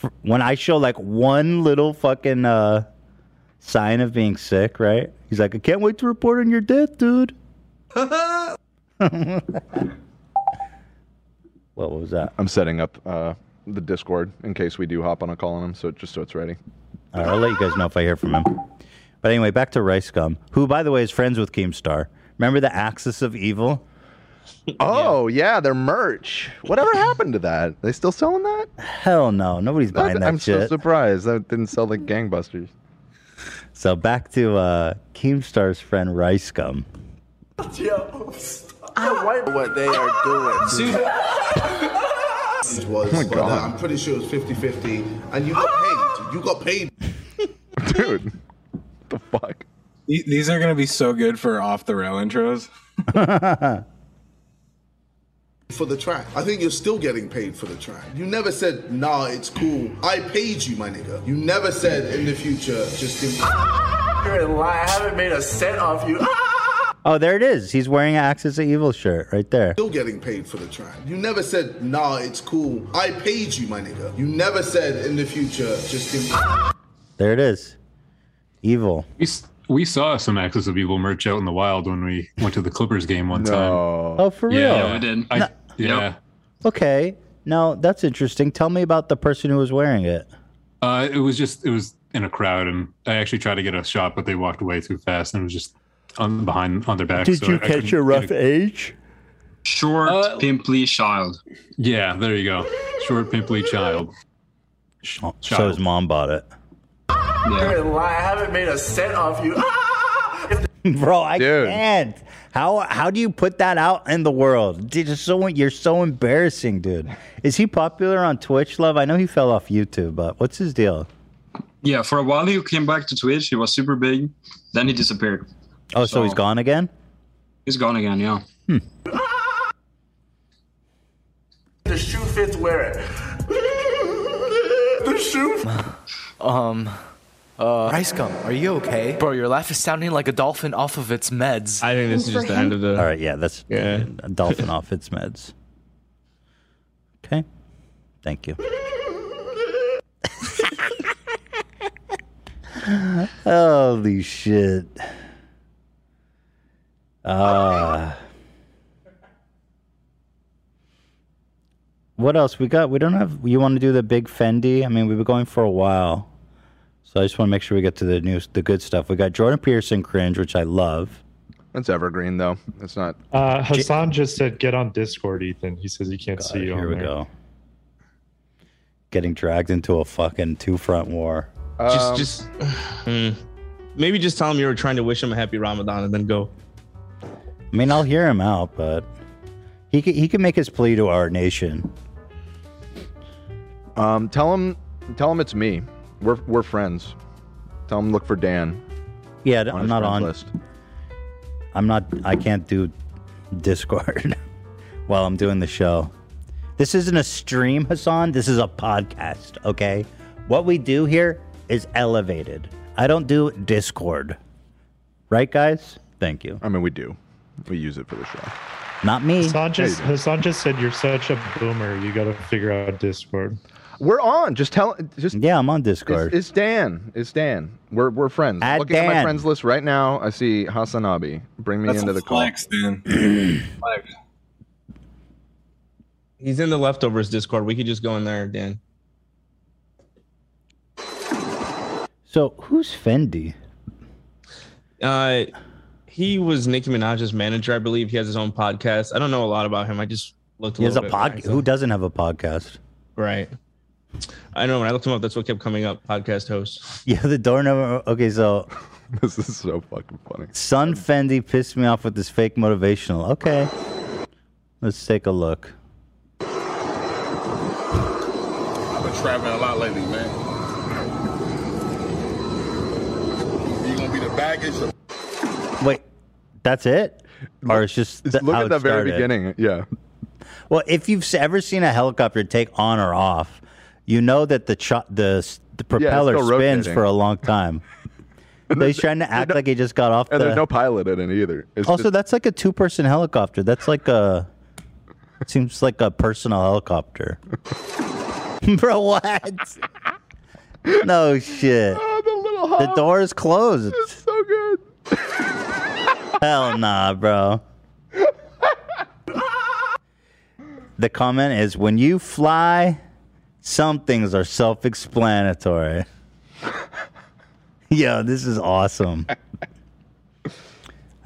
[SPEAKER 2] F- When I show like one little fucking uh, sign of being sick, right? He's like, I can't wait to report on your death, dude. What was that?
[SPEAKER 1] I'm setting up uh, the Discord in case we do hop on a call on him, so just so it's ready.
[SPEAKER 2] All right, I'll [laughs] let you guys know if I hear from him. But anyway, back to Rice Gum, who, by the way, is friends with Keemstar. Remember the Axis of Evil?
[SPEAKER 1] [laughs] Oh yeah, their merch. Whatever happened to that? They still selling that?
[SPEAKER 2] Hell no, nobody's buying that
[SPEAKER 1] I'm so
[SPEAKER 2] shit.
[SPEAKER 1] surprised that didn't sell like gangbusters.
[SPEAKER 2] So back to uh, Keemstar's friend Rice Gum. [laughs]
[SPEAKER 14] what they are doing. it was,
[SPEAKER 2] Oh my
[SPEAKER 14] but, uh,
[SPEAKER 2] God.
[SPEAKER 14] I'm pretty sure it was 50 50. And you got paid. You got paid.
[SPEAKER 1] Dude.
[SPEAKER 5] The- These are gonna be so good for off the rail intros.
[SPEAKER 14] for the track. I think you're still getting paid for the track. You never said, nah, it's cool. I paid you, my nigga. You never said in the future, just give me. You're in lie. I haven't made a cent off you.
[SPEAKER 2] Oh, there it is. He's wearing an Axis of Evil shirt right there.
[SPEAKER 14] Still getting paid for the track. You never said, nah, it's cool. I paid you, my nigga. You never said in the future, just give me.
[SPEAKER 2] There it is. Evil.
[SPEAKER 7] We, s- we saw some Axis of Evil merch out in the wild when we went to the Clippers game one time.
[SPEAKER 2] Oh, for real?
[SPEAKER 7] Yeah,
[SPEAKER 2] Yeah, we
[SPEAKER 7] did. I, yeah.
[SPEAKER 2] Okay. Now, that's interesting. Tell me about the person who was wearing it.
[SPEAKER 7] Uh, it was just it was in a crowd, and I actually tried to get a shot, but they walked away too fast, and it was just on behind on their back. so I- I couldn't get a-
[SPEAKER 2] age?
[SPEAKER 7] Short, pimply Uh, child. Yeah, there you go. Short, pimply child. Sh-
[SPEAKER 2] Oh, So his mom bought it. [laughs]
[SPEAKER 14] You're in lie. I haven't made a cent off you. Ah,
[SPEAKER 2] Bro, I
[SPEAKER 14] Dude.
[SPEAKER 2] can't. How how do you put that out in the world? Dude, it's so you're so embarrassing, dude. Is he popular on Twitch, love? I know he fell off YouTube, but what's his deal?
[SPEAKER 16] Yeah, for a while he came back to Twitch. He was super big. Then he disappeared.
[SPEAKER 2] Oh, so, he's gone again?
[SPEAKER 16] He's gone again. Yeah.
[SPEAKER 14] The shoe fits, wear it. [laughs] the shoe
[SPEAKER 23] Um, uh, Rice gum, are you okay? Bro, your laugh is sounding like a dolphin off of its meds. I think
[SPEAKER 2] this is For just the him? [laughs] end of
[SPEAKER 23] the.
[SPEAKER 2] All right, yeah, that's yeah. a dolphin off its meds. Okay. Thank you. Holy shit. Uh, what else we got? We don't have. You want to do the big Fendi? I mean, we've been going for a while. So I just want to make sure we get to the news, the good stuff. We got Jordan Pearson cringe, which I love.
[SPEAKER 1] That's evergreen though. It's not.
[SPEAKER 6] Uh, Hassan just said, "Get on Discord, Ethan." He says he can't see you.
[SPEAKER 2] here
[SPEAKER 6] on
[SPEAKER 2] we
[SPEAKER 6] there.
[SPEAKER 2] go. Getting dragged into a fucking two front war.
[SPEAKER 3] just,
[SPEAKER 2] Um,
[SPEAKER 3] just [sighs] hmm. maybe just tell him you were trying to wish him a happy Ramadan and then go.
[SPEAKER 2] I mean, I'll hear him out, but he can, he can make his plea to our nation.
[SPEAKER 1] Um, tell him, tell him it's me. We're we're friends. Tell him look for Dan.
[SPEAKER 2] Yeah, I'm
[SPEAKER 1] his
[SPEAKER 2] not
[SPEAKER 1] friends
[SPEAKER 2] on- I'm not. I can't do Discord [laughs] while I'm doing the show. This isn't a stream, Hassan. This is a podcast. Okay, what we do here is elevated. I don't do Discord, right, guys? Thank you.
[SPEAKER 1] I mean, we do. We use it for the show.
[SPEAKER 2] Not me.
[SPEAKER 6] Hassan just, Hassan just said, "You're such a boomer. You got to figure out Discord."
[SPEAKER 1] We're on. Just tell. Just
[SPEAKER 2] yeah, I'm on
[SPEAKER 1] It's,
[SPEAKER 2] Discord.
[SPEAKER 1] it's Dan. It's Dan. We're we're friends.
[SPEAKER 2] Add
[SPEAKER 1] Looking at my
[SPEAKER 2] Dan.
[SPEAKER 1] friends list right now, I see Hassanabi. Bring me
[SPEAKER 5] That's
[SPEAKER 1] into
[SPEAKER 5] a
[SPEAKER 1] the
[SPEAKER 5] flex,
[SPEAKER 1] call.
[SPEAKER 23] [clears throat]
[SPEAKER 5] Dan.
[SPEAKER 3] He's in the leftovers Discord. We could just go in there, Dan.
[SPEAKER 2] so who's Fendi?
[SPEAKER 3] Uh, he was Nicki Minaj's manager, I believe. He has his own podcast. I don't know a lot about him. I just looked. A
[SPEAKER 2] He has a
[SPEAKER 3] little bit when I
[SPEAKER 2] pod.
[SPEAKER 3] saw-
[SPEAKER 2] Who doesn't have a podcast?
[SPEAKER 3] Right. I know. When I looked him up, that's what kept coming up. Podcast host.
[SPEAKER 2] [laughs] Yeah, the door number. Okay, so
[SPEAKER 1] [laughs] this is so fucking funny.
[SPEAKER 2] Son Fendi pissed me off with this fake motivational. Okay, let's take a look.
[SPEAKER 13] I've been traveling a lot lately, man. You gonna be the baggage?
[SPEAKER 2] Wait, that's it, or it's just th-
[SPEAKER 1] Look
[SPEAKER 2] how
[SPEAKER 1] at
[SPEAKER 2] it
[SPEAKER 1] the very
[SPEAKER 2] started?
[SPEAKER 1] beginning. Yeah.
[SPEAKER 2] Well, if you've s- ever seen a helicopter take on or off, you know that the cho- the s- the propeller
[SPEAKER 1] still
[SPEAKER 2] spins
[SPEAKER 1] rotating.
[SPEAKER 2] for a long
[SPEAKER 1] [laughs]
[SPEAKER 2] time. so he's trying to act like he just got off.
[SPEAKER 1] And
[SPEAKER 2] the-
[SPEAKER 1] there's no pilot in it either. It's
[SPEAKER 2] also,
[SPEAKER 1] just-
[SPEAKER 2] that's like a two-person helicopter. That's like a Seems like a personal helicopter. [laughs] Bro, what? no shit.
[SPEAKER 1] Oh,
[SPEAKER 2] the, door is
[SPEAKER 1] [laughs]
[SPEAKER 2] closed. It's
[SPEAKER 10] so good.
[SPEAKER 2] Hell nah, bro. the comment is when you fly, some things are self explanatory. [laughs] Yo, this is awesome.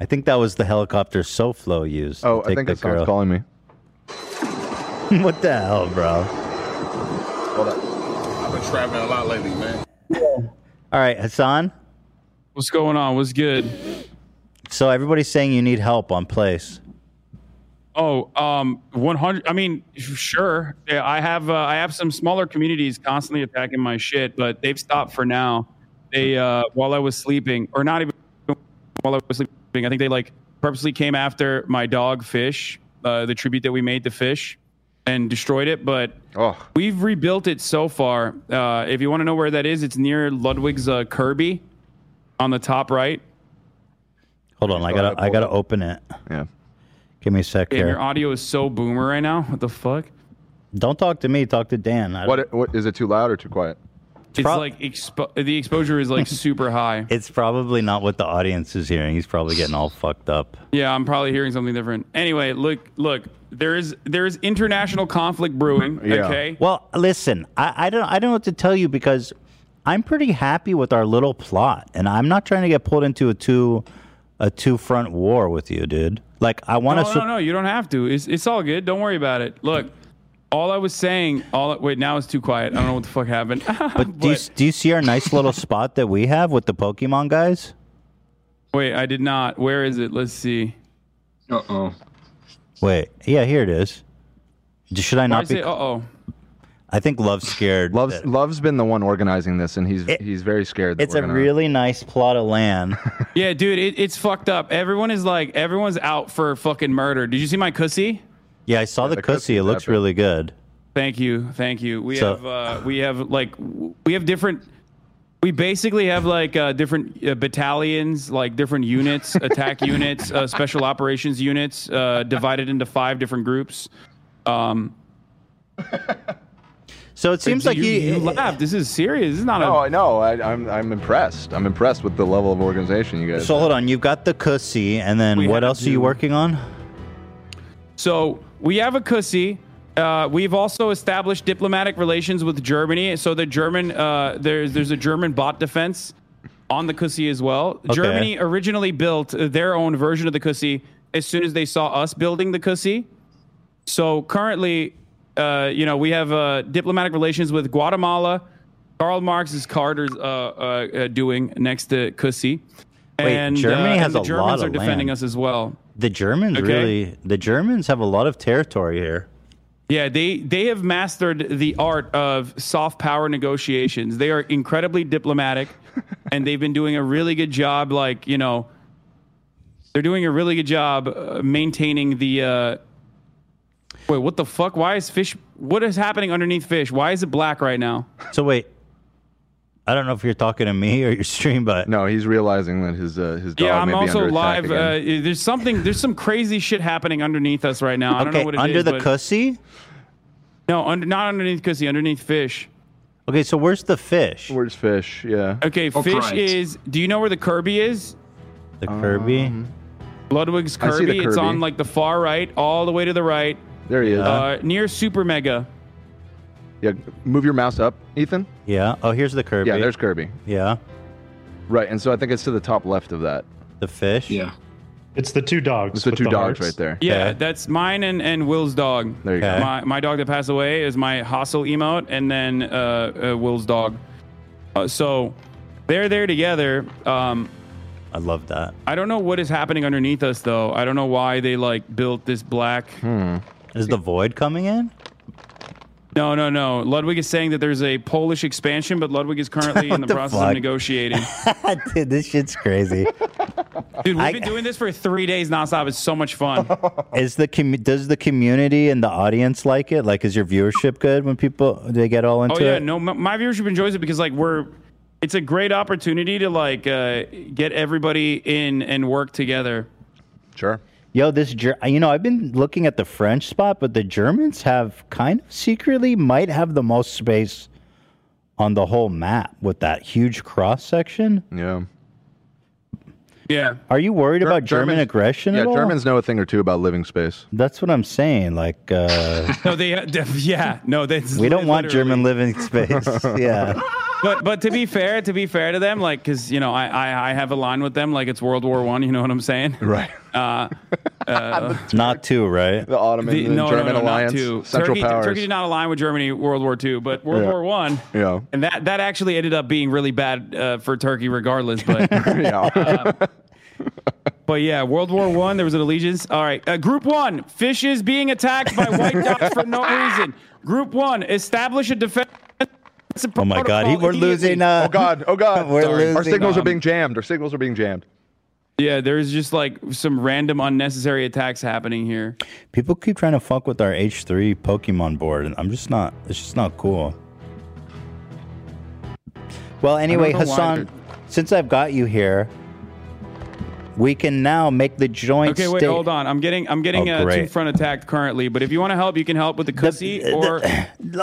[SPEAKER 2] I think that was the helicopter SoFlo used. to
[SPEAKER 1] Oh, I
[SPEAKER 2] take
[SPEAKER 1] think
[SPEAKER 2] the
[SPEAKER 1] that someone's
[SPEAKER 2] girl.
[SPEAKER 1] calling me.
[SPEAKER 2] [laughs] what the hell, bro?
[SPEAKER 14] Hold up. I've been traveling a lot lately, man.
[SPEAKER 2] All right, Hassan.
[SPEAKER 24] What's going on? What's good?
[SPEAKER 2] So everybody's saying you need help on place.
[SPEAKER 24] Oh, um, 100. I mean, sure. Yeah, I have uh, I have some smaller communities constantly attacking my shit, but they've stopped for now. They uh, while I was sleeping, or not even while I was sleeping, I think they like purposely came after my dog Fish, uh, the tribute that we made to Fish, and destroyed it. But we've rebuilt it so far. Uh, if you want to know where that is, it's near Ludwig's uh, Kirby, on the top right.
[SPEAKER 2] Hold on, I gotta I gotta open it.
[SPEAKER 1] Yeah.
[SPEAKER 2] Give me a sec
[SPEAKER 24] Damn, your
[SPEAKER 2] here.
[SPEAKER 24] audio is so boomer right now. What the fuck?
[SPEAKER 2] Don't talk to me. Talk to Dan. I-
[SPEAKER 1] What, what is it too loud or too quiet?
[SPEAKER 24] It's like expo- the exposure is
[SPEAKER 2] [laughs]
[SPEAKER 24] like super high.
[SPEAKER 2] It's probably not what the audience is hearing. He's probably getting all fucked up.
[SPEAKER 24] Yeah, I'm probably hearing something different. Anyway, look, look, there is there is international conflict brewing.
[SPEAKER 2] Mm-hmm.
[SPEAKER 24] Okay.
[SPEAKER 2] Well, listen, I, I don't I don't know what to tell you because I'm pretty happy with our little plot, and I'm not trying to get pulled into a two a two front war with you, dude. Like I want
[SPEAKER 24] No,
[SPEAKER 2] to.
[SPEAKER 24] no, no, you don't have to. It's it's all good. Don't worry about it. Look, all I was saying, all wait, now it's too quiet. I don't know what the fuck happened. [laughs]
[SPEAKER 2] But do you, s- do you see our nice little spot that we have with the Pokemon guys?
[SPEAKER 24] wait, I did not. Where is it? Let's see.
[SPEAKER 16] Uh oh.
[SPEAKER 2] Wait, yeah, here it is. D- Should I
[SPEAKER 24] Why
[SPEAKER 2] not
[SPEAKER 24] is
[SPEAKER 2] be?
[SPEAKER 24] it? Uh oh.
[SPEAKER 2] I think Love's scared.
[SPEAKER 1] Love's Love's been the one organizing this, and he's he's very scared. That
[SPEAKER 2] It's
[SPEAKER 1] we're
[SPEAKER 2] a
[SPEAKER 1] gonna-
[SPEAKER 2] really nice plot of
[SPEAKER 1] [laughs]
[SPEAKER 2] land.
[SPEAKER 24] Yeah, dude, it, it's fucked up. Everyone is like, everyone's out for fucking murder. Did you see my cussy?
[SPEAKER 2] yeah, I saw the, cussy. It looks really good.
[SPEAKER 24] Thank you, thank you. We
[SPEAKER 2] So-
[SPEAKER 24] have uh, we have like w- we have different. We basically have like uh, different uh, battalions, like different
[SPEAKER 2] [laughs]
[SPEAKER 24] units, attack units, uh, special operations units, uh, divided into five different groups. Um,
[SPEAKER 2] so it
[SPEAKER 1] seems like
[SPEAKER 24] you,
[SPEAKER 1] you-
[SPEAKER 24] you laugh. This is serious. This is not
[SPEAKER 1] No,
[SPEAKER 24] a.
[SPEAKER 1] I know. I, I'm I'm impressed. I'm impressed with the level of organization you guys.
[SPEAKER 2] So hold on, you've got the cussy, and then
[SPEAKER 24] We
[SPEAKER 2] what
[SPEAKER 24] have
[SPEAKER 2] else are you
[SPEAKER 24] to-
[SPEAKER 2] working on?
[SPEAKER 24] So we have a cussy. Uh, we've also established diplomatic relations with Germany. So the German uh, there's there's a German bot defense on the cussy as well.
[SPEAKER 10] Okay.
[SPEAKER 24] Germany originally built their own version of the cussy as soon as they saw us building the cussy. So currently, uh, you know, we have uh, diplomatic relations with Guatemala. Karl Marx is Carter's uh, uh, uh, doing next to Cussy.
[SPEAKER 2] Wait, Germany has
[SPEAKER 24] and the
[SPEAKER 2] a
[SPEAKER 24] Germans
[SPEAKER 2] lot
[SPEAKER 24] are
[SPEAKER 2] of
[SPEAKER 24] defending
[SPEAKER 2] land.
[SPEAKER 24] us as well.
[SPEAKER 2] The Germans
[SPEAKER 24] Okay.
[SPEAKER 2] really. The Germans have a lot of territory here.
[SPEAKER 24] Yeah, they they have mastered the art of soft power negotiations. They are incredibly diplomatic, and they've been doing a really good job. Like you know, they're doing a really good job uh, maintaining the. Uh, wait, what the fuck? Why is fish? What is happening underneath fish? Why is it black right now?
[SPEAKER 2] So wait, I don't know if you're talking to me or your stream, but
[SPEAKER 1] no, he's realizing that his uh, his dog
[SPEAKER 2] Oh,
[SPEAKER 24] yeah, I'm
[SPEAKER 1] may be
[SPEAKER 24] also
[SPEAKER 1] under attack
[SPEAKER 24] live.
[SPEAKER 1] again.
[SPEAKER 24] Uh, there's something. There's some crazy shit happening underneath us right now. I don't
[SPEAKER 2] okay,
[SPEAKER 24] know what it is.
[SPEAKER 2] under the
[SPEAKER 24] but-
[SPEAKER 2] cussy.
[SPEAKER 24] No, under not underneath cussy. Underneath fish.
[SPEAKER 2] Okay, so where's the fish?
[SPEAKER 1] Where's fish? Yeah.
[SPEAKER 24] Okay,
[SPEAKER 2] Oh,
[SPEAKER 24] fish is. Do you know where the Kirby is?
[SPEAKER 2] the Kirby.
[SPEAKER 1] Um,
[SPEAKER 24] Ludwig's
[SPEAKER 2] I see
[SPEAKER 24] Kirby.
[SPEAKER 2] the
[SPEAKER 24] It's
[SPEAKER 2] Kirby.
[SPEAKER 24] on like the far right, all the way to the right.
[SPEAKER 1] There he is.
[SPEAKER 24] Uh, near Super Mega.
[SPEAKER 1] yeah. Move your mouse up, Ethan.
[SPEAKER 2] Yeah. Oh, here's the Kirby.
[SPEAKER 1] Yeah, there's Kirby.
[SPEAKER 2] Yeah.
[SPEAKER 1] Right, and so I think it's to the top left of that.
[SPEAKER 2] The fish.
[SPEAKER 1] Yeah.
[SPEAKER 6] It's the two dogs.
[SPEAKER 1] It's the
[SPEAKER 6] with
[SPEAKER 1] two dogs
[SPEAKER 6] hearts.
[SPEAKER 1] right there.
[SPEAKER 24] Yeah, that's mine and, and Will's dog.
[SPEAKER 1] There you go. Okay.
[SPEAKER 24] My, my dog that passed away is my hustle emote, and then uh, uh, Will's dog. Uh, so they're there together. Um,
[SPEAKER 2] I love that.
[SPEAKER 24] I don't know what is happening underneath us though. I don't know why they like built this black.
[SPEAKER 1] hmm.
[SPEAKER 2] Is the void coming in?
[SPEAKER 24] No, no, no. Ludwig is saying that there's a Polish expansion, but Ludwig is
[SPEAKER 2] [laughs]
[SPEAKER 24] currently in
[SPEAKER 2] What
[SPEAKER 24] the,
[SPEAKER 2] the
[SPEAKER 24] process
[SPEAKER 2] fuck?
[SPEAKER 24] of
[SPEAKER 2] [laughs]
[SPEAKER 24] negotiating.
[SPEAKER 2] Dude, this shit's crazy.
[SPEAKER 24] Dude, we've been doing this for three days nonstop. It's so much
[SPEAKER 2] [laughs]
[SPEAKER 24] fun. Oh,
[SPEAKER 2] Is the commu does the community and the audience like it? Like, is your viewership good when people they get all into
[SPEAKER 24] oh yeah
[SPEAKER 2] it?
[SPEAKER 24] no my, my viewership enjoys it because like we're it's a great opportunity to like uh, get everybody in and work together
[SPEAKER 1] sure
[SPEAKER 2] Yo, this Ger- you know I've been looking at the French spot, but the Germans have kind of secretly might have the most space on the whole map with that huge cross section.
[SPEAKER 1] Yeah.
[SPEAKER 2] [laughs]
[SPEAKER 24] Yeah.
[SPEAKER 2] Are you worried about German
[SPEAKER 1] Germans-
[SPEAKER 2] aggression
[SPEAKER 1] Yeah,
[SPEAKER 2] at all?
[SPEAKER 1] Germans know a thing or two about living space.
[SPEAKER 2] That's what I'm saying.
[SPEAKER 24] [laughs]
[SPEAKER 2] Like, uh,
[SPEAKER 24] No, they, yeah, no, that's
[SPEAKER 2] we don't want German living space. [laughs] yeah.
[SPEAKER 24] but but to be fair, to be fair to them, like because you know I, I I have a line with them like it's World War One. You know what I'm saying?
[SPEAKER 1] Right.
[SPEAKER 24] Uh,
[SPEAKER 1] [laughs]
[SPEAKER 24] uh,
[SPEAKER 2] Not two, right?
[SPEAKER 1] The Ottoman
[SPEAKER 24] the-
[SPEAKER 1] and
[SPEAKER 24] no,
[SPEAKER 1] German
[SPEAKER 24] no, no,
[SPEAKER 1] alliance,
[SPEAKER 24] not two.
[SPEAKER 1] Central
[SPEAKER 24] Turkey,
[SPEAKER 1] powers.
[SPEAKER 24] Turkey did not align with Germany World War Two, but World
[SPEAKER 1] Yeah.
[SPEAKER 24] War One.
[SPEAKER 1] Yeah.
[SPEAKER 24] And that that actually ended up being really bad uh, for Turkey, regardless. But
[SPEAKER 1] [laughs]
[SPEAKER 24] um,
[SPEAKER 1] yeah.
[SPEAKER 24] But yeah, World War One. There was an allegiance. All right, uh, Group One: fishes being attacked by white dogs for no reason. Group One: establish a defense.
[SPEAKER 2] Oh my God, he, we're losing. Uh,
[SPEAKER 1] oh God! Oh
[SPEAKER 2] [laughs]
[SPEAKER 1] God!
[SPEAKER 2] we're losing.
[SPEAKER 1] Our signals are
[SPEAKER 24] Um,
[SPEAKER 1] being jammed. Our signals are being jammed.
[SPEAKER 24] Yeah, there's just like some random unnecessary attacks happening here.
[SPEAKER 2] People keep trying to fuck with our H3 Pokemon board, and I'm just not. It's just not cool. Well, anyway,
[SPEAKER 1] know why
[SPEAKER 2] Hassan, since I've got you here, we can now make the joint.
[SPEAKER 24] Okay, wait,
[SPEAKER 2] state-
[SPEAKER 24] hold on. I'm getting I'm getting
[SPEAKER 2] Oh,
[SPEAKER 24] uh, two
[SPEAKER 2] great.
[SPEAKER 24] front attacked currently, but if you want to help, you can help with the cussy or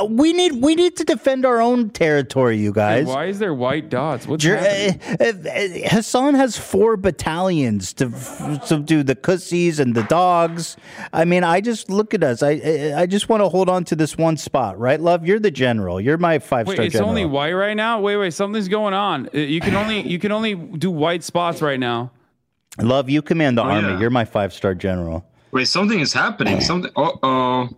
[SPEAKER 2] We need we need to defend our own territory, you guys.
[SPEAKER 24] why is there white dots? What's
[SPEAKER 2] Jer-
[SPEAKER 24] happening?
[SPEAKER 2] uh, uh, uh, Hassan has four battalions to f- subdue the cussies and the dogs. I mean, I just look at us. I eh, I- I just want to hold on to this one spot, right, love? You're the general. You're my five
[SPEAKER 24] Wait,
[SPEAKER 2] star
[SPEAKER 24] it's
[SPEAKER 2] general.
[SPEAKER 24] only white right now. Wait, wait, something's going on. Uh, You can only you can only do white spots right now.
[SPEAKER 2] love, you command the
[SPEAKER 24] Oh,
[SPEAKER 2] army.
[SPEAKER 24] yeah.
[SPEAKER 2] You're my five star general.
[SPEAKER 16] Wait, something is happening. Something. Uh oh.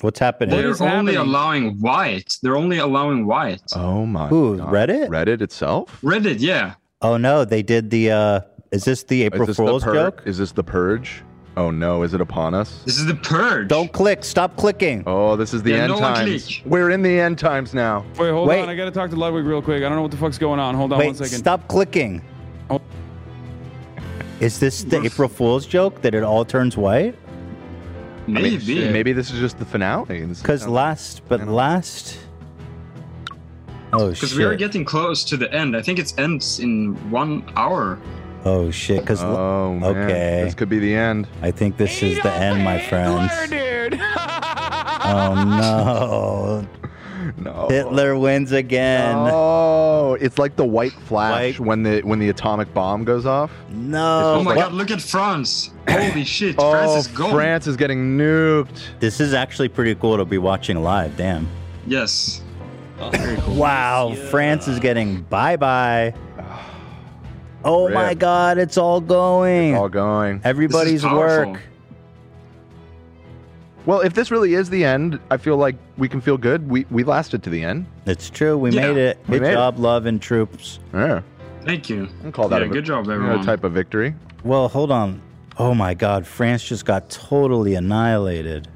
[SPEAKER 2] What's happening?
[SPEAKER 16] They're only allowing white. They're only allowing white.
[SPEAKER 1] Oh my.
[SPEAKER 2] Who, Reddit?
[SPEAKER 1] Reddit itself?
[SPEAKER 16] Reddit, yeah.
[SPEAKER 2] Oh no, they did the. uh Is this the April
[SPEAKER 1] Is this
[SPEAKER 2] Fool's
[SPEAKER 1] the pur-
[SPEAKER 2] joke?
[SPEAKER 1] Is this the purge? Oh no! Is it upon us?
[SPEAKER 16] This is the purge.
[SPEAKER 2] Don't click. Stop clicking.
[SPEAKER 1] Oh, this is the
[SPEAKER 24] Yeah,
[SPEAKER 1] end
[SPEAKER 24] no one
[SPEAKER 1] times. We're in the end times now.
[SPEAKER 24] Wait, hold
[SPEAKER 1] Wait.
[SPEAKER 24] on. I gotta talk to Ludwig real quick. I don't know what the fuck's going on. Hold on
[SPEAKER 2] Wait,
[SPEAKER 24] one second.
[SPEAKER 2] stop clicking. Is this the April Fool's joke that it all turns white?
[SPEAKER 1] I mean,
[SPEAKER 16] Maybe.
[SPEAKER 1] shit, maybe this is just the finale. This-
[SPEAKER 2] Because last, but last. Oh
[SPEAKER 16] Because we are
[SPEAKER 2] shit!
[SPEAKER 16] getting close to the end. I think it ends in one hour.
[SPEAKER 2] oh shit! Because
[SPEAKER 1] oh man,
[SPEAKER 2] okay,
[SPEAKER 1] this could be the end.
[SPEAKER 2] I think this is the end, my friends.
[SPEAKER 10] [sighs]
[SPEAKER 2] oh
[SPEAKER 1] no!
[SPEAKER 2] no! Hitler wins again.
[SPEAKER 1] Oh, it's like the white flash when the when the atomic bomb goes off.
[SPEAKER 2] No.
[SPEAKER 16] Oh my
[SPEAKER 1] What?
[SPEAKER 16] god, look at France. Holy shit, France is gone.
[SPEAKER 1] France is getting nuked.
[SPEAKER 2] This is actually pretty cool to be watching live. Damn.
[SPEAKER 16] Yes.
[SPEAKER 2] Wow, France is getting bye bye. Oh
[SPEAKER 1] Rip.
[SPEAKER 2] my God, it's all going.
[SPEAKER 1] All going.
[SPEAKER 2] Everybody's work.
[SPEAKER 1] Well, if this really is the end, I feel like we can feel good. We we lasted to the end.
[SPEAKER 2] It's true. We
[SPEAKER 1] Yeah.
[SPEAKER 2] made it.
[SPEAKER 1] We
[SPEAKER 2] Good
[SPEAKER 1] made it.
[SPEAKER 2] job, love and troops.
[SPEAKER 1] Yeah.
[SPEAKER 16] Thank you.
[SPEAKER 1] And call that
[SPEAKER 16] Yeah,
[SPEAKER 1] a,
[SPEAKER 16] good job,
[SPEAKER 1] you know,
[SPEAKER 16] everyone.
[SPEAKER 1] type of victory.
[SPEAKER 2] Well, hold on. Oh my God, France just got totally annihilated.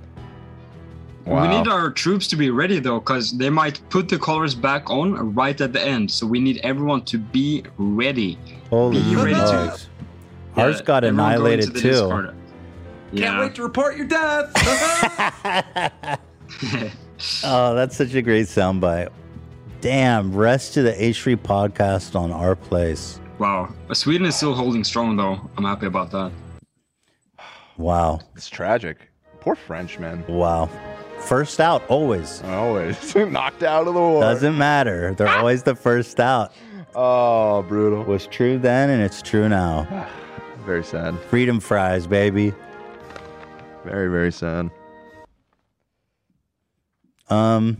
[SPEAKER 16] We need our troops to be ready though, because they might put the colors back on right at the end. So we need everyone to be ready.
[SPEAKER 2] Holy
[SPEAKER 16] be ready to.
[SPEAKER 2] smokes. Ours got
[SPEAKER 16] everyone go into
[SPEAKER 2] annihilated
[SPEAKER 16] the
[SPEAKER 2] too.
[SPEAKER 16] Discord. Yeah.
[SPEAKER 10] wait to report
[SPEAKER 20] [laughs]
[SPEAKER 10] your death.
[SPEAKER 2] Oh, that's such a great soundbite. Damn, rest to the H3 podcast on our place.
[SPEAKER 16] Wow. Sweden is still holding strong though. I'm happy about that.
[SPEAKER 2] Wow.
[SPEAKER 1] It's tragic. Poor Frenchmen.
[SPEAKER 2] Wow. First out, always.
[SPEAKER 1] Always. [laughs] Knocked out of the war. Ah!
[SPEAKER 2] Doesn't matter. They're always the first out.
[SPEAKER 1] Oh, brutal.
[SPEAKER 2] Was true then and it's true now.
[SPEAKER 1] [sighs] Very sad.
[SPEAKER 2] Freedom fries, baby.
[SPEAKER 1] Very, very sad.
[SPEAKER 2] Um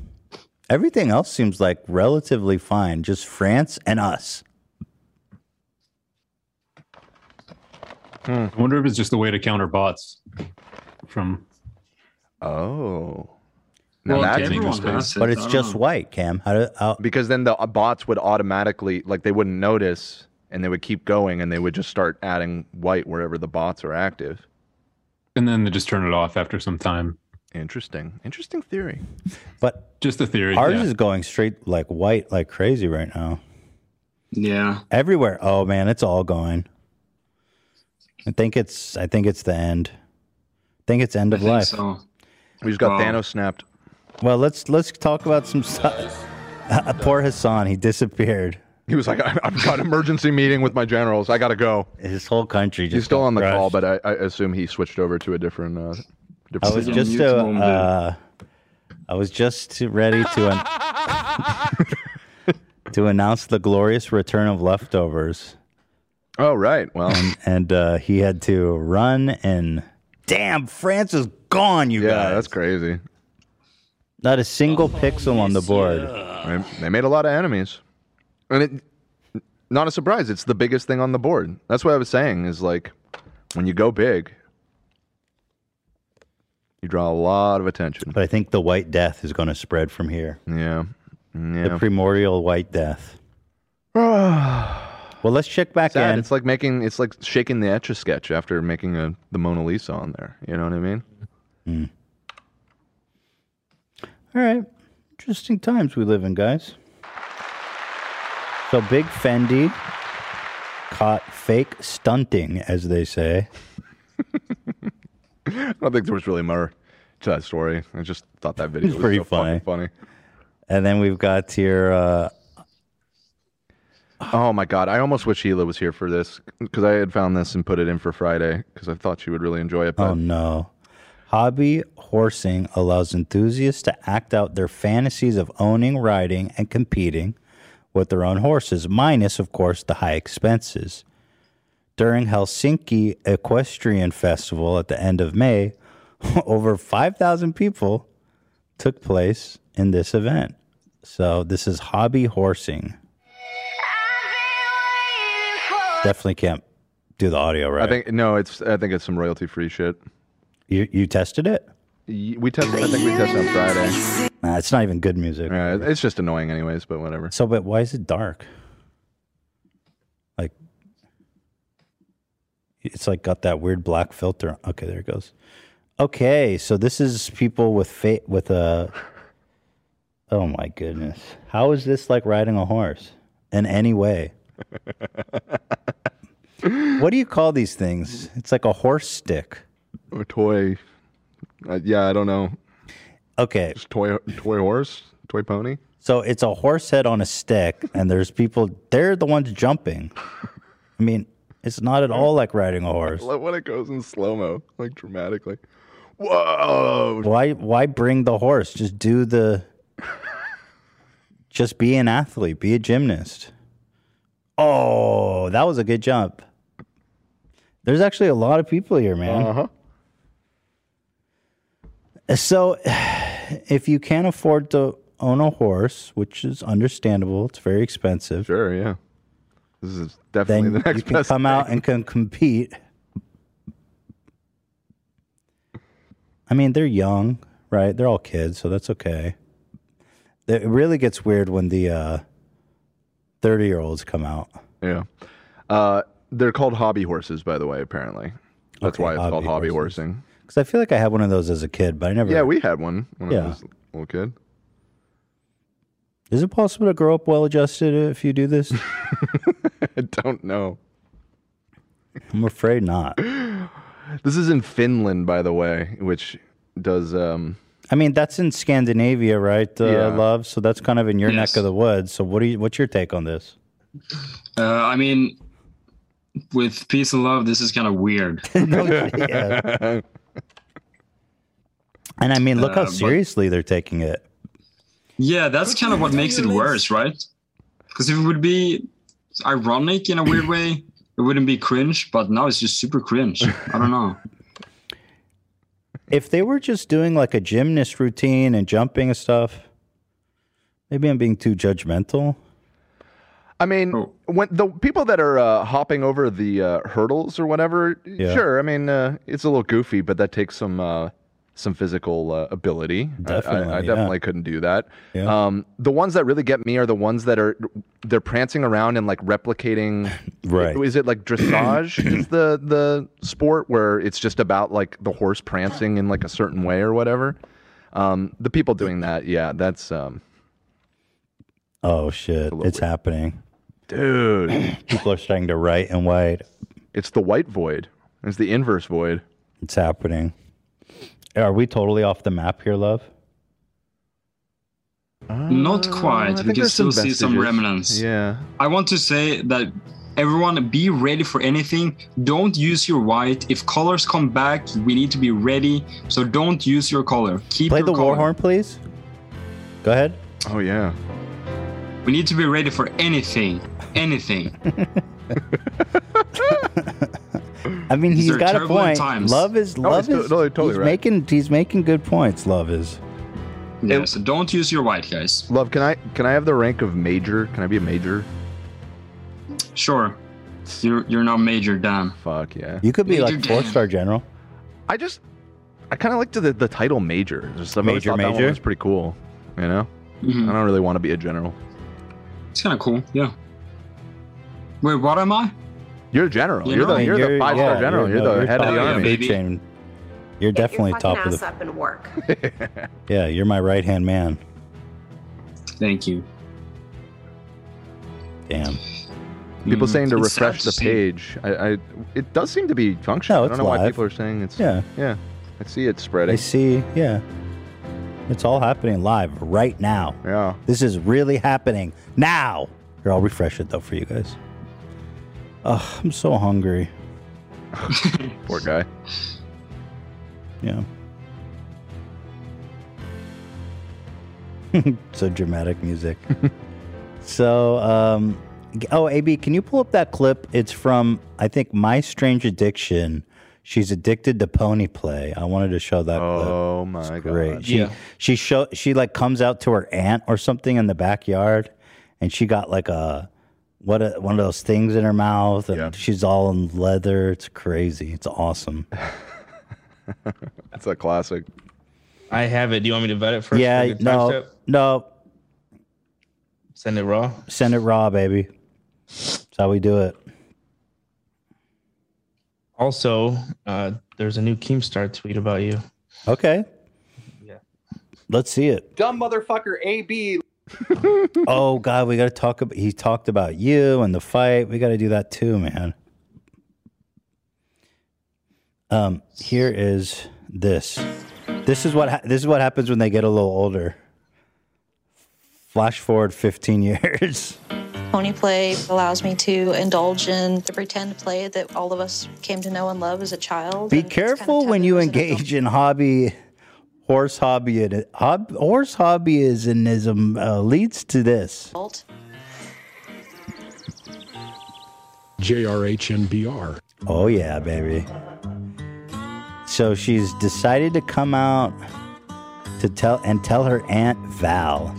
[SPEAKER 2] everything else seems like relatively fine. Just France and us.
[SPEAKER 7] Hmm. I wonder if it's just a way to counter bots from.
[SPEAKER 1] Oh.
[SPEAKER 7] Well, everyone has it,
[SPEAKER 2] But
[SPEAKER 7] I
[SPEAKER 2] it's
[SPEAKER 7] don't
[SPEAKER 2] just
[SPEAKER 7] know.
[SPEAKER 2] white, Cam. How do how,
[SPEAKER 1] Because then the uh, bots would automatically, like, they wouldn't notice and they would keep going and they would just start adding white wherever the bots are active.
[SPEAKER 7] And then they just turn it off after some time.
[SPEAKER 1] Interesting. Interesting theory.
[SPEAKER 2] but
[SPEAKER 7] Just a theory.
[SPEAKER 2] ours
[SPEAKER 7] yeah.
[SPEAKER 2] is going straight like white like crazy right now.
[SPEAKER 16] Yeah.
[SPEAKER 2] Everywhere. Oh man, it's all going. I think it's I think it's the end. I think it's end of life.
[SPEAKER 1] We just
[SPEAKER 2] Wow.
[SPEAKER 1] got Thanos snapped.
[SPEAKER 2] [laughs] Well, let's let's talk about some stuff. poor Hassan, he disappeared.
[SPEAKER 1] He was like, "I- "I've got an emergency meeting with my generals. I got to go."
[SPEAKER 2] His whole country. Just
[SPEAKER 1] He's still
[SPEAKER 2] got
[SPEAKER 1] on the call,
[SPEAKER 2] crushed.
[SPEAKER 1] but I, I assume he switched over to a different. Uh, different
[SPEAKER 2] I was
[SPEAKER 1] system.
[SPEAKER 2] just uh, uh, I was just ready to
[SPEAKER 1] [laughs]
[SPEAKER 2] an- [laughs] to announce the glorious return of leftovers.
[SPEAKER 1] Oh right, well,
[SPEAKER 2] and, and, uh, he had to run and damn, France is gone, you guys. Yeah, that's
[SPEAKER 1] crazy.
[SPEAKER 2] Not a single pixel on the board.
[SPEAKER 1] They- They made a lot of enemies, and it not a surprise. It's the biggest thing on the board. That's what I was saying. Is like when you go big, you draw a lot of attention.
[SPEAKER 2] But I think the White Death is going to spread from here.
[SPEAKER 1] Yeah.
[SPEAKER 2] The primordial White Death.
[SPEAKER 10] Ah.
[SPEAKER 2] Well, let's check back
[SPEAKER 1] Sad.
[SPEAKER 2] in.
[SPEAKER 1] It's like making it's like shaking the etch a sketch after making a the Mona Lisa on there. You know what I mean?
[SPEAKER 2] All right. Interesting times we live in, guys. So Big Fendi caught fake stunting, as they say.
[SPEAKER 1] I don't think there was really more to that story. I just thought that video
[SPEAKER 2] It's
[SPEAKER 1] was
[SPEAKER 2] pretty
[SPEAKER 1] so fucking funny.
[SPEAKER 2] And then we've got here. Uh,
[SPEAKER 1] Oh my god! I almost wish Hila was here for this because I had found this and put it in for Friday because I thought she would really enjoy it. But
[SPEAKER 2] oh, no. Hobby horsing allows enthusiasts to act out their fantasies of owning, riding, and competing with their own horses, minus, of course, the high expenses. During Helsinki Equestrian Festival at the end of May, [laughs] over 5,000 people took place in this event. So, this is hobby horsing. Definitely can't do the audio, right?
[SPEAKER 1] I think no, it's I think it's some royalty free shit.
[SPEAKER 2] You you tested it?
[SPEAKER 1] We tested. I think we tested on Friday.
[SPEAKER 2] Nah, it's not even good music.
[SPEAKER 1] Yeah, it's just annoying, anyways. But whatever.
[SPEAKER 2] So, but why is it dark? Like, it's like got that weird black filter. Okay, there it goes. Okay, so this is people with fate with a. Oh my goodness! How is this like riding a horse in any
[SPEAKER 1] [laughs]
[SPEAKER 2] way? what do you call these things? It's like a horse stick.
[SPEAKER 1] Or toy. Uh, yeah, I don't know.
[SPEAKER 2] Okay.
[SPEAKER 1] Just toy toy horse, toy pony.
[SPEAKER 2] So it's a horse head on a stick, and there's people. They're the ones jumping. I mean, it's not at all like riding a
[SPEAKER 1] I
[SPEAKER 2] horse.
[SPEAKER 1] love when it goes in slow mo, like dramatically. Whoa!
[SPEAKER 2] Why? Why bring the horse? Just do the. Just be an athlete. Be a gymnast. Oh, that was a good jump. There's actually a lot of people here, man. Uh-huh. So, if you can't afford to own a horse, which is understandable, it's very expensive.
[SPEAKER 1] Sure, yeah. This is definitely
[SPEAKER 2] then
[SPEAKER 1] the next
[SPEAKER 2] you can
[SPEAKER 1] best
[SPEAKER 2] come out and can compete. I mean, they're young, right? They're all kids, so that's okay. It really gets weird when the uh, thirty-year-olds come out.
[SPEAKER 1] Yeah. Uh, they're called hobby horses, by the way. Apparently, that's why it's called hobby horsing.
[SPEAKER 2] Because I feel like I had one of those as a kid, but I never.
[SPEAKER 1] Yeah, we had one when I
[SPEAKER 2] Yeah.
[SPEAKER 1] was a little kid. [laughs]
[SPEAKER 2] Is it possible to grow up well-adjusted if you do [laughs] this?
[SPEAKER 1] I don't know.
[SPEAKER 2] I'm afraid not.
[SPEAKER 1] [sighs] This is in Finland, by the way, which does um
[SPEAKER 2] I mean, that's in Scandinavia, right, uh,
[SPEAKER 1] Yeah.
[SPEAKER 2] love? So that's kind of in your
[SPEAKER 16] Yes.
[SPEAKER 2] neck of the woods. So what do you? What's your take on this?
[SPEAKER 16] Uh, I mean, with peace and love, this is kind of
[SPEAKER 1] [laughs]
[SPEAKER 16] weird.
[SPEAKER 2] yeah. And I mean, look
[SPEAKER 16] Uh,
[SPEAKER 2] how
[SPEAKER 16] but-
[SPEAKER 2] seriously they're taking it.
[SPEAKER 16] [laughs] Yeah, that's kind of what makes it worse, right? Because if it would be ironic in a weird way, it wouldn't be cringe. But now it's just super cringe. I don't
[SPEAKER 1] [laughs]
[SPEAKER 16] know.
[SPEAKER 2] if they were just doing like a gymnast routine and jumping and stuff, maybe I'm being too judgmental.
[SPEAKER 1] I mean, when the people that are uh, hopping over the uh, hurdles or whatever,
[SPEAKER 2] Yeah.
[SPEAKER 1] sure. I mean, uh, it's a little goofy, but that takes some uh, some physical uh, ability. I- I-
[SPEAKER 2] Definitely,
[SPEAKER 1] I,
[SPEAKER 2] yeah.
[SPEAKER 1] definitely couldn't do that.
[SPEAKER 2] Yeah.
[SPEAKER 1] Um, the ones that really get me are the ones that are they're prancing around and like
[SPEAKER 2] [laughs]
[SPEAKER 1] replicating.
[SPEAKER 2] Right.
[SPEAKER 1] Is it like
[SPEAKER 2] [clears throat]
[SPEAKER 1] dressage? is the the sport where it's just about like the horse prancing in like a certain way or whatever? Um, the people doing that, yeah, that's um,
[SPEAKER 2] Oh shit, it's happening.
[SPEAKER 1] Dude.
[SPEAKER 2] [clears throat] People are starting to write and white.
[SPEAKER 1] It's the white void. It's the inverse void.
[SPEAKER 2] It's happening. Are we totally off the map here, love?
[SPEAKER 16] Ah, Not
[SPEAKER 1] Uh, I
[SPEAKER 16] quite.
[SPEAKER 1] think
[SPEAKER 16] We can
[SPEAKER 1] there's some
[SPEAKER 16] still see some
[SPEAKER 1] vestiges.
[SPEAKER 16] remnants.
[SPEAKER 1] Yeah.
[SPEAKER 16] I want to say that everyone be ready for anything. Don't use your white. If colors come back, we need to be ready. So don't use your color. Keep
[SPEAKER 2] Play
[SPEAKER 16] your
[SPEAKER 2] the
[SPEAKER 16] color.
[SPEAKER 2] war horn, please. Go ahead.
[SPEAKER 1] Oh yeah.
[SPEAKER 16] We need to be ready for anything. Anything.
[SPEAKER 2] I mean,
[SPEAKER 16] These
[SPEAKER 2] he's
[SPEAKER 16] are
[SPEAKER 2] got a
[SPEAKER 16] turbulent
[SPEAKER 2] point.
[SPEAKER 16] times.
[SPEAKER 2] Love is
[SPEAKER 16] No,
[SPEAKER 2] love
[SPEAKER 16] he's
[SPEAKER 2] is.
[SPEAKER 16] to- no, you're totally
[SPEAKER 2] he's
[SPEAKER 16] right.
[SPEAKER 2] making he's making good points. Love is.
[SPEAKER 16] yeah. So don't use your white, guys.
[SPEAKER 1] Love, can I can I have the rank of major? Can I be a major?
[SPEAKER 16] Sure. You're you're now major Dan.
[SPEAKER 1] Fuck yeah.
[SPEAKER 2] You could be
[SPEAKER 16] Major
[SPEAKER 2] like four
[SPEAKER 16] Dan.
[SPEAKER 2] star general.
[SPEAKER 1] I just I kind of liked the the title major. Just I've always
[SPEAKER 2] Major,
[SPEAKER 1] thought that one
[SPEAKER 2] major?
[SPEAKER 1] was pretty cool. You know, I don't really want to be a general.
[SPEAKER 16] It's kind of cool. Yeah. Wait, what am I?
[SPEAKER 1] You're a general.
[SPEAKER 16] You
[SPEAKER 1] You're,
[SPEAKER 16] know,
[SPEAKER 1] the you're, the
[SPEAKER 16] you're-
[SPEAKER 1] five star
[SPEAKER 16] yeah,
[SPEAKER 1] general.
[SPEAKER 16] you're-
[SPEAKER 1] You're,
[SPEAKER 16] no,
[SPEAKER 1] the
[SPEAKER 16] you're
[SPEAKER 1] head of
[SPEAKER 16] top
[SPEAKER 1] the
[SPEAKER 16] of the
[SPEAKER 1] army.
[SPEAKER 16] food chain.
[SPEAKER 2] And you're definitely
[SPEAKER 20] fucking
[SPEAKER 2] top
[SPEAKER 20] ass
[SPEAKER 2] of the.
[SPEAKER 20] up and work.
[SPEAKER 2] Yeah, you're my right hand man.
[SPEAKER 16] Thank you.
[SPEAKER 2] Damn.
[SPEAKER 1] People
[SPEAKER 2] Mhm.
[SPEAKER 1] saying to
[SPEAKER 2] It's sad
[SPEAKER 1] refresh
[SPEAKER 2] to
[SPEAKER 1] the
[SPEAKER 2] see.
[SPEAKER 1] page. I, I it does seem to be functional.
[SPEAKER 2] No,
[SPEAKER 1] I
[SPEAKER 2] it's
[SPEAKER 1] don't know why
[SPEAKER 2] live.
[SPEAKER 1] people are saying it's
[SPEAKER 2] Yeah.
[SPEAKER 1] yeah. I see it
[SPEAKER 2] I
[SPEAKER 1] [laughs] spreading.
[SPEAKER 2] see. Yeah. It's all happening live right now.
[SPEAKER 1] Yeah.
[SPEAKER 2] This is really happening now. Here, I'll refresh it though for you guys. Ugh, I'm so hungry.
[SPEAKER 1] [laughs] Poor guy.
[SPEAKER 2] Yeah. [laughs] so dramatic music. [laughs] so, um, g- oh, AB, can you pull up that clip? It's from, I think, My Strange Addiction. She's addicted to pony play. I wanted to show that. Oh
[SPEAKER 1] my
[SPEAKER 2] god! Great. She
[SPEAKER 1] Yeah.
[SPEAKER 2] she show she like comes out to her aunt or something in the backyard, and she got like a what a, one of those things in her mouth, and she's all in leather. It's crazy. It's awesome.
[SPEAKER 1] [laughs] That's a classic.
[SPEAKER 3] I have it. Do you want me to vet it first?
[SPEAKER 2] yeah.
[SPEAKER 3] Like a
[SPEAKER 2] No.
[SPEAKER 3] timestamp?
[SPEAKER 2] No.
[SPEAKER 3] Send it raw.
[SPEAKER 2] Send it raw, baby. That's how we do it.
[SPEAKER 3] Also, uh, there's a new Keemstar tweet about you.
[SPEAKER 2] Okay. Let's see
[SPEAKER 11] [laughs]
[SPEAKER 2] it.
[SPEAKER 11] Dumb motherfucker AB.
[SPEAKER 2] oh God, we got to talk about. He talked about you and the fight. We got to do that too, man. Um, here is this. This is what ha- this is what happens when they get a little older. Flash forward fifteen [laughs] years.
[SPEAKER 4] Pony play allows me to indulge in the pretend play that all of us came to know and love as a child.
[SPEAKER 2] Be careful when you engage in hobby, horse hobby, hob, horse hobbyism uh, leads to this.
[SPEAKER 4] Adult.
[SPEAKER 2] JRHNBR. Oh, yeah, baby. So she's decided to come out to tell and tell her Aunt Val.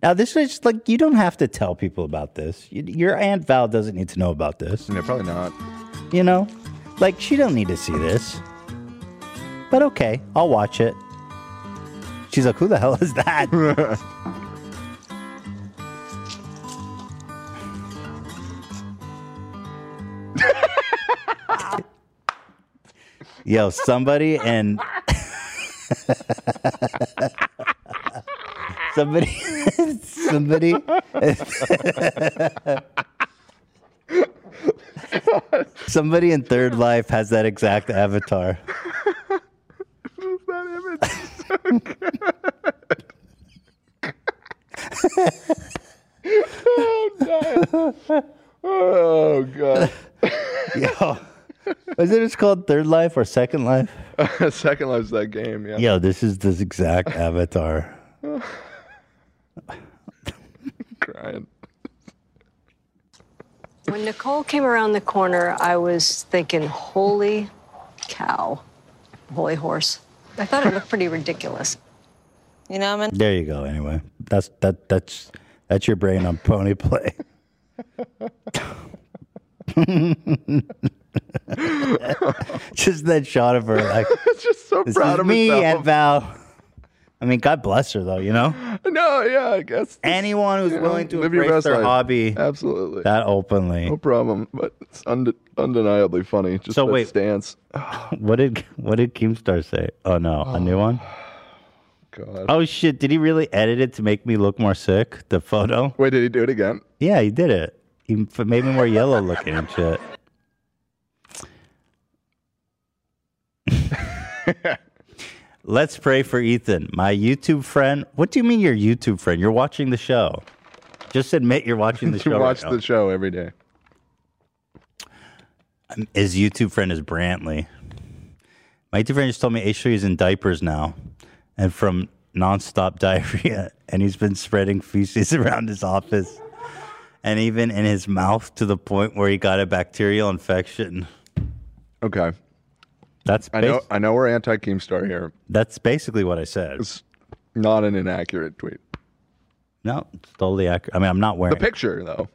[SPEAKER 2] Now, this is like, you don't have to tell people about this. Y- Your Aunt Val doesn't need to know about this.
[SPEAKER 1] No, probably not.
[SPEAKER 2] You know, like, she don't need to see this. But okay, I'll watch it. She's like, who the hell is that? Yo, somebody and [laughs] somebody, somebody. [laughs] Somebody in Third Life has that exact avatar. [laughs]
[SPEAKER 10] oh, God.
[SPEAKER 1] Oh god.
[SPEAKER 2] [laughs] Yo, is it it's called Third Life or Second Life?
[SPEAKER 1] Second life's that game. Yeah.
[SPEAKER 2] Yo, this is this exact avatar.
[SPEAKER 1] [sighs] Crying.
[SPEAKER 25] When Nicole came around the corner, I was thinking, holy cow, holy horse. I thought it looked pretty ridiculous.
[SPEAKER 4] You know, I'm in
[SPEAKER 2] There you go. Anyway, that's that that's that's your brain on pony play. [laughs] just that shot of her, like,
[SPEAKER 1] [laughs] just so
[SPEAKER 2] this
[SPEAKER 1] proud
[SPEAKER 2] is
[SPEAKER 1] of
[SPEAKER 2] me,
[SPEAKER 1] herself."
[SPEAKER 2] Aunt Val. I mean, God bless her, though. You know,
[SPEAKER 1] [laughs] No, yeah, I guess
[SPEAKER 2] anyone who's
[SPEAKER 1] willing
[SPEAKER 2] to embrace their hobby,
[SPEAKER 1] absolutely,
[SPEAKER 2] that openly.
[SPEAKER 1] [sighs] no problem. But it's unde- undeniably funny. Just
[SPEAKER 2] So
[SPEAKER 1] that
[SPEAKER 2] wait.
[SPEAKER 1] stance.
[SPEAKER 2] What did what did Keemstar say? Oh no, a new one.
[SPEAKER 1] God.
[SPEAKER 2] Oh shit! Did he really edit it to make me look more sick? The photo.
[SPEAKER 1] Wait, did he do it again?
[SPEAKER 2] Yeah, he did it. He f- made me more yellow looking and shit. [laughs] Let's pray for Ethan, my YouTube friend. What do you mean, your YouTube friend? You're watching the show. Just admit you're watching the
[SPEAKER 1] [laughs] You
[SPEAKER 2] show. right
[SPEAKER 1] watch
[SPEAKER 2] now.
[SPEAKER 1] the show every day.
[SPEAKER 2] Um, His YouTube friend is Brantley. My YouTube friend just told me H3 is in diapers now and from nonstop [laughs] diarrhea, and he's been spreading feces [laughs] around his office and even in his mouth to the point where he got a bacterial infection.
[SPEAKER 1] Okay.
[SPEAKER 2] That's
[SPEAKER 1] I know.
[SPEAKER 2] basi-
[SPEAKER 1] I know we're anti Keemstar here.
[SPEAKER 2] That's basically what I said.
[SPEAKER 1] It's not an inaccurate tweet.
[SPEAKER 2] No, it's totally accurate. I mean, I'm not wearing
[SPEAKER 1] The picture though.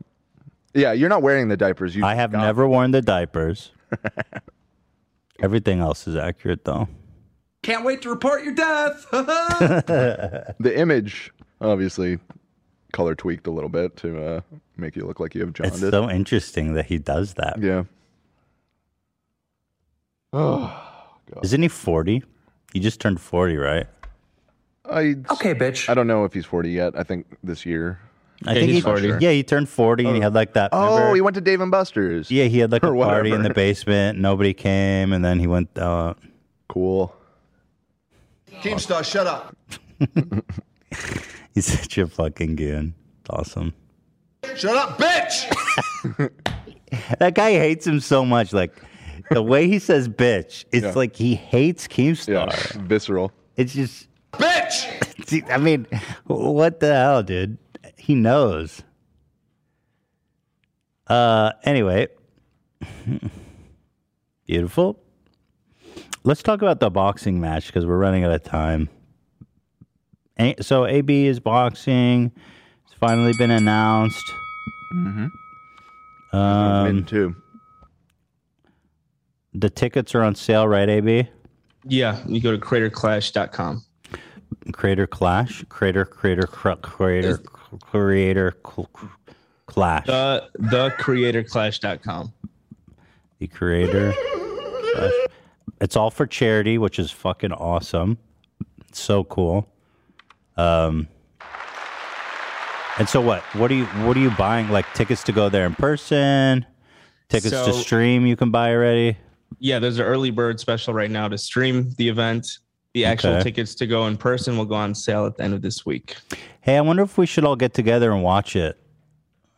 [SPEAKER 1] Yeah, you're not wearing the diapers. You
[SPEAKER 2] I have never worn the diapers. [laughs] Everything else is accurate, though.
[SPEAKER 9] Can't wait to report your death.
[SPEAKER 2] [laughs]
[SPEAKER 1] the image obviously color tweaked a little bit to uh, make you look like you have
[SPEAKER 2] It's
[SPEAKER 1] jaundice.
[SPEAKER 2] so interesting that he does that.
[SPEAKER 1] Yeah. [sighs]
[SPEAKER 2] Isn't he 40? He just turned 40, right?
[SPEAKER 1] I
[SPEAKER 2] Okay, bitch.
[SPEAKER 1] I don't know if he's 40 yet. I think this year.
[SPEAKER 2] I think he, Yeah, he turned 40 and he had like that.
[SPEAKER 1] Oh,
[SPEAKER 2] remember-
[SPEAKER 1] he went to Dave and Buster's.
[SPEAKER 2] yeah, he had like a
[SPEAKER 1] [laughs] or
[SPEAKER 2] party in
[SPEAKER 1] whatever.
[SPEAKER 2] the basement. Nobody came, and then he went. Uh,
[SPEAKER 1] cool.
[SPEAKER 14] Keemstar, shut up.
[SPEAKER 2] [laughs] He's such a fucking goon. It's awesome.
[SPEAKER 14] Shut up, bitch!
[SPEAKER 2] [laughs] That guy hates him so much. Like the way he says "bitch," it's
[SPEAKER 1] Yeah.
[SPEAKER 2] like he hates Keemstar.
[SPEAKER 1] visceral.
[SPEAKER 2] It's just [laughs] bitch. I mean, what the hell, dude? He knows. Uh, anyway, [laughs] beautiful. Let's talk about the boxing match because we're running out of time. A- so AB is boxing. It's finally been announced.
[SPEAKER 1] Mm-hmm.
[SPEAKER 2] Um,
[SPEAKER 1] too.
[SPEAKER 2] The tickets are on sale, right, AB?
[SPEAKER 3] Yeah, you go to craterclash.com.
[SPEAKER 2] Creator Clash, Creator, Creator, cr- Creator, cr- Creator cl- cr- Clash.
[SPEAKER 3] The the creatorclash.com.
[SPEAKER 2] The Creator. Clash. It's all for charity, which is fucking awesome. It's so cool. Um, and so what? What are you? What are you buying? Like tickets to go there in person, tickets
[SPEAKER 3] So-
[SPEAKER 2] to stream. You can buy already.
[SPEAKER 3] Yeah, there's an early bird special right now to stream the event. The actual
[SPEAKER 2] Okay.
[SPEAKER 3] tickets to go in person will go on sale at the end of this week.
[SPEAKER 2] Hey, I wonder if we should all get together and watch it.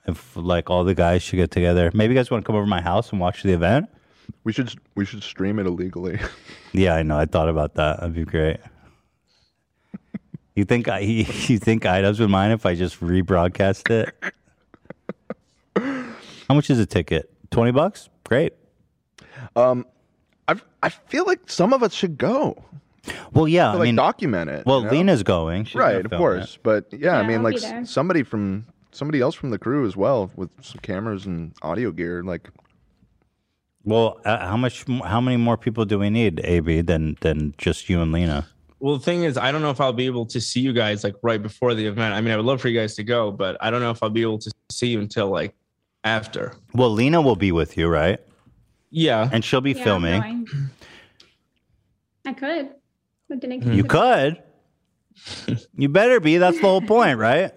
[SPEAKER 2] If like all the guys should get together. Maybe you guys want to come over to my house and watch the event.
[SPEAKER 1] We should we should stream it illegally. [laughs]
[SPEAKER 2] Yeah, I know. I thought about that. That'd be great. You think I [laughs] you think IDubs would mind if I just rebroadcast it? How much is a ticket? Twenty bucks? Great.
[SPEAKER 1] Um, I I feel like some of us should go.
[SPEAKER 2] Well, yeah,
[SPEAKER 1] To,
[SPEAKER 2] I
[SPEAKER 1] like
[SPEAKER 2] mean-
[SPEAKER 1] document it.
[SPEAKER 2] well,
[SPEAKER 1] you know?
[SPEAKER 2] Lena's going. She's gonna
[SPEAKER 1] right, of
[SPEAKER 2] film
[SPEAKER 1] course.
[SPEAKER 2] it.
[SPEAKER 1] But yeah, I
[SPEAKER 2] Yeah,
[SPEAKER 1] mean,
[SPEAKER 2] I'll
[SPEAKER 1] like
[SPEAKER 2] be
[SPEAKER 1] s-
[SPEAKER 2] there.
[SPEAKER 1] somebody from somebody else from the crew as well with some cameras and audio gear. Like,
[SPEAKER 2] Well, uh, how much? mo- How many more people do we need, AB, than than just you and Lena?
[SPEAKER 3] Well, the thing is, I don't know if I'll be able to see you guys like right before the event. I mean, I would love for you guys to go, but I don't know if I'll be able to see you until like after.
[SPEAKER 2] Well, Lena will be with you, right?
[SPEAKER 3] Yeah,
[SPEAKER 2] and she'll be
[SPEAKER 8] Yeah, I'm
[SPEAKER 2] filming.
[SPEAKER 8] going. I could. I didn't
[SPEAKER 2] You
[SPEAKER 8] consider-
[SPEAKER 2] could. you better be. That's the whole point, right?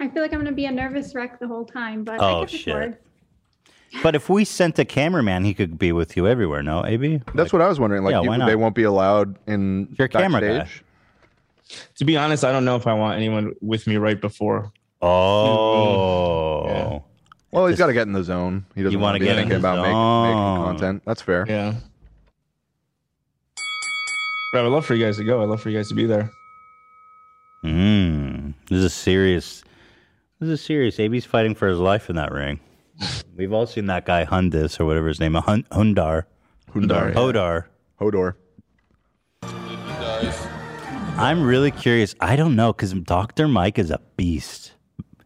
[SPEAKER 8] I feel like I'm going to be a nervous wreck the whole time, but I
[SPEAKER 2] Oh
[SPEAKER 8] could record.
[SPEAKER 2] shit! But if we sent a cameraman, he could be with you everywhere. No, AB.
[SPEAKER 1] that's what I was wondering. Like,
[SPEAKER 2] yeah,
[SPEAKER 1] you-
[SPEAKER 2] why not?
[SPEAKER 1] they won't be allowed in
[SPEAKER 2] You're a camera guy.
[SPEAKER 1] backstage?
[SPEAKER 3] To be honest, I don't know if I want anyone with me right before.
[SPEAKER 2] Oh.
[SPEAKER 1] Well, he's got to get in the zone. He
[SPEAKER 3] You
[SPEAKER 1] doesn't want
[SPEAKER 3] wanna
[SPEAKER 1] to be
[SPEAKER 3] get in
[SPEAKER 1] thinking
[SPEAKER 3] the
[SPEAKER 1] about making, making
[SPEAKER 3] zone.
[SPEAKER 1] content. That's fair.
[SPEAKER 3] Yeah. But I would love for you guys to go. I'd love for you guys to be there.
[SPEAKER 2] Mm, this is serious. This is serious. AB's fighting for his life in that ring. We've all seen that guy Hundis or whatever his name, Hun- Hundar,
[SPEAKER 1] Hundar, yeah.
[SPEAKER 2] Hodar,
[SPEAKER 1] Hodor.
[SPEAKER 2] I'm really curious. I don't know because Doctor Mike is a beast,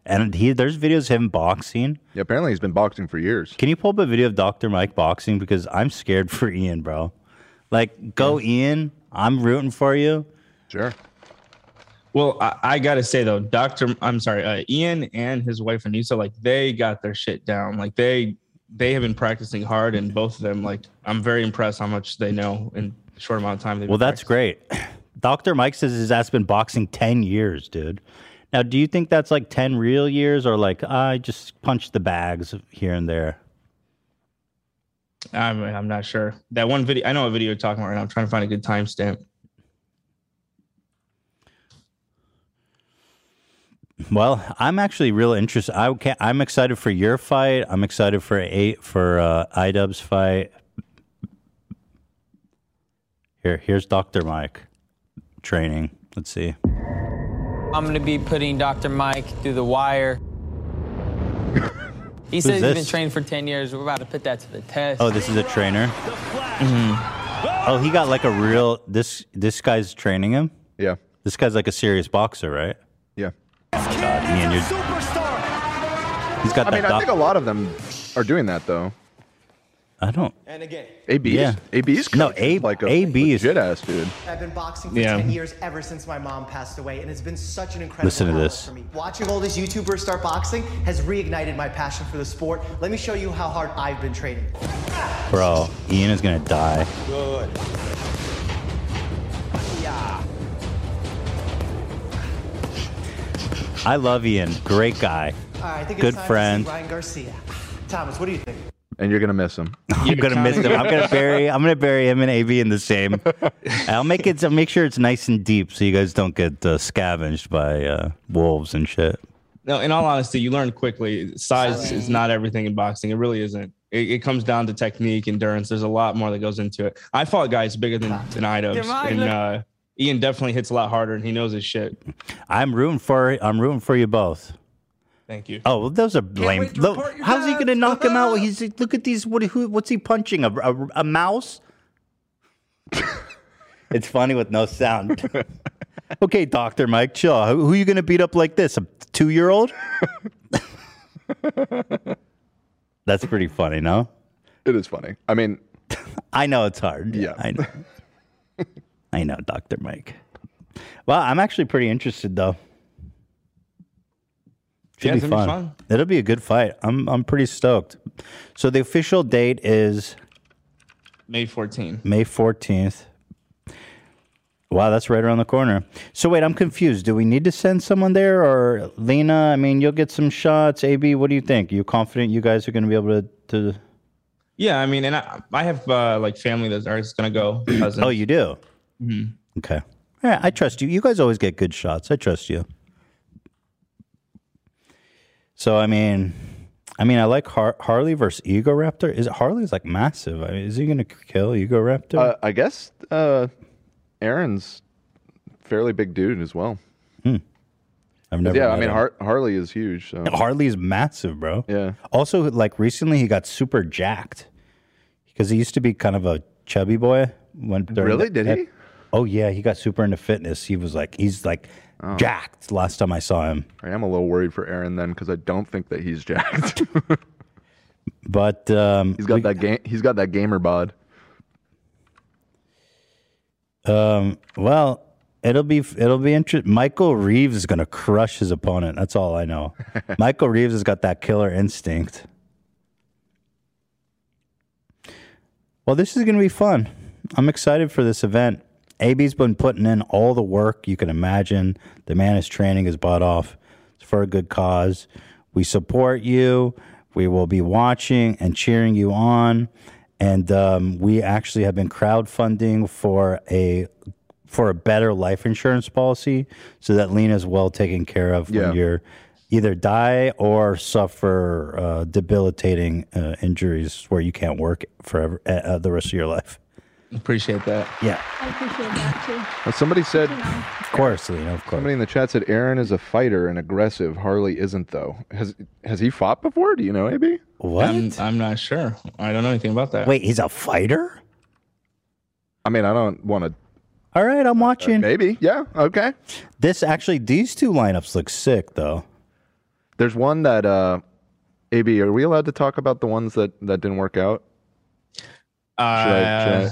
[SPEAKER 2] and he there's videos of him boxing.
[SPEAKER 1] Yeah, apparently he's been boxing for years.
[SPEAKER 2] Can you pull up a video of Doctor Mike boxing because I'm scared for Ian, bro. Like, go Ian. I'm rooting for you.
[SPEAKER 1] Sure.
[SPEAKER 3] Well, I, I gotta say though, Doctor, I'm sorry, uh, Ian and his wife Anissa, like they got their shit down. Like they they have been practicing hard, and both of them, like I'm very impressed how much they know in a short amount of time. they've
[SPEAKER 2] Well,
[SPEAKER 3] been
[SPEAKER 2] that's great. [clears throat] Dr. Mike says his ass been boxing 10 years, dude. Now, do you think that's like 10 real years or like "Ah, I just punched the bags here and there?
[SPEAKER 3] practicing. I'm I'm not sure that one video. I know a video you're talking about right now. I'm trying to find a good timestamp.
[SPEAKER 2] Well, I'm actually real interested. I can I'm excited for your fight. I'm excited for a for uh, IDub's fight. Here, here's Doctor Mike training. Let's see.
[SPEAKER 15] I'm going to be putting Dr. Mike through
[SPEAKER 2] [laughs]
[SPEAKER 15] the wire. He says he's been
[SPEAKER 2] this?
[SPEAKER 15] trained for 10 years. We're about to put that to the test.
[SPEAKER 2] Oh, this is a trainer. Oh, he got like a real this this guy's training him.
[SPEAKER 1] Yeah.
[SPEAKER 2] This guy's like a serious boxer, right?
[SPEAKER 1] Yeah.
[SPEAKER 2] God, Ian, you're, he's got that.
[SPEAKER 1] I mean, I
[SPEAKER 2] doc-
[SPEAKER 1] think a lot of them are doing that though.
[SPEAKER 2] I don't.
[SPEAKER 21] And again,
[SPEAKER 1] AB
[SPEAKER 2] Yeah.
[SPEAKER 1] is AB is
[SPEAKER 2] No, A-
[SPEAKER 1] like a AB legit ass dude.
[SPEAKER 21] I've been boxing for
[SPEAKER 1] Yeah.
[SPEAKER 21] 10 years ever since my mom passed away, and it's been such an incredible
[SPEAKER 2] Listen to
[SPEAKER 21] outlet
[SPEAKER 2] this.
[SPEAKER 21] for me. Watching all these YouTubers start boxing has reignited my passion for the sport. Let me show you how hard I've been training.
[SPEAKER 2] Bro, Ian is gonna die.
[SPEAKER 21] Good. Yeah.
[SPEAKER 2] I love Ian. Great guy.
[SPEAKER 21] All right, I think
[SPEAKER 2] Good
[SPEAKER 21] it's time
[SPEAKER 2] friend.
[SPEAKER 21] To see Ryan Garcia. Thomas, what do you think?
[SPEAKER 1] And you're gonna miss him.
[SPEAKER 2] [laughs] I'm gonna miss him. I'm gonna bury. I'm gonna bury him and AB in the
[SPEAKER 1] [laughs]
[SPEAKER 2] same. I'll make it. I'll make sure it's nice and deep so you guys don't get uh, scavenged by uh, wolves and shit.
[SPEAKER 3] No, in all honesty, you learn quickly. Size is not everything in boxing. It really isn't. It, it comes down to technique, endurance. There's a lot more that goes into it. I fought guys bigger than than Ido's, and uh, Ian definitely hits a lot harder, and he knows his shit.
[SPEAKER 2] I'm rooting for. I'm rooting for you both.
[SPEAKER 3] Thank you.
[SPEAKER 2] Oh, well, those are lame. Look, how's he gonna knock him out? He's like, look at these. What? Who? What's he punching? A, a, a mouse? it's funny with no sound. [laughs] okay, Doctor Mike, chill. Who, who you gonna beat up like this? A two year old? [laughs] That's pretty funny, no?
[SPEAKER 1] It is funny. I mean,
[SPEAKER 2] [laughs] I know it's hard. Yeah, I know. I know, Doctor Mike. Well, I'm actually pretty interested though. Should
[SPEAKER 3] Yeah,
[SPEAKER 2] be,
[SPEAKER 3] it's
[SPEAKER 2] fun.
[SPEAKER 3] gonna be
[SPEAKER 2] It'll be a good fight. I'm I'm pretty stoked. So the official date is
[SPEAKER 3] May 14.
[SPEAKER 2] May 14th. Wow, that's right around the corner. So wait, I'm confused. Do we need to send someone there or Lena? I mean, you'll get some shots. AB, what do you think? You confident you guys are going to be able to? to
[SPEAKER 3] Yeah, I mean, and I, I have uh, like family that's always gonna go. [clears throat] Cousins.
[SPEAKER 2] Oh, you do.
[SPEAKER 3] Mhm.
[SPEAKER 2] Okay. Mm-hmm. All right, I trust you. You guys always get good shots. I trust you. So I mean, I mean, I like Har- Harley versus Ego Raptor. Is it Harley's like massive? I mean, is he going to kill Ego Raptor?
[SPEAKER 1] Uh, I guess uh, Aaron's fairly big dude as well.
[SPEAKER 2] I've never.
[SPEAKER 1] yeah, I
[SPEAKER 2] met
[SPEAKER 1] mean
[SPEAKER 2] him.
[SPEAKER 1] Har- Harley is
[SPEAKER 2] [laughs]
[SPEAKER 1] huge. So.
[SPEAKER 2] Harley's massive, bro.
[SPEAKER 1] Yeah.
[SPEAKER 2] Also, like recently, he got super jacked because he used to be kind of a chubby boy. When during
[SPEAKER 1] Really?
[SPEAKER 2] the-
[SPEAKER 1] Did he?
[SPEAKER 2] Oh yeah, he got super into fitness. He was like, he's like jacked. Last time I saw him,
[SPEAKER 1] I am Oh. a little worried for Aaron then because I don't think that he's jacked.
[SPEAKER 2] [laughs] but um,
[SPEAKER 1] he's got that game. He's got that gamer bod.
[SPEAKER 2] Um, well, it'll be it'll be interesting. Michael Reeves is gonna crush his opponent. That's all I
[SPEAKER 1] [laughs]
[SPEAKER 2] know. Michael Reeves has got that killer instinct. Well, this is gonna be fun. I'm excited for this event. AB's been putting in all the work you can imagine. The man is training his butt off. It's for a good cause. We support you. We will be watching and cheering you on. And um, we actually have been crowdfunding for a for a better life insurance policy so that Lena is well taken care of
[SPEAKER 1] Yeah.
[SPEAKER 2] when you're either die or suffer uh, debilitating uh, injuries where you can't work forever uh, uh, the rest of your life.
[SPEAKER 3] Appreciate that.
[SPEAKER 2] Yeah.
[SPEAKER 8] I appreciate that too.
[SPEAKER 1] Now, somebody said.
[SPEAKER 2] Of course, Lena. Of course.
[SPEAKER 1] Somebody in the chat said Aaron is a fighter and aggressive. Harley isn't though. Has has he fought before? Do you know, AB?
[SPEAKER 2] What?
[SPEAKER 3] I'm, I'm not sure. I don't know anything about that.
[SPEAKER 2] Wait, he's a fighter?
[SPEAKER 1] I mean, I don't want to.
[SPEAKER 2] All right, I'm watching.
[SPEAKER 1] maybe. Yeah. Okay.
[SPEAKER 2] This actually, these two lineups look sick though.
[SPEAKER 1] There's one that uh, AB. Are we allowed to talk about the ones that that didn't work out?
[SPEAKER 3] Uh,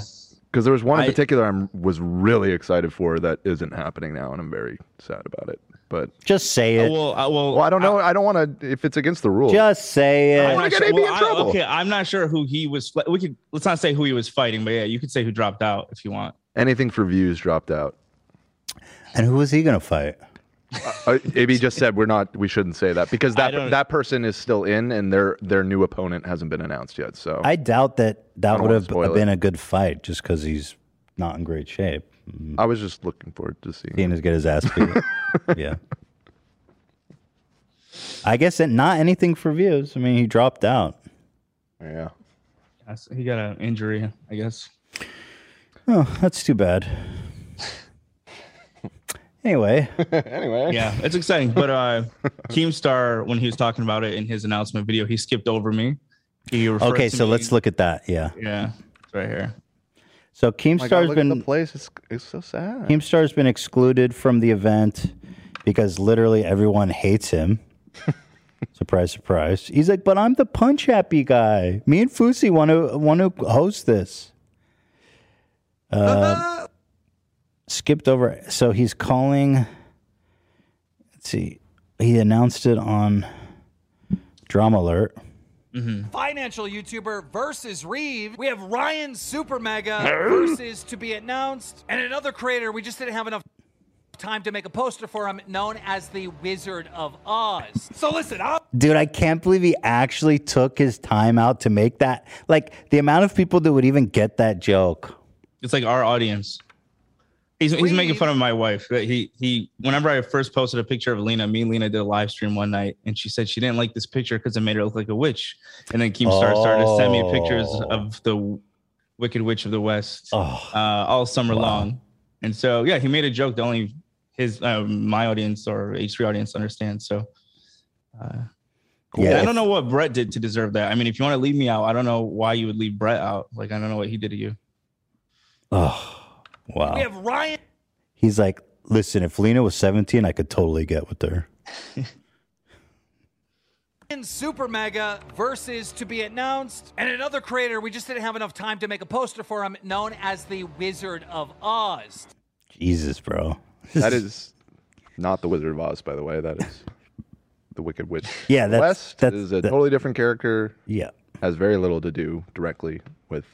[SPEAKER 1] Because there was one in
[SPEAKER 3] I-
[SPEAKER 1] particular I am was really excited for that isn't happening now, and I'm very sad about it. But
[SPEAKER 2] just say it.
[SPEAKER 3] Uh, Well, I, well,
[SPEAKER 1] I don't know. I, don't want to. If it's against the rules,
[SPEAKER 2] Just say
[SPEAKER 1] I
[SPEAKER 3] I'm not
[SPEAKER 1] want to get
[SPEAKER 3] sure-
[SPEAKER 1] AB
[SPEAKER 3] well,
[SPEAKER 1] in
[SPEAKER 3] I-
[SPEAKER 1] trouble.
[SPEAKER 3] okay, I'm not sure who he was. fl- We could let's not say who he was fighting, but yeah, you could say who dropped out if you want.
[SPEAKER 1] Anything for views dropped out.
[SPEAKER 2] And who is he gonna fight?
[SPEAKER 1] Uh, AB just said we're not. We shouldn't say that because that that person is still in, and their their new opponent hasn't been announced yet. So
[SPEAKER 2] I doubt that that
[SPEAKER 1] don't
[SPEAKER 2] would
[SPEAKER 1] wanna
[SPEAKER 2] have
[SPEAKER 1] spoil
[SPEAKER 2] been
[SPEAKER 1] it.
[SPEAKER 2] a good fight just because he's not in great shape.
[SPEAKER 1] I was just looking forward to seeing [laughs]
[SPEAKER 2] him get his ass beat. yeah. I guess it, not anything for views. I mean, he dropped out.
[SPEAKER 1] Yeah.
[SPEAKER 3] He got an injury, I guess.
[SPEAKER 2] Oh, that's too bad.
[SPEAKER 1] [laughs]
[SPEAKER 2] Anyway.
[SPEAKER 1] anyway.
[SPEAKER 3] Yeah, it's exciting. But uh [laughs] Keemstar, when he was talking about it in his announcement video, he skipped over me. He referred
[SPEAKER 2] Okay,
[SPEAKER 3] to
[SPEAKER 2] so
[SPEAKER 3] me-
[SPEAKER 2] let's look at that. Yeah.
[SPEAKER 3] Yeah, it's right here.
[SPEAKER 2] So
[SPEAKER 1] Oh My God,
[SPEAKER 2] Keemstar's
[SPEAKER 1] look
[SPEAKER 2] been
[SPEAKER 1] at the place. It's, it's so sad.
[SPEAKER 2] Keemstar's been excluded from the event because literally everyone hates him. surprise, surprise. He's like, but I'm the punch happy guy. Me and Fusi want to want to host this. Uh, skipped over. So he's calling. Let's see. He announced it on Drama Alert.
[SPEAKER 9] Financial YouTuber versus Reeve. We have Ryan Super Mega versus to be announced. And another creator, we just didn't have enough time to make a poster for him, known as the Wizard of Oz. So listen, I'm
[SPEAKER 2] Dude, I can't believe he actually took his time out to make that. Like the amount of people that would even get that joke.
[SPEAKER 3] It's like our audience. He's, he's making fun of my wife. That He he. Whenever I first posted a picture of Lena, me and Lena did a live stream one night, and she said she didn't like this picture because it made her look like a witch. And then Keemstar started to send me pictures
[SPEAKER 16] Oh.
[SPEAKER 3] of the Wicked Witch of the West uh, all summer long. And so yeah, he made a joke that only his uh, my audience or H3 audience understands. So uh,
[SPEAKER 2] Yeah.
[SPEAKER 3] I don't know what Brett did to deserve that. I mean, if you want to leave me out, I don't know why you would leave Brett out. Like I don't know what he did to you.
[SPEAKER 2] Oh, wow.
[SPEAKER 9] We have Ryan.
[SPEAKER 2] He's like, listen, if Lena was 17, I could totally get with her.
[SPEAKER 9] Super Mega versus to be announced. And another creator, we just didn't have enough time to make a poster for him, known as the Wizard of Oz.
[SPEAKER 2] Jesus, bro. [laughs]
[SPEAKER 1] That is not the Wizard of Oz, by the way. That is [laughs] the Wicked Witch.
[SPEAKER 2] Yeah,
[SPEAKER 1] of the
[SPEAKER 2] that's-
[SPEAKER 1] West
[SPEAKER 2] that's-
[SPEAKER 1] is a
[SPEAKER 2] that-
[SPEAKER 1] totally different character.
[SPEAKER 2] Yeah.
[SPEAKER 1] Has very little to do directly with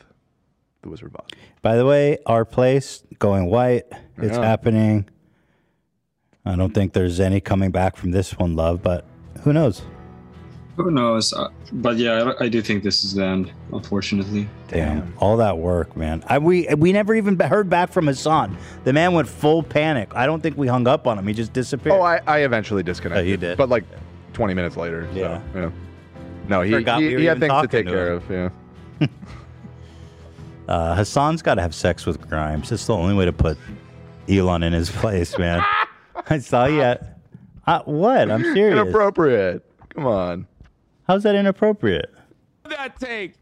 [SPEAKER 1] the Wizard of Oz.
[SPEAKER 2] By the way, our place going white. It's
[SPEAKER 1] Yeah.
[SPEAKER 2] happening. I don't think there's any coming back from this one, love, but who knows?
[SPEAKER 16] Who knows? Uh, but yeah, I, I do think this is the end, unfortunately.
[SPEAKER 2] Damn. All that work, man. I, we we never even heard back from Hassan. The man went full panic. I don't think we hung up on him. He just disappeared.
[SPEAKER 1] Oh, I, I eventually disconnected.
[SPEAKER 2] Oh, you did.
[SPEAKER 1] But like 20 minutes later. Yeah. So, yeah. No, he,
[SPEAKER 2] Forgot
[SPEAKER 1] he,
[SPEAKER 2] we were
[SPEAKER 1] he had
[SPEAKER 2] even
[SPEAKER 1] things to
[SPEAKER 2] talking
[SPEAKER 1] take
[SPEAKER 2] to him.
[SPEAKER 1] care of. Yeah.
[SPEAKER 2] [laughs] Uh, Hassan's got to have sex with Grimes. That's the only way to put Elon in his [laughs] place, man. I saw you. at- Uh, what?
[SPEAKER 1] [laughs]
[SPEAKER 2] I'm serious.
[SPEAKER 1] Inappropriate. Come on.
[SPEAKER 2] How's that inappropriate?
[SPEAKER 10] That take.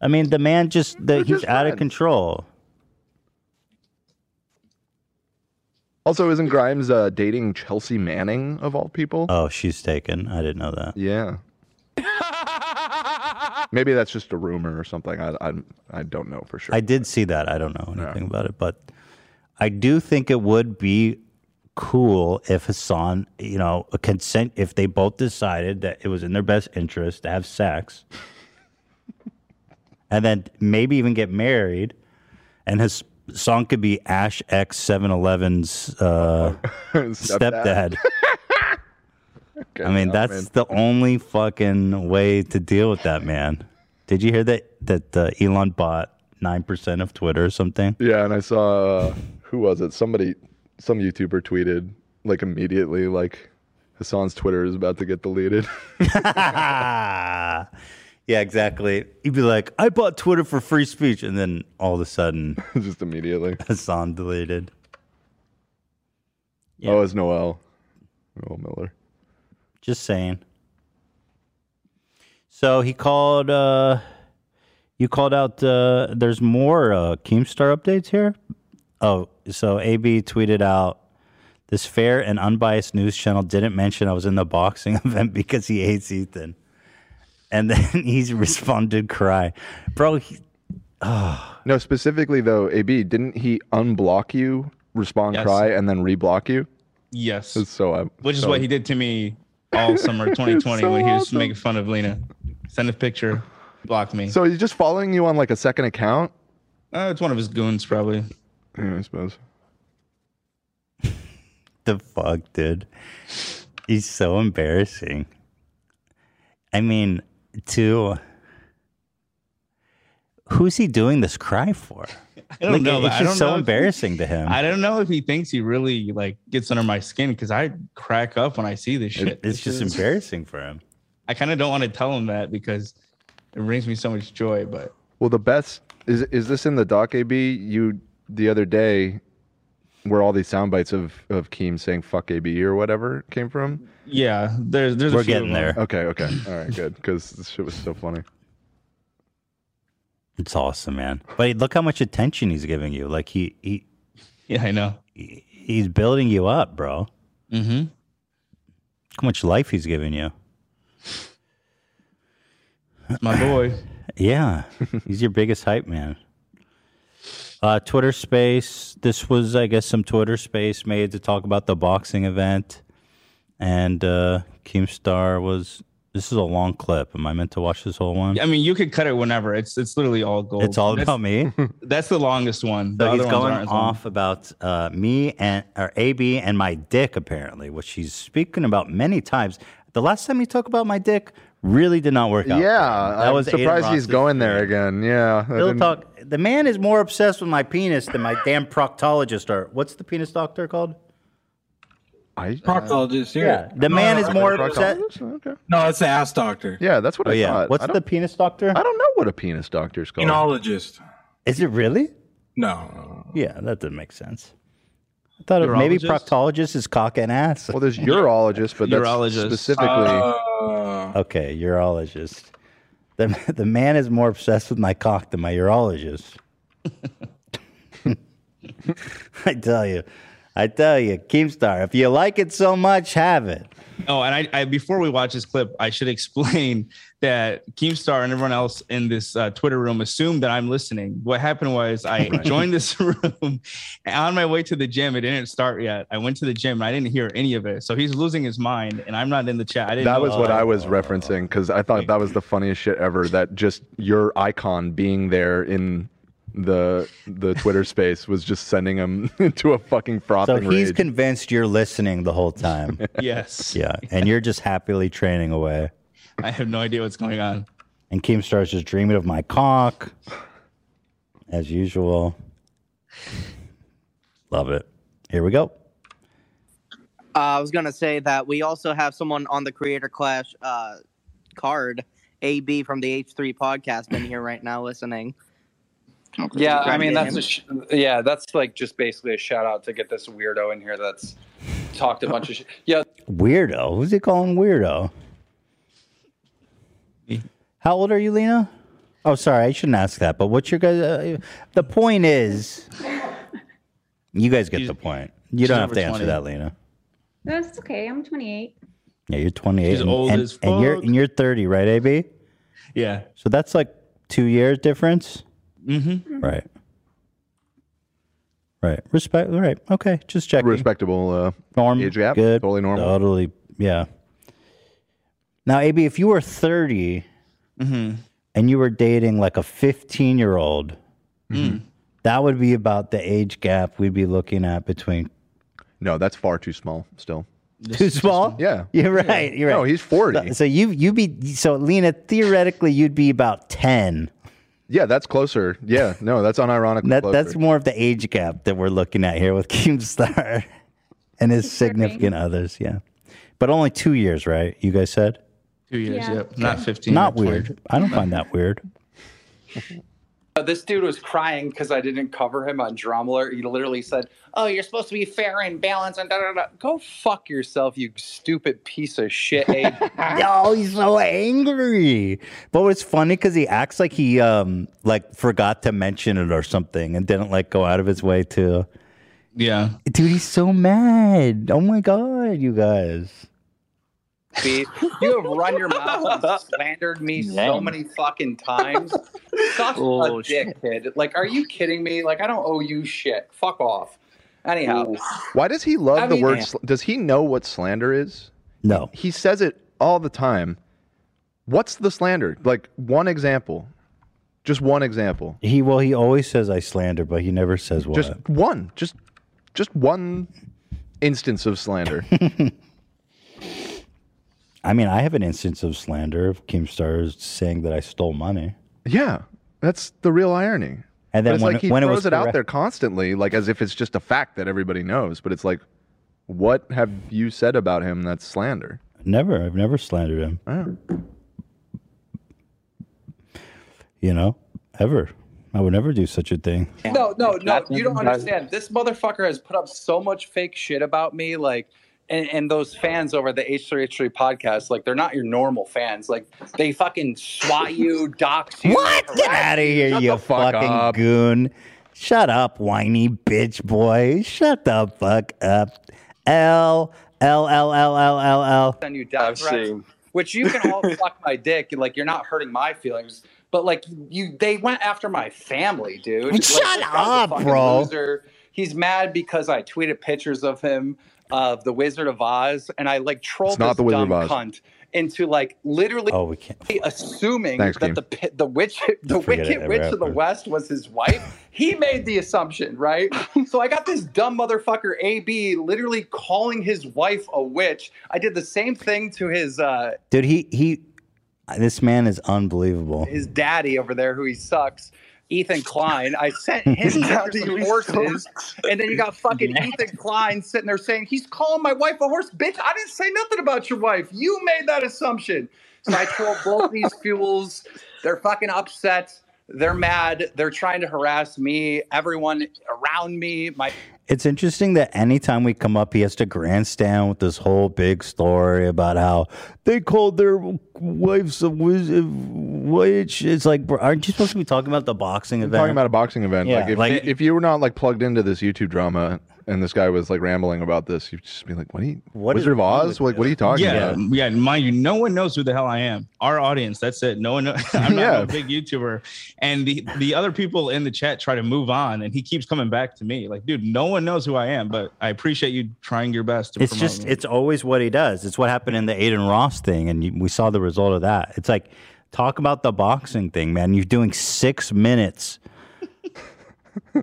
[SPEAKER 2] I mean, the man just the, he's out of control.
[SPEAKER 1] Also, isn't Grimes uh, dating Chelsea Manning of all people?
[SPEAKER 2] Oh, she's taken. I didn't know that.
[SPEAKER 1] Yeah. Maybe that's just a rumor or something. I, I, I don't know for sure.
[SPEAKER 2] I did see that. I don't know anything about it, but I do think it would be cool if Hassan, you know, a consent if they both decided that it was in their best interest to have sex. [laughs] and then maybe even get married and his song could be Ash X 711's uh
[SPEAKER 1] [laughs] Stepdad.
[SPEAKER 2] stepdad. I mean, that's the only fucking way to deal with that, man. Did you hear that that uh, Elon bought 9% of Twitter or something?
[SPEAKER 1] Yeah, and I saw uh, who was it? Somebody, some YouTuber tweeted like immediately, like Hassan's Twitter is about to get deleted. [laughs]
[SPEAKER 2] [laughs] yeah, exactly. You'd be like, I bought Twitter for free speech, and then all of a sudden,
[SPEAKER 1] [laughs]
[SPEAKER 2] [laughs]
[SPEAKER 1] just immediately,
[SPEAKER 2] Hassan deleted.
[SPEAKER 1] Oh, it's Noel, Noel Miller.
[SPEAKER 2] Just saying. So he called. uh You called out. uh There's more uh Keemstar updates here. Oh, so AB tweeted out. This fair and unbiased news channel didn't mention I was in the boxing [laughs] event because he hates Ethan. And then [laughs] he's responded, "Cry, bro." He,
[SPEAKER 1] [sighs] no, specifically though, AB didn't he unblock you, respond
[SPEAKER 3] Yes.
[SPEAKER 1] cry, and then reblock you?
[SPEAKER 3] Yes.
[SPEAKER 1] It's so I,
[SPEAKER 3] Which is
[SPEAKER 1] so-
[SPEAKER 3] what he did to me all summer
[SPEAKER 1] [laughs] It's
[SPEAKER 3] 2020 when he was
[SPEAKER 1] so
[SPEAKER 3] making fun of Lena. Send a picture, block me.
[SPEAKER 1] So he's just following you on like a second account.
[SPEAKER 3] Uh, it's one of his goons, probably.
[SPEAKER 1] Yeah, I suppose.
[SPEAKER 2] the fuck, dude? He's so embarrassing. I mean, to Who's he doing this cry for?
[SPEAKER 3] [laughs] I don't
[SPEAKER 2] Like,
[SPEAKER 3] know.
[SPEAKER 2] It's
[SPEAKER 3] I
[SPEAKER 2] just
[SPEAKER 3] don't
[SPEAKER 2] so
[SPEAKER 3] know if he-
[SPEAKER 2] embarrassing to him.
[SPEAKER 3] I don't know if he thinks he really like gets under my skin because I crack up when I see this shit.
[SPEAKER 2] It- it's just embarrassing for him.
[SPEAKER 3] I kind of don't want to tell him that because it brings me so much joy. But
[SPEAKER 1] Well, the best is is this in the doc, AB? You the other day, where all these sound bites of of Keem saying "fuck AB" or whatever came from.
[SPEAKER 3] yeah, there's there's a few of them.
[SPEAKER 1] Okay, okay, all right, good. Because this shit was so funny.
[SPEAKER 2] It's awesome, man. But look how much attention he's giving you. Like he, he
[SPEAKER 3] yeah, I know.
[SPEAKER 2] he's building you up, bro.
[SPEAKER 3] Mm-hmm.
[SPEAKER 2] Look how much life he's giving you.
[SPEAKER 3] My boy.
[SPEAKER 2] [laughs] yeah, he's your biggest hype man. Uh, Twitter Space. This was, I guess, some Twitter Space made to talk about the boxing event, and uh, Keemstar was. This is a long clip. Am I meant to watch this whole one?
[SPEAKER 3] I mean, you could cut it whenever. It's it's literally all gold.
[SPEAKER 2] It's all
[SPEAKER 3] That's-
[SPEAKER 2] about me.
[SPEAKER 3] [laughs] That's the longest one. Mm-hmm. The
[SPEAKER 2] So he's
[SPEAKER 3] other ones
[SPEAKER 2] going
[SPEAKER 3] aren't as long.
[SPEAKER 2] off about uh, me and or AB and my dick apparently, which he's speaking about many times. The last time he talked about my dick really did not work out.
[SPEAKER 1] Yeah,
[SPEAKER 2] that
[SPEAKER 1] I'm
[SPEAKER 2] was Aiden
[SPEAKER 1] surprised he's
[SPEAKER 2] Ross's
[SPEAKER 1] going there again. Yeah, I
[SPEAKER 2] He'll
[SPEAKER 1] didn't-
[SPEAKER 2] talk. The man is more obsessed with my penis than my damn proctologist. Or what's the penis doctor called?
[SPEAKER 1] I, uh,
[SPEAKER 2] Oh,
[SPEAKER 5] Proctologist, yeah.
[SPEAKER 2] yeah. The
[SPEAKER 5] No,
[SPEAKER 2] man
[SPEAKER 5] no,
[SPEAKER 2] is
[SPEAKER 5] no,
[SPEAKER 2] more
[SPEAKER 5] proctologist,
[SPEAKER 2] obsessed.
[SPEAKER 5] No, that's the ass doctor.
[SPEAKER 1] Yeah, that's what
[SPEAKER 2] Oh,
[SPEAKER 1] I
[SPEAKER 2] yeah.
[SPEAKER 1] thought.
[SPEAKER 2] What's
[SPEAKER 1] I
[SPEAKER 2] the
[SPEAKER 1] don't-
[SPEAKER 2] penis doctor?
[SPEAKER 1] I don't know what a penis doctor's called.
[SPEAKER 5] Enologist.
[SPEAKER 2] Is it really?
[SPEAKER 5] No.
[SPEAKER 2] Yeah, that doesn't make sense. I thought it- maybe
[SPEAKER 1] Urologist?
[SPEAKER 2] proctologist is cock and ass. Well,
[SPEAKER 1] there's urologist, but that's specifically.
[SPEAKER 2] okay, urologist. The, the man is more obsessed with my cock than my urologist. [laughs] I tell you, I tell you, Keemstar, if you like it so much, have it.
[SPEAKER 3] Oh, and I, I before we watch this clip, I should explain [laughs] that Keemstar and everyone else in this uh, Twitter room assumed that I'm listening. What happened was I joined
[SPEAKER 10] [laughs]
[SPEAKER 3] this [laughs] room and on my way to the gym. It didn't start yet. I went to the gym and I didn't hear any of it. So he's losing his mind, and I'm not in the chat. I didn't
[SPEAKER 1] That
[SPEAKER 3] know
[SPEAKER 1] was what I
[SPEAKER 3] happened.
[SPEAKER 1] was referencing because I thought that was the funniest shit ever. That just your icon being there in the the [laughs] Twitter space was just sending [laughs] him into a fucking
[SPEAKER 2] So
[SPEAKER 1] frothing
[SPEAKER 2] he's
[SPEAKER 1] rage.
[SPEAKER 2] convinced you're listening the whole time.
[SPEAKER 3] Yes.
[SPEAKER 2] Yeah. And you're just happily training away.
[SPEAKER 3] I have no idea what's going on.
[SPEAKER 2] And Keemstar's just dreaming of my cock, as usual. Love it. Here we go.
[SPEAKER 12] Uh, I was gonna say that we also have someone on the Creator Clash uh, card, AB from the H3 podcast, in here right now listening.
[SPEAKER 11] Yeah, I
[SPEAKER 12] Grab
[SPEAKER 11] mean
[SPEAKER 12] your
[SPEAKER 11] that's a
[SPEAKER 12] name.
[SPEAKER 11] sh- yeah, that's like just basically a shout out to get this weirdo in here that's talked a bunch of shit. Yeah,
[SPEAKER 2] Weirdo. Who's he calling weirdo? How old are you, Lena? Oh, sorry, I shouldn't ask that. But what's your guys? Uh, the point is, you guys get the point. You
[SPEAKER 3] she's
[SPEAKER 2] don't have
[SPEAKER 3] over
[SPEAKER 2] to answer
[SPEAKER 3] 20.
[SPEAKER 2] that, Lena.
[SPEAKER 8] That's okay. I'm 28.
[SPEAKER 2] Yeah, you're 28.
[SPEAKER 3] She's
[SPEAKER 2] and,
[SPEAKER 3] old
[SPEAKER 2] and,
[SPEAKER 3] as
[SPEAKER 2] and you're
[SPEAKER 3] fuck.
[SPEAKER 2] and you're 30, right, AB?
[SPEAKER 3] Yeah.
[SPEAKER 2] So that's like two years difference.
[SPEAKER 3] Mm-hmm.
[SPEAKER 2] Right. Right. Respect. Right. Okay. Just check.
[SPEAKER 1] Respectable. Uh,
[SPEAKER 2] Norm.
[SPEAKER 1] age gap.
[SPEAKER 2] Good.
[SPEAKER 1] Totally normal.
[SPEAKER 2] Totally. Yeah. Now, AB, if you were 30
[SPEAKER 3] Mm-hmm.
[SPEAKER 2] and you were dating like a 15 year old,
[SPEAKER 3] Mm-hmm.
[SPEAKER 2] that would be about the age gap we'd be looking at between.
[SPEAKER 1] No, that's far too small. Still.
[SPEAKER 2] Too small.
[SPEAKER 1] Yeah.
[SPEAKER 2] [laughs] You're right. You're right.
[SPEAKER 1] No, he's 40.
[SPEAKER 2] So, so you you be so Lena. Theoretically, you'd be about 10.
[SPEAKER 1] Yeah, that's closer. Yeah, no, that's unironically
[SPEAKER 2] That
[SPEAKER 1] closer.
[SPEAKER 2] that's more of the age gap that we're looking at here with [laughs] Keemstar and his significant others. Yeah, but only two years, right? You guys said
[SPEAKER 3] Two years.
[SPEAKER 11] Yeah.
[SPEAKER 3] Yep. Not 15.
[SPEAKER 2] not
[SPEAKER 3] or 20.
[SPEAKER 2] weird. I don't find that weird.
[SPEAKER 11] Uh, this dude was crying because I didn't cover him on Dromler. He literally said, "Oh, you're supposed to be fair and balanced." And da, da, da. go fuck yourself, you stupid piece of shit. Abe.
[SPEAKER 2] oh, he's so angry. But it's funny because he acts like he um like forgot to mention it or something and didn't like go out of his way to.
[SPEAKER 3] Yeah.
[SPEAKER 2] Dude, he's so mad. Oh my god, you guys.
[SPEAKER 11] Pete. You have run your mouth and slandered me so
[SPEAKER 2] Dang.
[SPEAKER 11] many fucking times. Such
[SPEAKER 12] Oh,
[SPEAKER 11] a dick, kid. Like, are you kidding me? Like, I don't owe you shit. Fuck off. Anyhow,
[SPEAKER 1] Why does he love
[SPEAKER 11] I
[SPEAKER 1] the
[SPEAKER 11] mean- eh.
[SPEAKER 1] word? Sl- does he know what slander is?
[SPEAKER 2] No.
[SPEAKER 1] He says it all the time. What's the slander? Like one example, just one example,
[SPEAKER 2] He well, he always says I slander, but he never says what.
[SPEAKER 1] just one, just just one instance of slander.
[SPEAKER 2] [laughs] I mean, I have an instance of slander of Keemstar saying that I stole money.
[SPEAKER 1] yeah, That's the real irony.
[SPEAKER 2] [laughs] And
[SPEAKER 1] But
[SPEAKER 2] then
[SPEAKER 1] it's
[SPEAKER 2] when
[SPEAKER 1] like
[SPEAKER 2] it-
[SPEAKER 1] he
[SPEAKER 2] when it
[SPEAKER 1] throws
[SPEAKER 2] was
[SPEAKER 1] it out
[SPEAKER 2] correct-
[SPEAKER 1] there constantly, like as if it's just a fact that everybody knows. But it's like, what have you said about him that's slander?
[SPEAKER 2] Never. I've never slandered him. You know, ever. I would never do such a thing.
[SPEAKER 11] No, no, no. You don't
[SPEAKER 2] That's-
[SPEAKER 11] understand. This motherfucker has put up so much fake shit about me, like, and, and those fans over at the H3H3 podcast, like, they're not your normal fans. Like, they fucking swat you, dox you.
[SPEAKER 2] What? Get out of here, you fucking goon. Shut up, whiny bitch boy. Shut the fuck up. L, L, L, L, L, L, L.
[SPEAKER 11] Send you death threats, which you can all fuck my dick, and like, you're not hurting my feelings. But like, you, they went after my family, dude. Like,
[SPEAKER 2] Shut
[SPEAKER 11] this guy's a
[SPEAKER 2] up,
[SPEAKER 11] fucking
[SPEAKER 2] bro.
[SPEAKER 11] Loser. He's mad because I tweeted pictures of him of the Wizard of Oz, and I like trolled
[SPEAKER 1] It's not
[SPEAKER 11] this
[SPEAKER 1] the Wizard
[SPEAKER 11] dumb
[SPEAKER 1] of Oz.
[SPEAKER 11] cunt into like literally.
[SPEAKER 2] Oh, we can't.
[SPEAKER 11] assuming
[SPEAKER 1] Thanks,
[SPEAKER 11] that
[SPEAKER 1] Keem.
[SPEAKER 11] the pi- the witch [laughs] the
[SPEAKER 1] Don't forget it
[SPEAKER 11] wicked
[SPEAKER 1] every
[SPEAKER 11] witch of the
[SPEAKER 1] episode.
[SPEAKER 11] west was his wife.
[SPEAKER 1] [laughs]
[SPEAKER 11] he made the assumption, right? so I got this dumb motherfucker AB literally calling his wife a witch. I did the same thing to his uh
[SPEAKER 2] Dude, he, he, this man is unbelievable.
[SPEAKER 11] his daddy over there who he sucks. Ethan Klein, I sent him down to some horses, and then you got fucking Ethan Klein sitting there saying he's calling my wife a horse, bitch. I didn't say nothing about your wife. You made that assumption. So I told both these fuels, they're fucking upset, they're mad, they're trying to harass me, everyone around me, my
[SPEAKER 2] It's interesting that anytime we come up, he has to grandstand with this whole big story about how they called their wives a wiz- witch. It's like, bro, aren't you supposed to be talking about the boxing
[SPEAKER 1] I'm
[SPEAKER 2] event?
[SPEAKER 1] talking about a boxing event.
[SPEAKER 2] Yeah,
[SPEAKER 1] like if,
[SPEAKER 2] like-
[SPEAKER 1] if you were not like plugged into this YouTube drama and this guy was like rambling about this, you'd just be like, "What? Are you,
[SPEAKER 3] What is
[SPEAKER 1] Wizard of
[SPEAKER 3] wrong
[SPEAKER 1] Oz? Like, what are you talking
[SPEAKER 3] yeah,
[SPEAKER 2] Oh
[SPEAKER 1] about?"
[SPEAKER 3] yeah. Mind you, no one knows who the hell I am. Our audience, that's it. No one. Knows, [laughs] I'm not
[SPEAKER 1] Yeah.
[SPEAKER 3] a big YouTuber, and the the other people in the chat try to move on, and he keeps coming back to me. Like, dude, no one knows who I am, but I appreciate you trying your best to.
[SPEAKER 2] It's
[SPEAKER 3] promote
[SPEAKER 2] just,
[SPEAKER 3] me.
[SPEAKER 2] it's always what he does. It's what happened in the Aiden Ross thing, and you, we saw the result of that. It's like, talk about the boxing thing, man. You're doing six minutes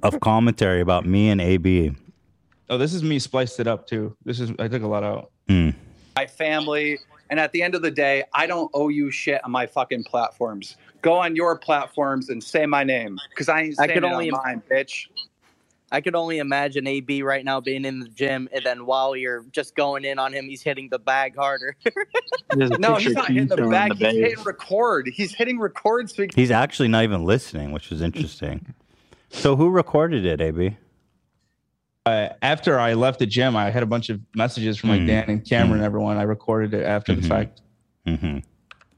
[SPEAKER 2] of commentary about me and AB.
[SPEAKER 3] oh, this is me spliced it up too. This is I took a lot out.
[SPEAKER 2] Mm.
[SPEAKER 11] my family. And at the end of the day, I don't owe you shit on my fucking platforms. Go on your platforms and say my name because I ain't
[SPEAKER 12] I
[SPEAKER 11] saying
[SPEAKER 12] could
[SPEAKER 11] it
[SPEAKER 12] only-
[SPEAKER 11] on mine, bitch.
[SPEAKER 12] I could only imagine AB right now being in the gym, and then while you're just going in on him, he's hitting the bag harder. [laughs]
[SPEAKER 11] [laughs] No, he's not hitting the back. He's hitting record. He's hitting record. So he
[SPEAKER 2] He's actually not even listening, which is interesting. so, who recorded it, AB?
[SPEAKER 3] uh, after I left the gym, I had a bunch of messages from like
[SPEAKER 1] Hmm.
[SPEAKER 3] Dan and Cameron and everyone. I recorded it after
[SPEAKER 1] Mm-hmm.
[SPEAKER 3] the fact.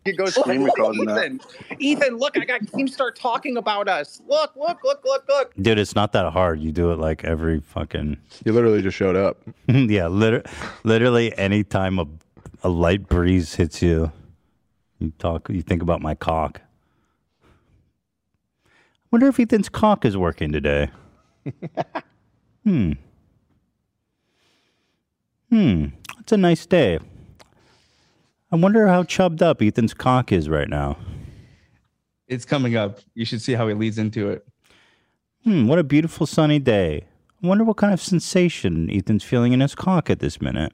[SPEAKER 11] could go
[SPEAKER 3] Screen recording that.
[SPEAKER 11] Ethan. Ethan, look, I got Keem start talking about us. Look, look, look, look, look.
[SPEAKER 2] Dude, it's not that hard. You do it like every fucking.
[SPEAKER 1] You literally just showed up.
[SPEAKER 2] [laughs] yeah, liter- literally any time a a light breeze hits you, you talk. You think about my cock. Wonder if Ethan's cock is working
[SPEAKER 1] [laughs]
[SPEAKER 2] today. hmm. Hmm. It's a nice day. I wonder how chubbed up Ethan's cock is right now.
[SPEAKER 3] It's coming up. You should see how he leads into it.
[SPEAKER 2] Hmm, what a beautiful sunny day. I wonder what kind of sensation Ethan's feeling in his cock at this minute.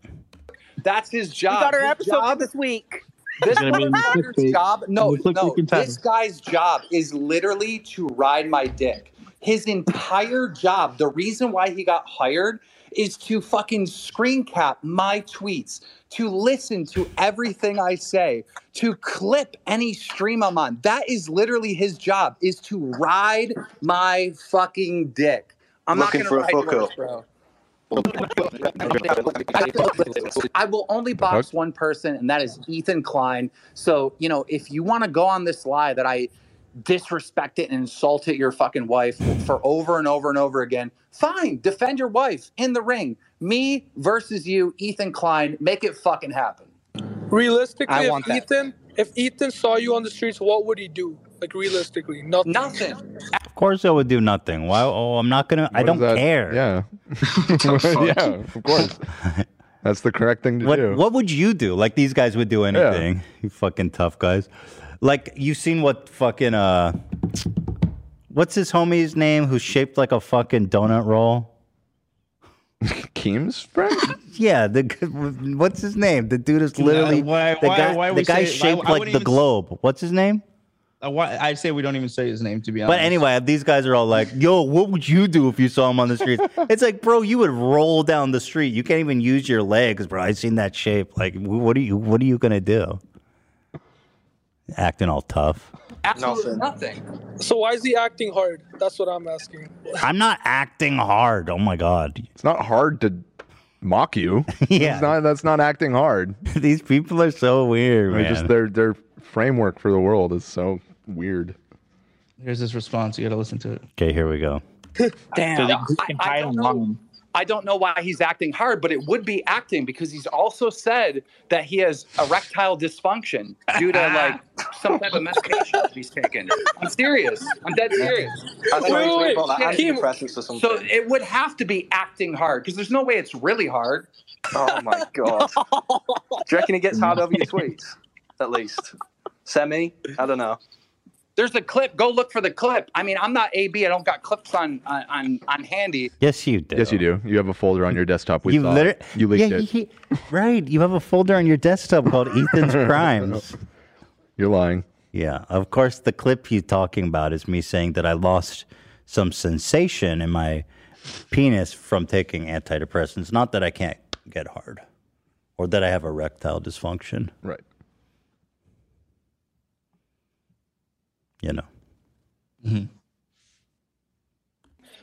[SPEAKER 11] That's his job.
[SPEAKER 12] We got our
[SPEAKER 11] His
[SPEAKER 12] episode
[SPEAKER 11] job-
[SPEAKER 12] this week.
[SPEAKER 11] This
[SPEAKER 12] Gonna be in the clickbait.
[SPEAKER 11] motherfucker's job. No,
[SPEAKER 12] In the
[SPEAKER 11] no.
[SPEAKER 12] clickbait in time.
[SPEAKER 11] This guy's job is literally to ride my dick. His entire job, the reason why he got hired is to fucking screen cap my tweets, to listen to everything I say, to clip any stream I'm on. That is literally his job is to ride my fucking dick. I'm
[SPEAKER 10] Looking
[SPEAKER 11] not
[SPEAKER 10] for a
[SPEAKER 11] gonna ride
[SPEAKER 10] foco.
[SPEAKER 11] yours, bro. I will only box one person, and that is Ethan Klein. So, you know, if you want to go on this lie that I disrespected and insulted your fucking wife for over and over and over again, fine, defend your wife in the ring. Me versus you, Ethan Klein, make it fucking happen.
[SPEAKER 22] Realistically,
[SPEAKER 11] I
[SPEAKER 22] if
[SPEAKER 11] want that.
[SPEAKER 22] Ethan, if Ethan saw you on the streets, what would he do? Like realistically, nothing.
[SPEAKER 11] Nothing.
[SPEAKER 2] Of course, I would do nothing. Why? Oh, I'm not gonna. I don't care. [laughs]
[SPEAKER 1] Yeah. [laughs] yeah, of course. That's the correct thing to
[SPEAKER 2] What
[SPEAKER 1] do.
[SPEAKER 2] What would you do? Like these guys would do anything. You fucking tough guys. Like you've seen what fucking uh, what's his homie's name who's shaped like a fucking donut roll?
[SPEAKER 1] [laughs] Keem's friend.
[SPEAKER 2] [laughs] yeah. The what's his name? The dude is literally
[SPEAKER 3] Why-
[SPEAKER 2] the
[SPEAKER 3] why-
[SPEAKER 2] guy.
[SPEAKER 3] why
[SPEAKER 2] the
[SPEAKER 3] we
[SPEAKER 2] guy's
[SPEAKER 3] say- why-
[SPEAKER 2] shaped
[SPEAKER 3] I
[SPEAKER 2] like
[SPEAKER 3] wouldn't
[SPEAKER 2] the
[SPEAKER 3] even-
[SPEAKER 2] globe. What's his name?
[SPEAKER 3] Uh, I wa- I'd say we don't even say his name to be honest.
[SPEAKER 2] But anyway, these guys are all like, "Yo, what would you do if you saw him on the [laughs] street?" it's like, bro, you would roll down the street. You can't even use your legs, bro. I've seen that shape. Like, wh- what are you? What are you gonna do? Acting all tough.
[SPEAKER 22] Absolutely nothing. So why is he acting hard? That's what I'm asking.
[SPEAKER 2] I'm not acting hard. Oh my god,
[SPEAKER 1] it's not hard to
[SPEAKER 2] [laughs]
[SPEAKER 1] mock you.
[SPEAKER 2] yeah,
[SPEAKER 1] that's not, that's not acting hard.
[SPEAKER 2] [laughs] These people are so weird,
[SPEAKER 1] I mean, Just
[SPEAKER 3] man.
[SPEAKER 1] their their framework for the world is so weird.
[SPEAKER 3] Here's his response. You got to listen to it.
[SPEAKER 2] Okay, here we go.
[SPEAKER 11] Damn. I, I don't know. I don't know why he's acting hard, but it would be acting because he's also said that he has erectile dysfunction due to like some type of medication that he's [laughs] taken. I'm serious. I'm dead serious.
[SPEAKER 26] That's why he's labeled
[SPEAKER 11] Wait, wait, wait.
[SPEAKER 26] antidepressants or something.
[SPEAKER 11] So it would have to be acting hard because there's no way it's really hard.
[SPEAKER 26] Oh
[SPEAKER 11] [laughs]
[SPEAKER 26] my god. Do you reckon he gets hard over your tweets? At least. Semi? I don't know.
[SPEAKER 11] There's the clip. Go look for the clip. I mean, I'm not AB. I don't got clips on on on, on handy.
[SPEAKER 2] Yes, you do.
[SPEAKER 1] Yes, you do. You have a folder on your desktop. We
[SPEAKER 2] you
[SPEAKER 1] saw
[SPEAKER 2] liter-
[SPEAKER 1] it. You leaked
[SPEAKER 2] Yeah,
[SPEAKER 1] it.
[SPEAKER 2] he- he- right. You have a folder on your desktop called
[SPEAKER 1] [laughs]
[SPEAKER 2] Ethan's Crimes.
[SPEAKER 1] You're lying.
[SPEAKER 2] Yeah. Of course, the clip he's talking about is me saying that I lost some sensation in my penis from taking antidepressants. Not that I can't get hard or that I have erectile dysfunction.
[SPEAKER 1] Right.
[SPEAKER 2] You know.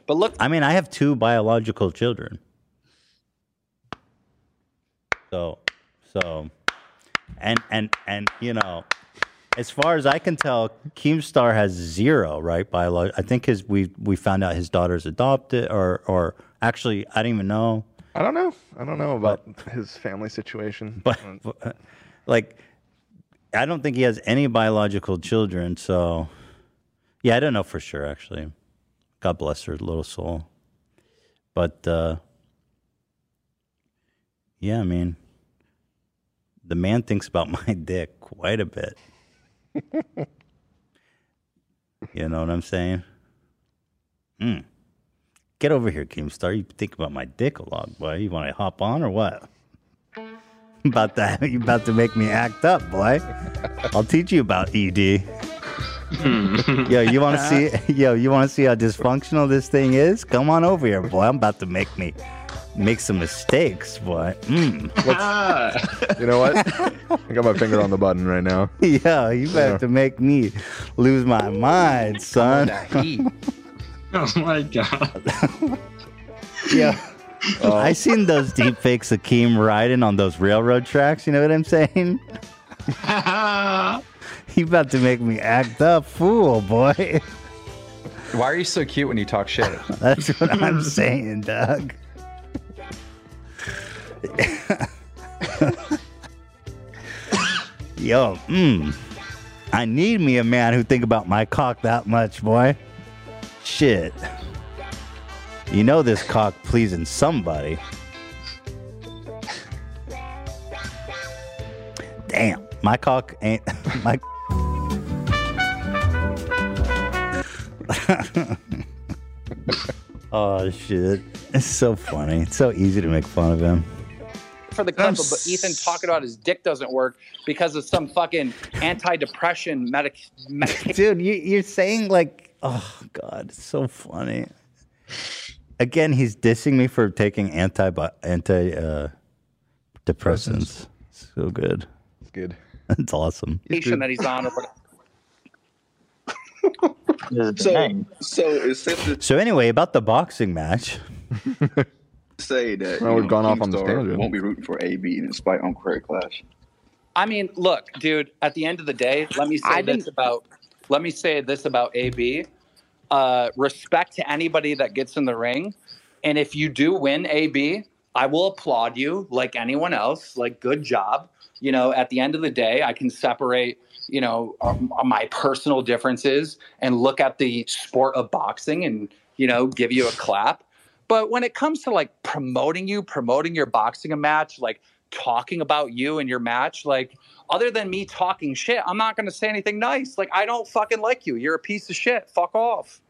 [SPEAKER 11] But look,
[SPEAKER 2] I mean, I have two biological children. So, so, and and and you know, as far as I can tell, Keemstar has zero right biolog. I think his we we found out his daughter's adopted, or or actually, I don't even know.
[SPEAKER 1] I don't know. I don't know about his family situation. Mm.
[SPEAKER 2] But, but like, I don't think he has any biological children. So, yeah, I don't know for sure. Actually, God bless her little soul. But uh, yeah, I mean, the man thinks about [laughs] my dick quite a bit. you know what I'm saying? Mm. Get over here, Keemstar. You think about my dick a lot, boy. You want to hop on or what? [laughs] about that. You about to make me act up, boy. I'll teach you about ED. yo, you want to see? [laughs] Yo, you want to see how dysfunctional this thing is? Come on over here, boy. I'm about to make me make some mistakes, boy. Mm.
[SPEAKER 1] you know
[SPEAKER 2] [laughs]
[SPEAKER 1] what? I got my finger on the button right now.
[SPEAKER 2] Yo, you about
[SPEAKER 1] Yeah.
[SPEAKER 2] to make me lose my
[SPEAKER 3] [laughs]
[SPEAKER 2] mind, son.
[SPEAKER 10] Oh my
[SPEAKER 11] [laughs]
[SPEAKER 10] god.
[SPEAKER 2] [laughs] Yeah.
[SPEAKER 1] Oh.
[SPEAKER 2] I seen those deep fakes of Keem riding on those railroad tracks. You know what I'm saying? he about to make me act up, fool, boy. [laughs]
[SPEAKER 27] Why are you so cute when you talk
[SPEAKER 11] [laughs]
[SPEAKER 27] shit?
[SPEAKER 2] That's what
[SPEAKER 27] [laughs]
[SPEAKER 2] I'm saying, Doug. Yo, mm, I need me a man who think about my cock that much, boy. Shit. You know this cock pleasing somebody. Damn, my cock ain't [laughs] my. oh shit! It's so funny. It's so easy to make fun of him.
[SPEAKER 11] for the clip, but Ethan talking about his dick doesn't work because of some fucking anti-depression medic. medic-
[SPEAKER 2] dude you, you're saying like oh god it's so funny again he's dissing me for taking anti anti uh depressants so good
[SPEAKER 1] it's good
[SPEAKER 2] [laughs] it's awesome
[SPEAKER 11] medication that he's on. Or whatever.
[SPEAKER 14] So, so it's safe to
[SPEAKER 2] so anyway about the boxing match
[SPEAKER 14] say that
[SPEAKER 2] Well, we've gone off on this
[SPEAKER 14] Keemstar
[SPEAKER 2] tangent.
[SPEAKER 14] Won't be rooting for AB despite on Career [laughs] Clash.
[SPEAKER 11] I mean, look, dude. At the end of the day, let me say this about let me say this about AB. Uh, respect to anybody that gets in the ring, and if you do win, AB, I will applaud you like anyone else. Like, good job. You know, at the end of the day, I can separate you know um, my personal differences and look at the sport of boxing and you know give you a clap. But when it comes to like promoting you, promoting your boxing a match, like talking about you and your match, like other than me talking shit, I'm not going to say anything nice. Like I don't fucking like you. You're a piece of shit. Fuck off.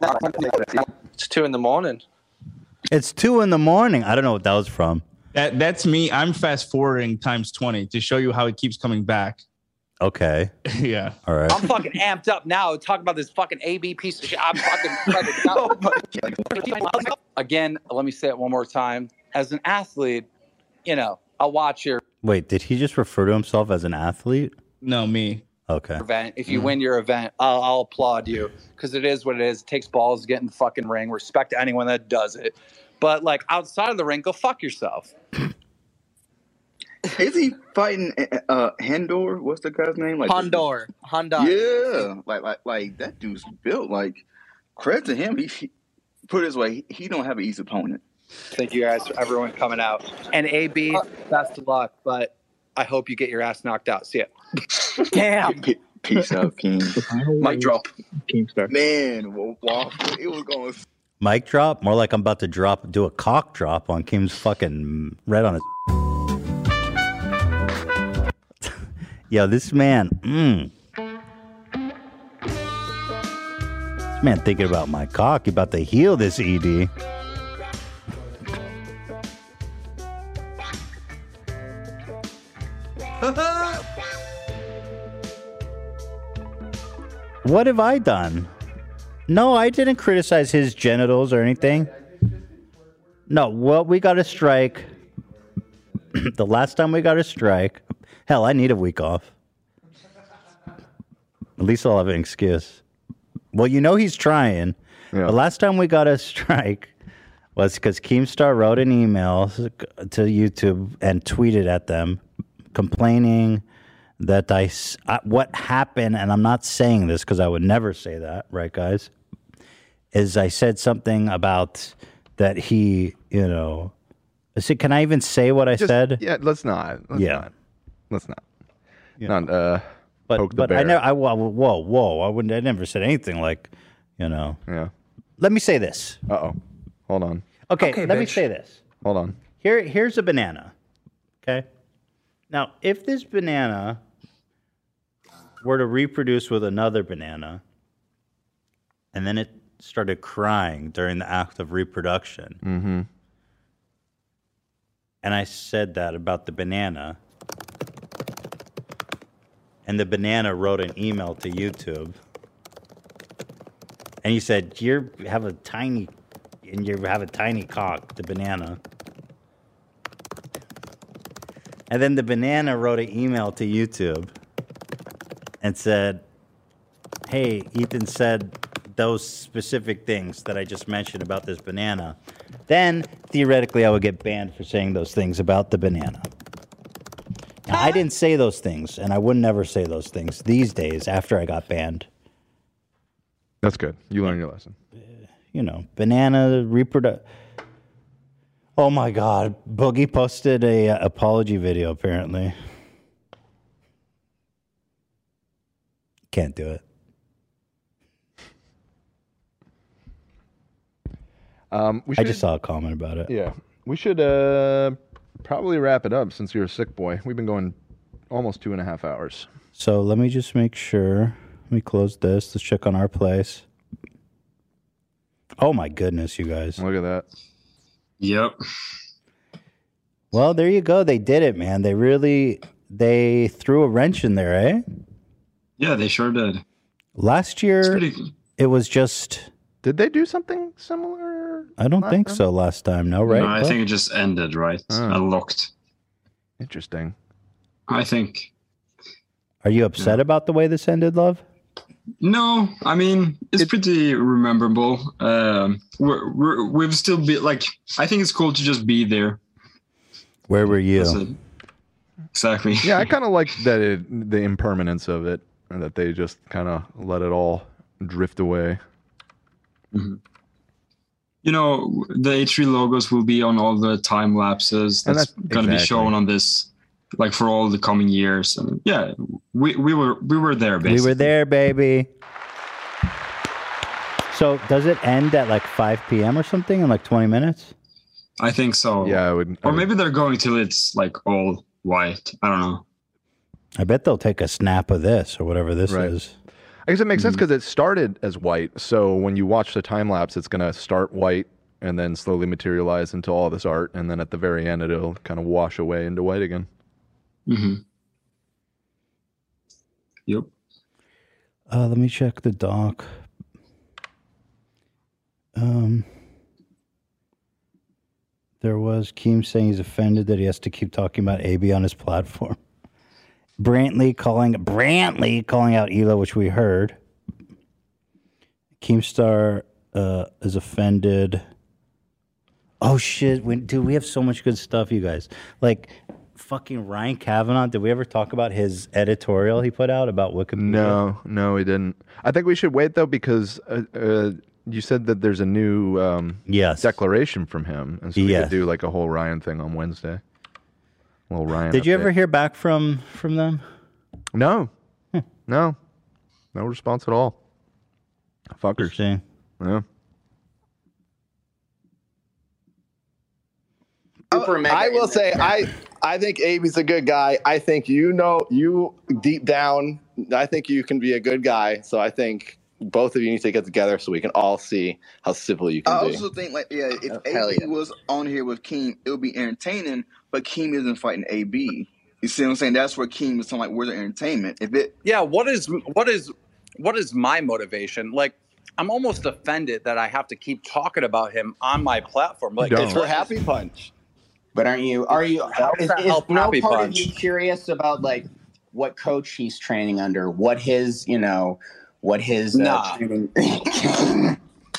[SPEAKER 26] It's two in the morning.
[SPEAKER 2] it's two in the morning i don't know what that was from
[SPEAKER 3] That that's me. I'm fast forwarding times twenty to show you how it keeps coming back.
[SPEAKER 2] Okay.
[SPEAKER 3] [laughs] Yeah.
[SPEAKER 2] All right.
[SPEAKER 13] I'm fucking amped up now talking about this fucking AB piece of shit. I'm fucking
[SPEAKER 26] [laughs]
[SPEAKER 13] excited now.
[SPEAKER 26] Oh
[SPEAKER 13] Again, let me say it one more time. As an athlete, you know, I'll watch your
[SPEAKER 2] Wait, did he just refer to himself as an athlete?
[SPEAKER 3] No, me.
[SPEAKER 2] Okay.
[SPEAKER 13] event. If you win your event, I'll, I'll applaud you because it is what it is. It takes balls to get in the fucking ring. Respect to anyone that does it. But like outside of the ring, go fuck yourself.
[SPEAKER 28] Is he fighting uh Handor? What's the guy's name? Like
[SPEAKER 12] Hondor. Hondor.
[SPEAKER 28] Yeah, like like like that dude's built like credit to him. He, he put it this way, he don't have an easy opponent.
[SPEAKER 11] [laughs]
[SPEAKER 13] Thank you guys for everyone coming out. And AB, best of luck. But I hope you get your ass knocked out. See ya.
[SPEAKER 28] Damn. Peace out, King.
[SPEAKER 13] Mic drop.
[SPEAKER 28] Kingstar. Man, wa- waffle. It was going.
[SPEAKER 2] Mic drop? More like I'm about to drop, do a cock drop on Kim's fucking red on his. [laughs] Yo, this man, mm. This man thinking about my cock. He about to heal this E ED. What have I done? No, I didn't criticize his genitals or anything. No, well, we got a strike. [clears throat] the last time we got a strike, hell, I need a week off. At least I'll have an excuse. Well, you know he's trying. The last time we got a strike was because Keemstar wrote an email to YouTube and tweeted at them complaining that I, s- I- what happened, and I'm not saying this because I would never say that, right, guys? Is I said something about that he, you know, I said, can I even say what I
[SPEAKER 1] Just-
[SPEAKER 2] said?
[SPEAKER 1] Yeah, let's not. Let's
[SPEAKER 2] Yeah.
[SPEAKER 1] not. Let's not. Not uh
[SPEAKER 2] but
[SPEAKER 1] poke the
[SPEAKER 2] but
[SPEAKER 1] bear.
[SPEAKER 2] I never. I wa- whoa whoa. I wouldn't. I never said anything like, you know.
[SPEAKER 1] Yeah.
[SPEAKER 2] Let me say this.
[SPEAKER 1] Uh oh. Hold on.
[SPEAKER 2] Okay.
[SPEAKER 1] Okay,
[SPEAKER 2] let me
[SPEAKER 1] bitch.
[SPEAKER 2] say this.
[SPEAKER 1] Hold on.
[SPEAKER 2] Here here's a banana. Okay. Now if this banana were to reproduce with another banana, and then it started crying during the act of reproduction,
[SPEAKER 1] Mm-hmm.
[SPEAKER 2] and I said that about the banana. And the banana wrote an email to YouTube. And he said, You have a tiny and you have a tiny cock, the banana. And then the banana wrote an email to YouTube and said, Hey, Ethan said those specific things that I just mentioned about this banana. Then theoretically, I would get banned for saying those things about the banana. Now, I didn't say those things, and I would never say those things these days after I got banned. Uh,
[SPEAKER 1] That's good. You learned your lesson.
[SPEAKER 2] You know, banana reproduct. Oh my God, Boogie posted a uh, apology video. Apparently, can't do it.
[SPEAKER 1] Um, we
[SPEAKER 2] I
[SPEAKER 1] should,
[SPEAKER 2] just saw a comment about it.
[SPEAKER 1] Yeah, we should uh, probably wrap it up since you're a sick boy. We've been going almost two and a half hours.
[SPEAKER 2] So let me just make sure. Let me close this. Let's check on our place. Oh my goodness, you guys.
[SPEAKER 1] Look at that.
[SPEAKER 16] Yep.
[SPEAKER 2] Well, there you go. They did it, man. They really they threw a wrench in there, eh?
[SPEAKER 16] Yeah, they sure did.
[SPEAKER 2] Last year it was just
[SPEAKER 1] Did they do something similar?
[SPEAKER 2] I don't
[SPEAKER 1] Last
[SPEAKER 2] think
[SPEAKER 1] time?
[SPEAKER 2] so last time, no, Oh, right? Oh.
[SPEAKER 16] No, I
[SPEAKER 2] Buck?
[SPEAKER 16] think it just ended right. Unlocked.
[SPEAKER 1] Interesting.
[SPEAKER 16] I think.
[SPEAKER 2] Are you upset about the way this ended, love?
[SPEAKER 16] No, I mean it's pretty rememberable. Um, we're, we're we've still be like I think it's cool to just be there.
[SPEAKER 2] Where were you?
[SPEAKER 16] That's it. Exactly.
[SPEAKER 1] Yeah, I kind of like that it, the impermanence of it, and that they just kind of let it all drift away.
[SPEAKER 16] You know the H3 logos will be on all the time lapses.
[SPEAKER 1] And
[SPEAKER 16] That's
[SPEAKER 1] that's-
[SPEAKER 16] going to
[SPEAKER 1] exactly.
[SPEAKER 16] be shown on this, like for all the coming years. And yeah, we, we were we were there basically.
[SPEAKER 2] We were there, baby. So does it end at like five PM or something in like twenty minutes?
[SPEAKER 16] I think so. Yeah,
[SPEAKER 1] I would.
[SPEAKER 16] Or maybe they're going till it's like all white. I don't know.
[SPEAKER 2] I bet they'll take a snap of this or whatever this
[SPEAKER 1] Right.
[SPEAKER 2] is.
[SPEAKER 1] I guess it makes sense
[SPEAKER 2] Mm-hmm.
[SPEAKER 1] 'cause sense because it started as white. So when you watch the time lapse, it's going to start white and then slowly materialize into all this art, and then at the very end, it'll kind of wash away into white again.
[SPEAKER 16] Mm-hmm. Yep.
[SPEAKER 2] Uh, let me check the doc. Um, there was Keem saying he's offended that he has to keep talking about AB on his platform. [laughs] Brantley calling Brantley calling out Elo, which we heard. Keemstar uh, is offended. Oh shit, we, dude, we have so much good stuff, you guys. Like fucking Ryan Kavanaugh. Did we ever talk about his editorial he put out about Wikipedia?
[SPEAKER 1] No, no, we didn't. I think we should wait though because uh, uh, you said that there's a new um,
[SPEAKER 2] yes
[SPEAKER 1] declaration from him, and so we
[SPEAKER 2] Yes.
[SPEAKER 1] could do like a whole Ryan thing on Wednesday. Well, Ryan,
[SPEAKER 2] Did you
[SPEAKER 1] update.
[SPEAKER 2] ever hear back from from them?
[SPEAKER 1] No,
[SPEAKER 2] Hmm.
[SPEAKER 1] no, no response at all.
[SPEAKER 2] Fuckers.
[SPEAKER 1] Yeah.
[SPEAKER 29] I will say I I think Amy's a good guy. I think you know you deep down. I think you can be a good guy. So I think both of you need to get together so we can all see how civil you
[SPEAKER 14] I
[SPEAKER 29] can be.
[SPEAKER 14] also think like yeah, if
[SPEAKER 29] hell
[SPEAKER 14] AB was on here with Keem, it would be entertaining. But Keem isn't fighting AB. You see what I'm saying? That's where Keem is something like where's the entertainment? If it
[SPEAKER 11] yeah what is what is what is my motivation like i'm almost offended that i have to keep talking about him on my platform like
[SPEAKER 29] it's her happy punch.
[SPEAKER 13] But aren't you? Are you?
[SPEAKER 11] That was
[SPEAKER 13] Is,
[SPEAKER 11] a
[SPEAKER 13] is
[SPEAKER 11] hell
[SPEAKER 13] no
[SPEAKER 11] poppy
[SPEAKER 13] part of
[SPEAKER 11] punch.
[SPEAKER 13] you curious about like what coach he's training under? What his, you know, what his uh, [laughs]
[SPEAKER 11] Nah.
[SPEAKER 13] training?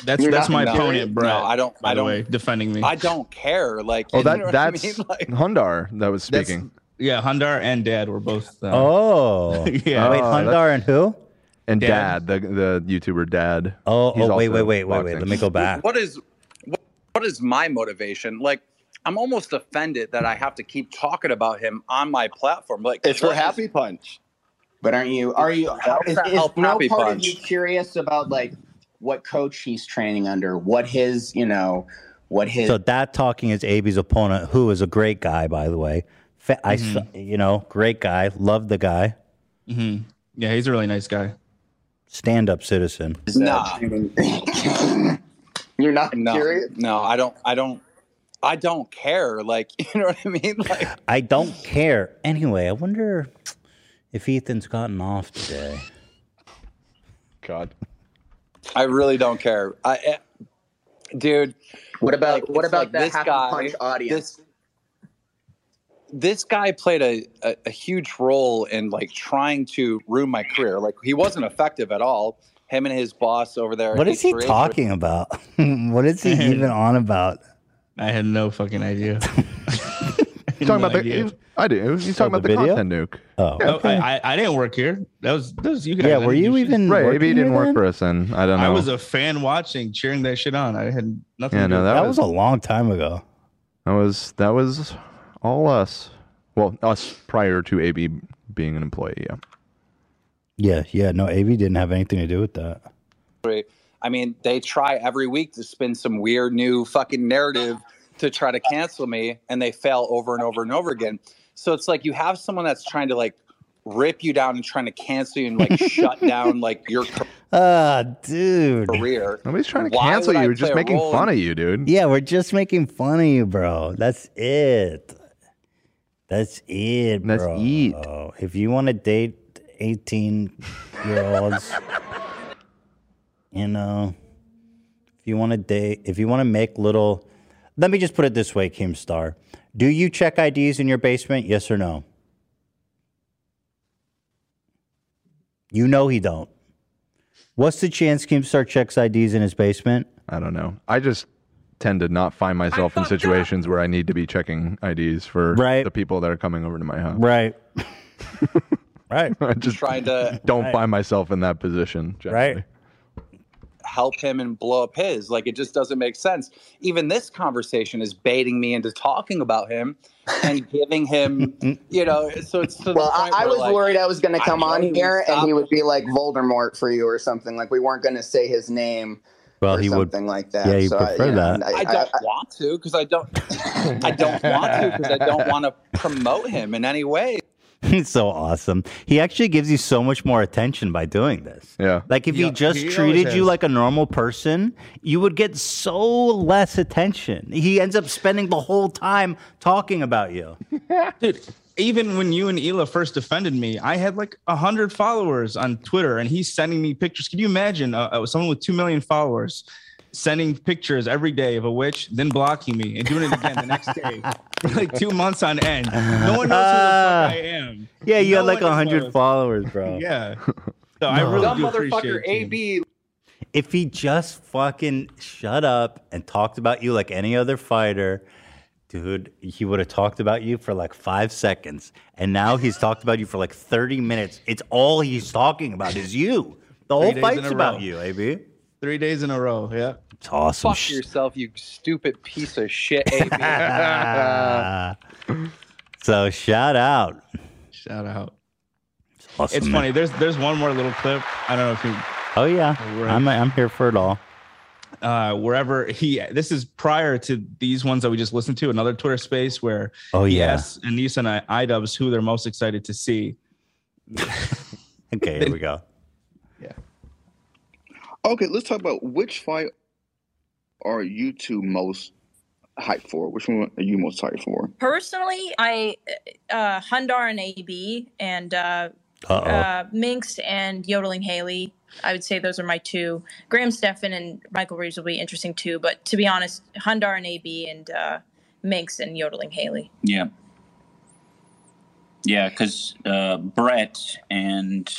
[SPEAKER 3] That's
[SPEAKER 13] You're
[SPEAKER 3] that's
[SPEAKER 13] not
[SPEAKER 3] my
[SPEAKER 13] gonna-
[SPEAKER 3] opponent, Brett.
[SPEAKER 11] No, I don't-
[SPEAKER 3] By
[SPEAKER 11] I
[SPEAKER 3] the
[SPEAKER 11] don't-
[SPEAKER 3] way, defending me.
[SPEAKER 11] i don't care like
[SPEAKER 1] Oh,
[SPEAKER 11] you know
[SPEAKER 1] that
[SPEAKER 11] what I
[SPEAKER 1] that's
[SPEAKER 11] mean? [laughs] Like,
[SPEAKER 1] Hundar that was
[SPEAKER 3] That's-
[SPEAKER 1] speaking.
[SPEAKER 3] Yeah, Hundar and Dad were both. uh,
[SPEAKER 1] [laughs]
[SPEAKER 2] Oh,
[SPEAKER 3] [laughs] yeah. Uh,
[SPEAKER 2] Wait, Hundar and who?
[SPEAKER 1] And
[SPEAKER 3] Dad.
[SPEAKER 1] Dad, the the YouTuber Dad.
[SPEAKER 2] Oh, oh,
[SPEAKER 1] He's
[SPEAKER 2] wait,
[SPEAKER 1] also
[SPEAKER 2] wait, wait, wait, wait.
[SPEAKER 1] boxing.
[SPEAKER 2] Let me go back.
[SPEAKER 11] what is what, what is my motivation like i'm almost offended that i have to keep talking about him on my platform like
[SPEAKER 29] It's her
[SPEAKER 11] what is-
[SPEAKER 29] happy punch.
[SPEAKER 13] But aren't you? Are you?
[SPEAKER 11] That was
[SPEAKER 13] Is,
[SPEAKER 11] a
[SPEAKER 13] is
[SPEAKER 11] hell
[SPEAKER 13] no
[SPEAKER 11] poppy
[SPEAKER 13] part of
[SPEAKER 11] punch.
[SPEAKER 13] you curious about like what coach he's training under? What his, you know, what his?
[SPEAKER 2] So that talking is AB's opponent, who is a great guy, by the way. Fa- I, s-
[SPEAKER 3] Mm-hmm.
[SPEAKER 2] you know, great guy. Love the guy.
[SPEAKER 3] Mhm. Yeah, he's a really nice guy.
[SPEAKER 2] Stand up citizen.
[SPEAKER 11] Nah.
[SPEAKER 13] [laughs] You're not
[SPEAKER 11] no,
[SPEAKER 13] curious?
[SPEAKER 11] No, I don't. I don't. I don't care. Like [laughs] you know what I mean. Like
[SPEAKER 2] I don't care. Anyway, I wonder if Ethan's gotten off today.
[SPEAKER 1] God.
[SPEAKER 11] I really don't care. I, eh, dude.
[SPEAKER 13] What about
[SPEAKER 11] like,
[SPEAKER 13] what
[SPEAKER 11] it's
[SPEAKER 13] about
[SPEAKER 11] like
[SPEAKER 13] that
[SPEAKER 11] this
[SPEAKER 13] happy
[SPEAKER 11] guy?
[SPEAKER 13] punch audience?
[SPEAKER 11] This, this guy played a, a, a huge role in like trying to ruin my career. Like he wasn't effective at all. Him and his boss over there.
[SPEAKER 2] What
[SPEAKER 11] at
[SPEAKER 2] is he
[SPEAKER 11] H3
[SPEAKER 2] talking about? [laughs] what is he even on about?
[SPEAKER 3] I had no fucking idea.
[SPEAKER 1] He's talking about the. he was- I do. He's talking about the, content nuke.
[SPEAKER 2] Oh,
[SPEAKER 1] Yeah.
[SPEAKER 3] I, I, I didn't work here. That was that was you guys.
[SPEAKER 1] Yeah,
[SPEAKER 3] I
[SPEAKER 1] were
[SPEAKER 3] didn't
[SPEAKER 1] you
[SPEAKER 3] do shit.
[SPEAKER 1] even Right, working AB didn't here work then? for us then. I don't
[SPEAKER 3] I
[SPEAKER 1] know.
[SPEAKER 3] was a fan watching, cheering that shit on. I had nothing.
[SPEAKER 1] Yeah,
[SPEAKER 3] to do
[SPEAKER 1] no,
[SPEAKER 3] with
[SPEAKER 1] that,
[SPEAKER 3] it.
[SPEAKER 1] was, a
[SPEAKER 2] long time ago.
[SPEAKER 1] That was that was all us. Well, us prior to AB being an employee. Yeah.
[SPEAKER 2] Yeah, [laughs] yeah. No, AB didn't have anything to do with that.
[SPEAKER 11] I mean, they try every week to spin some weird new fucking narrative to try to cancel me, and they fail over and over and over again. So it's like you have someone that's trying to like rip you down and trying to cancel you and like
[SPEAKER 1] [laughs]
[SPEAKER 11] shut down like your ca-
[SPEAKER 2] Ah, dude.
[SPEAKER 11] career.
[SPEAKER 1] Nobody's trying to
[SPEAKER 11] Why
[SPEAKER 1] cancel
[SPEAKER 11] would
[SPEAKER 1] you.
[SPEAKER 11] I
[SPEAKER 1] We're just
[SPEAKER 11] play a
[SPEAKER 1] making
[SPEAKER 11] role
[SPEAKER 1] fun
[SPEAKER 11] in-
[SPEAKER 1] of you, dude.
[SPEAKER 2] Yeah, we're just making fun of you, bro. That's it. That's it, bro. That's it. If you want to date 18 year olds, you know, if you want to date, if you want to make little, let me just put it this way, Kim Star. Do you check IDs in your basement? Yes or no? You know he don't. What's the chance Kim Star checks IDs in his basement?
[SPEAKER 1] I don't know. I just tend to not find myself in situations where I need to be checking IDs for
[SPEAKER 2] Right.
[SPEAKER 1] the people that are coming over to my house. [laughs]
[SPEAKER 2] Right. right.
[SPEAKER 1] I just
[SPEAKER 11] trying to
[SPEAKER 1] [laughs] don't
[SPEAKER 11] Right.
[SPEAKER 1] find myself in that position. Generally. Right.
[SPEAKER 11] help him and blow up his. Like it just doesn't make sense. Even this conversation is baiting me into talking about him
[SPEAKER 13] [laughs]
[SPEAKER 11] and giving him, you know. So it's to
[SPEAKER 13] Well,
[SPEAKER 11] the
[SPEAKER 13] I,
[SPEAKER 11] point
[SPEAKER 13] I
[SPEAKER 11] where,
[SPEAKER 13] was
[SPEAKER 11] like,
[SPEAKER 13] worried I was going to
[SPEAKER 11] I
[SPEAKER 13] come
[SPEAKER 11] know
[SPEAKER 13] on
[SPEAKER 11] you
[SPEAKER 13] here and
[SPEAKER 11] stop
[SPEAKER 13] he would be like Voldemort for you or something. Like we weren't going to say his name.
[SPEAKER 2] Well,
[SPEAKER 13] or
[SPEAKER 2] he would-
[SPEAKER 13] something like that.
[SPEAKER 2] yeah, he
[SPEAKER 13] so I-
[SPEAKER 2] prefer
[SPEAKER 13] you know,
[SPEAKER 2] that.
[SPEAKER 13] I,
[SPEAKER 11] I don't want to because I don't. I don't want to because I don't want to promote him in any way.
[SPEAKER 2] It's [laughs] so awesome. He actually gives you so much more attention by doing this.
[SPEAKER 1] Yeah.
[SPEAKER 2] Like if
[SPEAKER 1] Yeah,
[SPEAKER 2] he just
[SPEAKER 1] he always
[SPEAKER 2] treated you
[SPEAKER 1] has.
[SPEAKER 2] like a normal person, you would get so less attention. He ends up spending the whole time talking about you.
[SPEAKER 3] Dude, even when you and Ela first defended me, I had like a hundred followers on Twitter, and he's sending me pictures. Can you imagine uh, uh, someone with two million followers sending pictures every day of a witch, then blocking me and doing it again the next day for like two months on end? No one knows who the
[SPEAKER 2] [laughs]
[SPEAKER 3] fuck I am.
[SPEAKER 2] Yeah, you
[SPEAKER 3] No
[SPEAKER 2] had like
[SPEAKER 3] one knows
[SPEAKER 2] hundred
[SPEAKER 3] who
[SPEAKER 2] followers, Uh, bro.
[SPEAKER 1] [laughs]
[SPEAKER 2] [laughs]
[SPEAKER 3] Yeah. So I really
[SPEAKER 11] Dumb
[SPEAKER 3] do
[SPEAKER 11] motherfucker,
[SPEAKER 3] appreciate you.
[SPEAKER 11] AB.
[SPEAKER 2] If he just fucking shut up and talked about you like any other fighter, dude, he would have talked about you for like five seconds. And now he's talked about you for like 30 minutes. It's all he's talking about is you. The
[SPEAKER 3] Three
[SPEAKER 2] whole
[SPEAKER 3] days in
[SPEAKER 2] fight's
[SPEAKER 3] a
[SPEAKER 2] about
[SPEAKER 3] row.
[SPEAKER 2] you, AB.
[SPEAKER 3] Three days in a row. Yeah.
[SPEAKER 2] It's awesome.
[SPEAKER 11] Fuck yourself, you stupid piece of
[SPEAKER 2] [laughs]
[SPEAKER 11] shit, AB.
[SPEAKER 2] Uh, so shout out.
[SPEAKER 3] Shout out.
[SPEAKER 2] It's, awesome,
[SPEAKER 3] it's
[SPEAKER 2] man.
[SPEAKER 3] funny. There's there's one more little clip. I don't know if you
[SPEAKER 2] Oh, yeah.
[SPEAKER 3] Right.
[SPEAKER 2] I'm, I'm here for it all.
[SPEAKER 3] uh, wherever he. This is prior to these ones that we just listened to. Another Twitter space where
[SPEAKER 2] Oh,
[SPEAKER 3] he
[SPEAKER 2] yeah.
[SPEAKER 3] asks Anissa and I, Idubs who they're most excited to see.
[SPEAKER 2] [laughs] Okay, here we go.
[SPEAKER 14] Okay, let's talk about which fight are you two most hyped for? Which one are you most hyped for?
[SPEAKER 28] Personally, I uh Hundar and AB and uh
[SPEAKER 14] Uh-oh.
[SPEAKER 28] uh Minx and Yodeling Haley. I would say those are my two. Graham Stefan and Michael Reeves will be interesting too, but to be honest, Hundar and AB and uh Minx and Yodeling Haley.
[SPEAKER 20] Yeah. Yeah, because uh, Brett and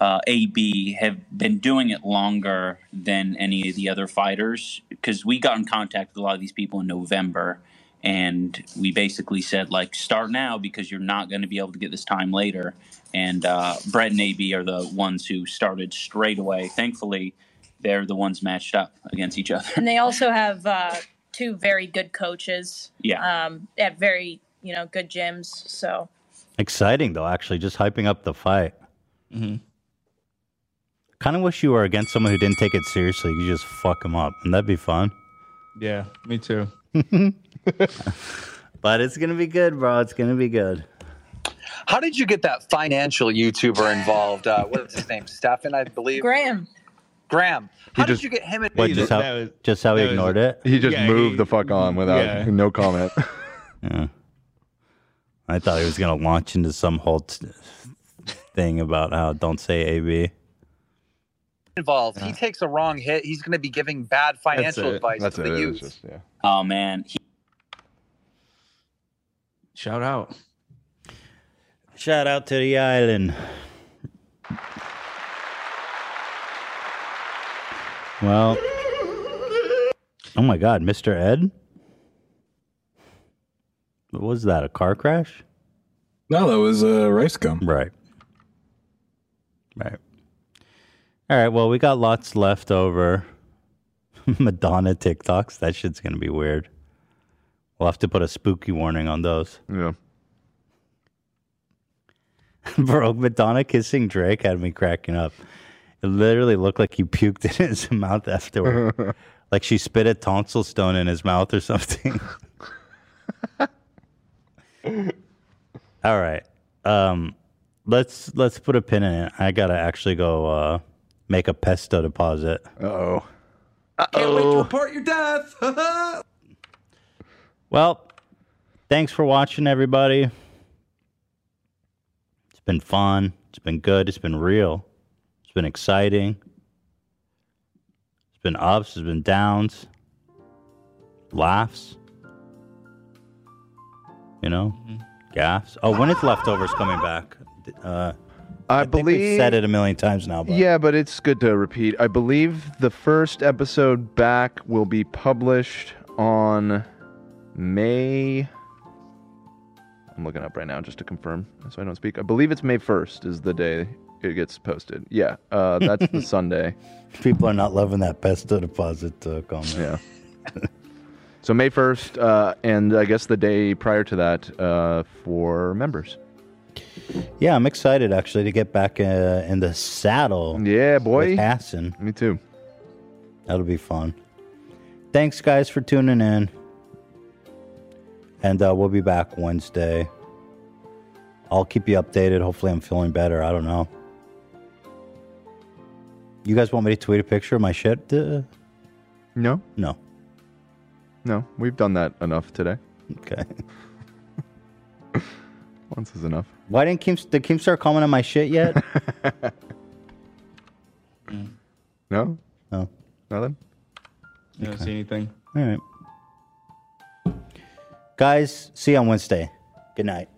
[SPEAKER 20] uh, AB have been doing it longer than any of the other fighters because we got in contact with a lot of these people in November. And we basically said, like, start now because you're not going to be able to get this time later. And uh, Brett and AB are the ones who started straight away. Thankfully, they're the ones matched up against each other.
[SPEAKER 28] And they also have uh two very good coaches.
[SPEAKER 20] Yeah.
[SPEAKER 28] Um at very, you know, good gyms, so
[SPEAKER 2] Exciting though, actually, just hyping up the fight. Mm-hmm. Kind of wish you were against someone who didn't take it seriously. You just fuck them up, and that'd be fun.
[SPEAKER 3] Yeah, me
[SPEAKER 2] [laughs]
[SPEAKER 3] too.
[SPEAKER 2] But it's gonna be good, bro. It's gonna be good.
[SPEAKER 11] How did you get that financial YouTuber involved? Uh, what's his name? Stefan, I believe.
[SPEAKER 28] Graham.
[SPEAKER 11] Graham. How
[SPEAKER 2] He
[SPEAKER 11] did
[SPEAKER 2] just-
[SPEAKER 11] you get him and
[SPEAKER 2] What, just how, just how he ignored it?
[SPEAKER 1] He just moved the fuck on without
[SPEAKER 2] yeah.
[SPEAKER 11] [laughs]
[SPEAKER 1] no comment.
[SPEAKER 2] Yeah. I thought he was gonna launch into some whole t- thing about how don't say AB.
[SPEAKER 11] involved? He takes a wrong hit. He's going to be giving bad financial
[SPEAKER 1] it.
[SPEAKER 11] advice
[SPEAKER 1] That's
[SPEAKER 11] to
[SPEAKER 1] it.
[SPEAKER 11] the
[SPEAKER 1] It was
[SPEAKER 11] youth.
[SPEAKER 1] just- yeah.
[SPEAKER 20] Oh,
[SPEAKER 11] Um,
[SPEAKER 20] man. He-
[SPEAKER 3] Shout out.
[SPEAKER 2] Shout out to the island. Well, oh my God, Mr. Ed? What was that? A car crash?
[SPEAKER 5] No, that was uh, rice gum.
[SPEAKER 2] Right. Right. All right. Well, we got lots left over. [laughs] Madonna TikToks. That shit's going to be weird. We'll have to put a spooky warning on those. [laughs]
[SPEAKER 1] Yeah.
[SPEAKER 2] Bro, Madonna kissing Drake had me cracking up. It literally looked like he puked in his [laughs] mouth afterward. like she spit a tonsil stone in his mouth or something. [laughs] All right. Um let's let's put a pin in it. I gotta actually go uh make a pesto deposit. Uh oh. Uh oh.
[SPEAKER 9] Report your death.
[SPEAKER 2] Well, thanks for watching everybody. It's been fun. It's been good. It's been real. It's been exciting. It's been ups, it's been downs. Laughs. You know? Gaffs. Oh, when is leftovers coming back? Uh
[SPEAKER 1] I,
[SPEAKER 2] think we've
[SPEAKER 1] believe-
[SPEAKER 2] said it a million times now, but
[SPEAKER 1] Yeah, but it's good to repeat. I believe the first episode back will be published on May. I'm looking up right now just to confirm, so I don't speak. I believe it's May 1st is the day it gets posted. Yeah, uh, that's the Sunday.
[SPEAKER 2] people are not loving that pesto deposit uh, comment.
[SPEAKER 1] Yeah. So May 1st, uh, and I guess the day prior to that uh, for members.
[SPEAKER 2] Yeah, I'm excited actually to get back uh, in the saddle.
[SPEAKER 1] Yeah, boy.
[SPEAKER 2] With Hassan.
[SPEAKER 1] Me too.
[SPEAKER 2] That'll be fun. Thanks, guys, for tuning in. And uh, we'll be back Wednesday. I'll keep you updated. Hopefully, I'm feeling better. I don't know. You guys want me to tweet a picture of my shit? Uh,
[SPEAKER 1] No?
[SPEAKER 2] No.
[SPEAKER 1] No, we've done that enough today.
[SPEAKER 2] Okay.
[SPEAKER 1] [laughs] Once is enough.
[SPEAKER 2] Why didn't Kim? Did Kim start comment on my shit yet?
[SPEAKER 1] [laughs] No?
[SPEAKER 2] No.
[SPEAKER 1] Nothing?
[SPEAKER 3] You don't see anything.
[SPEAKER 2] All right, guys. See you on Wednesday. Good night.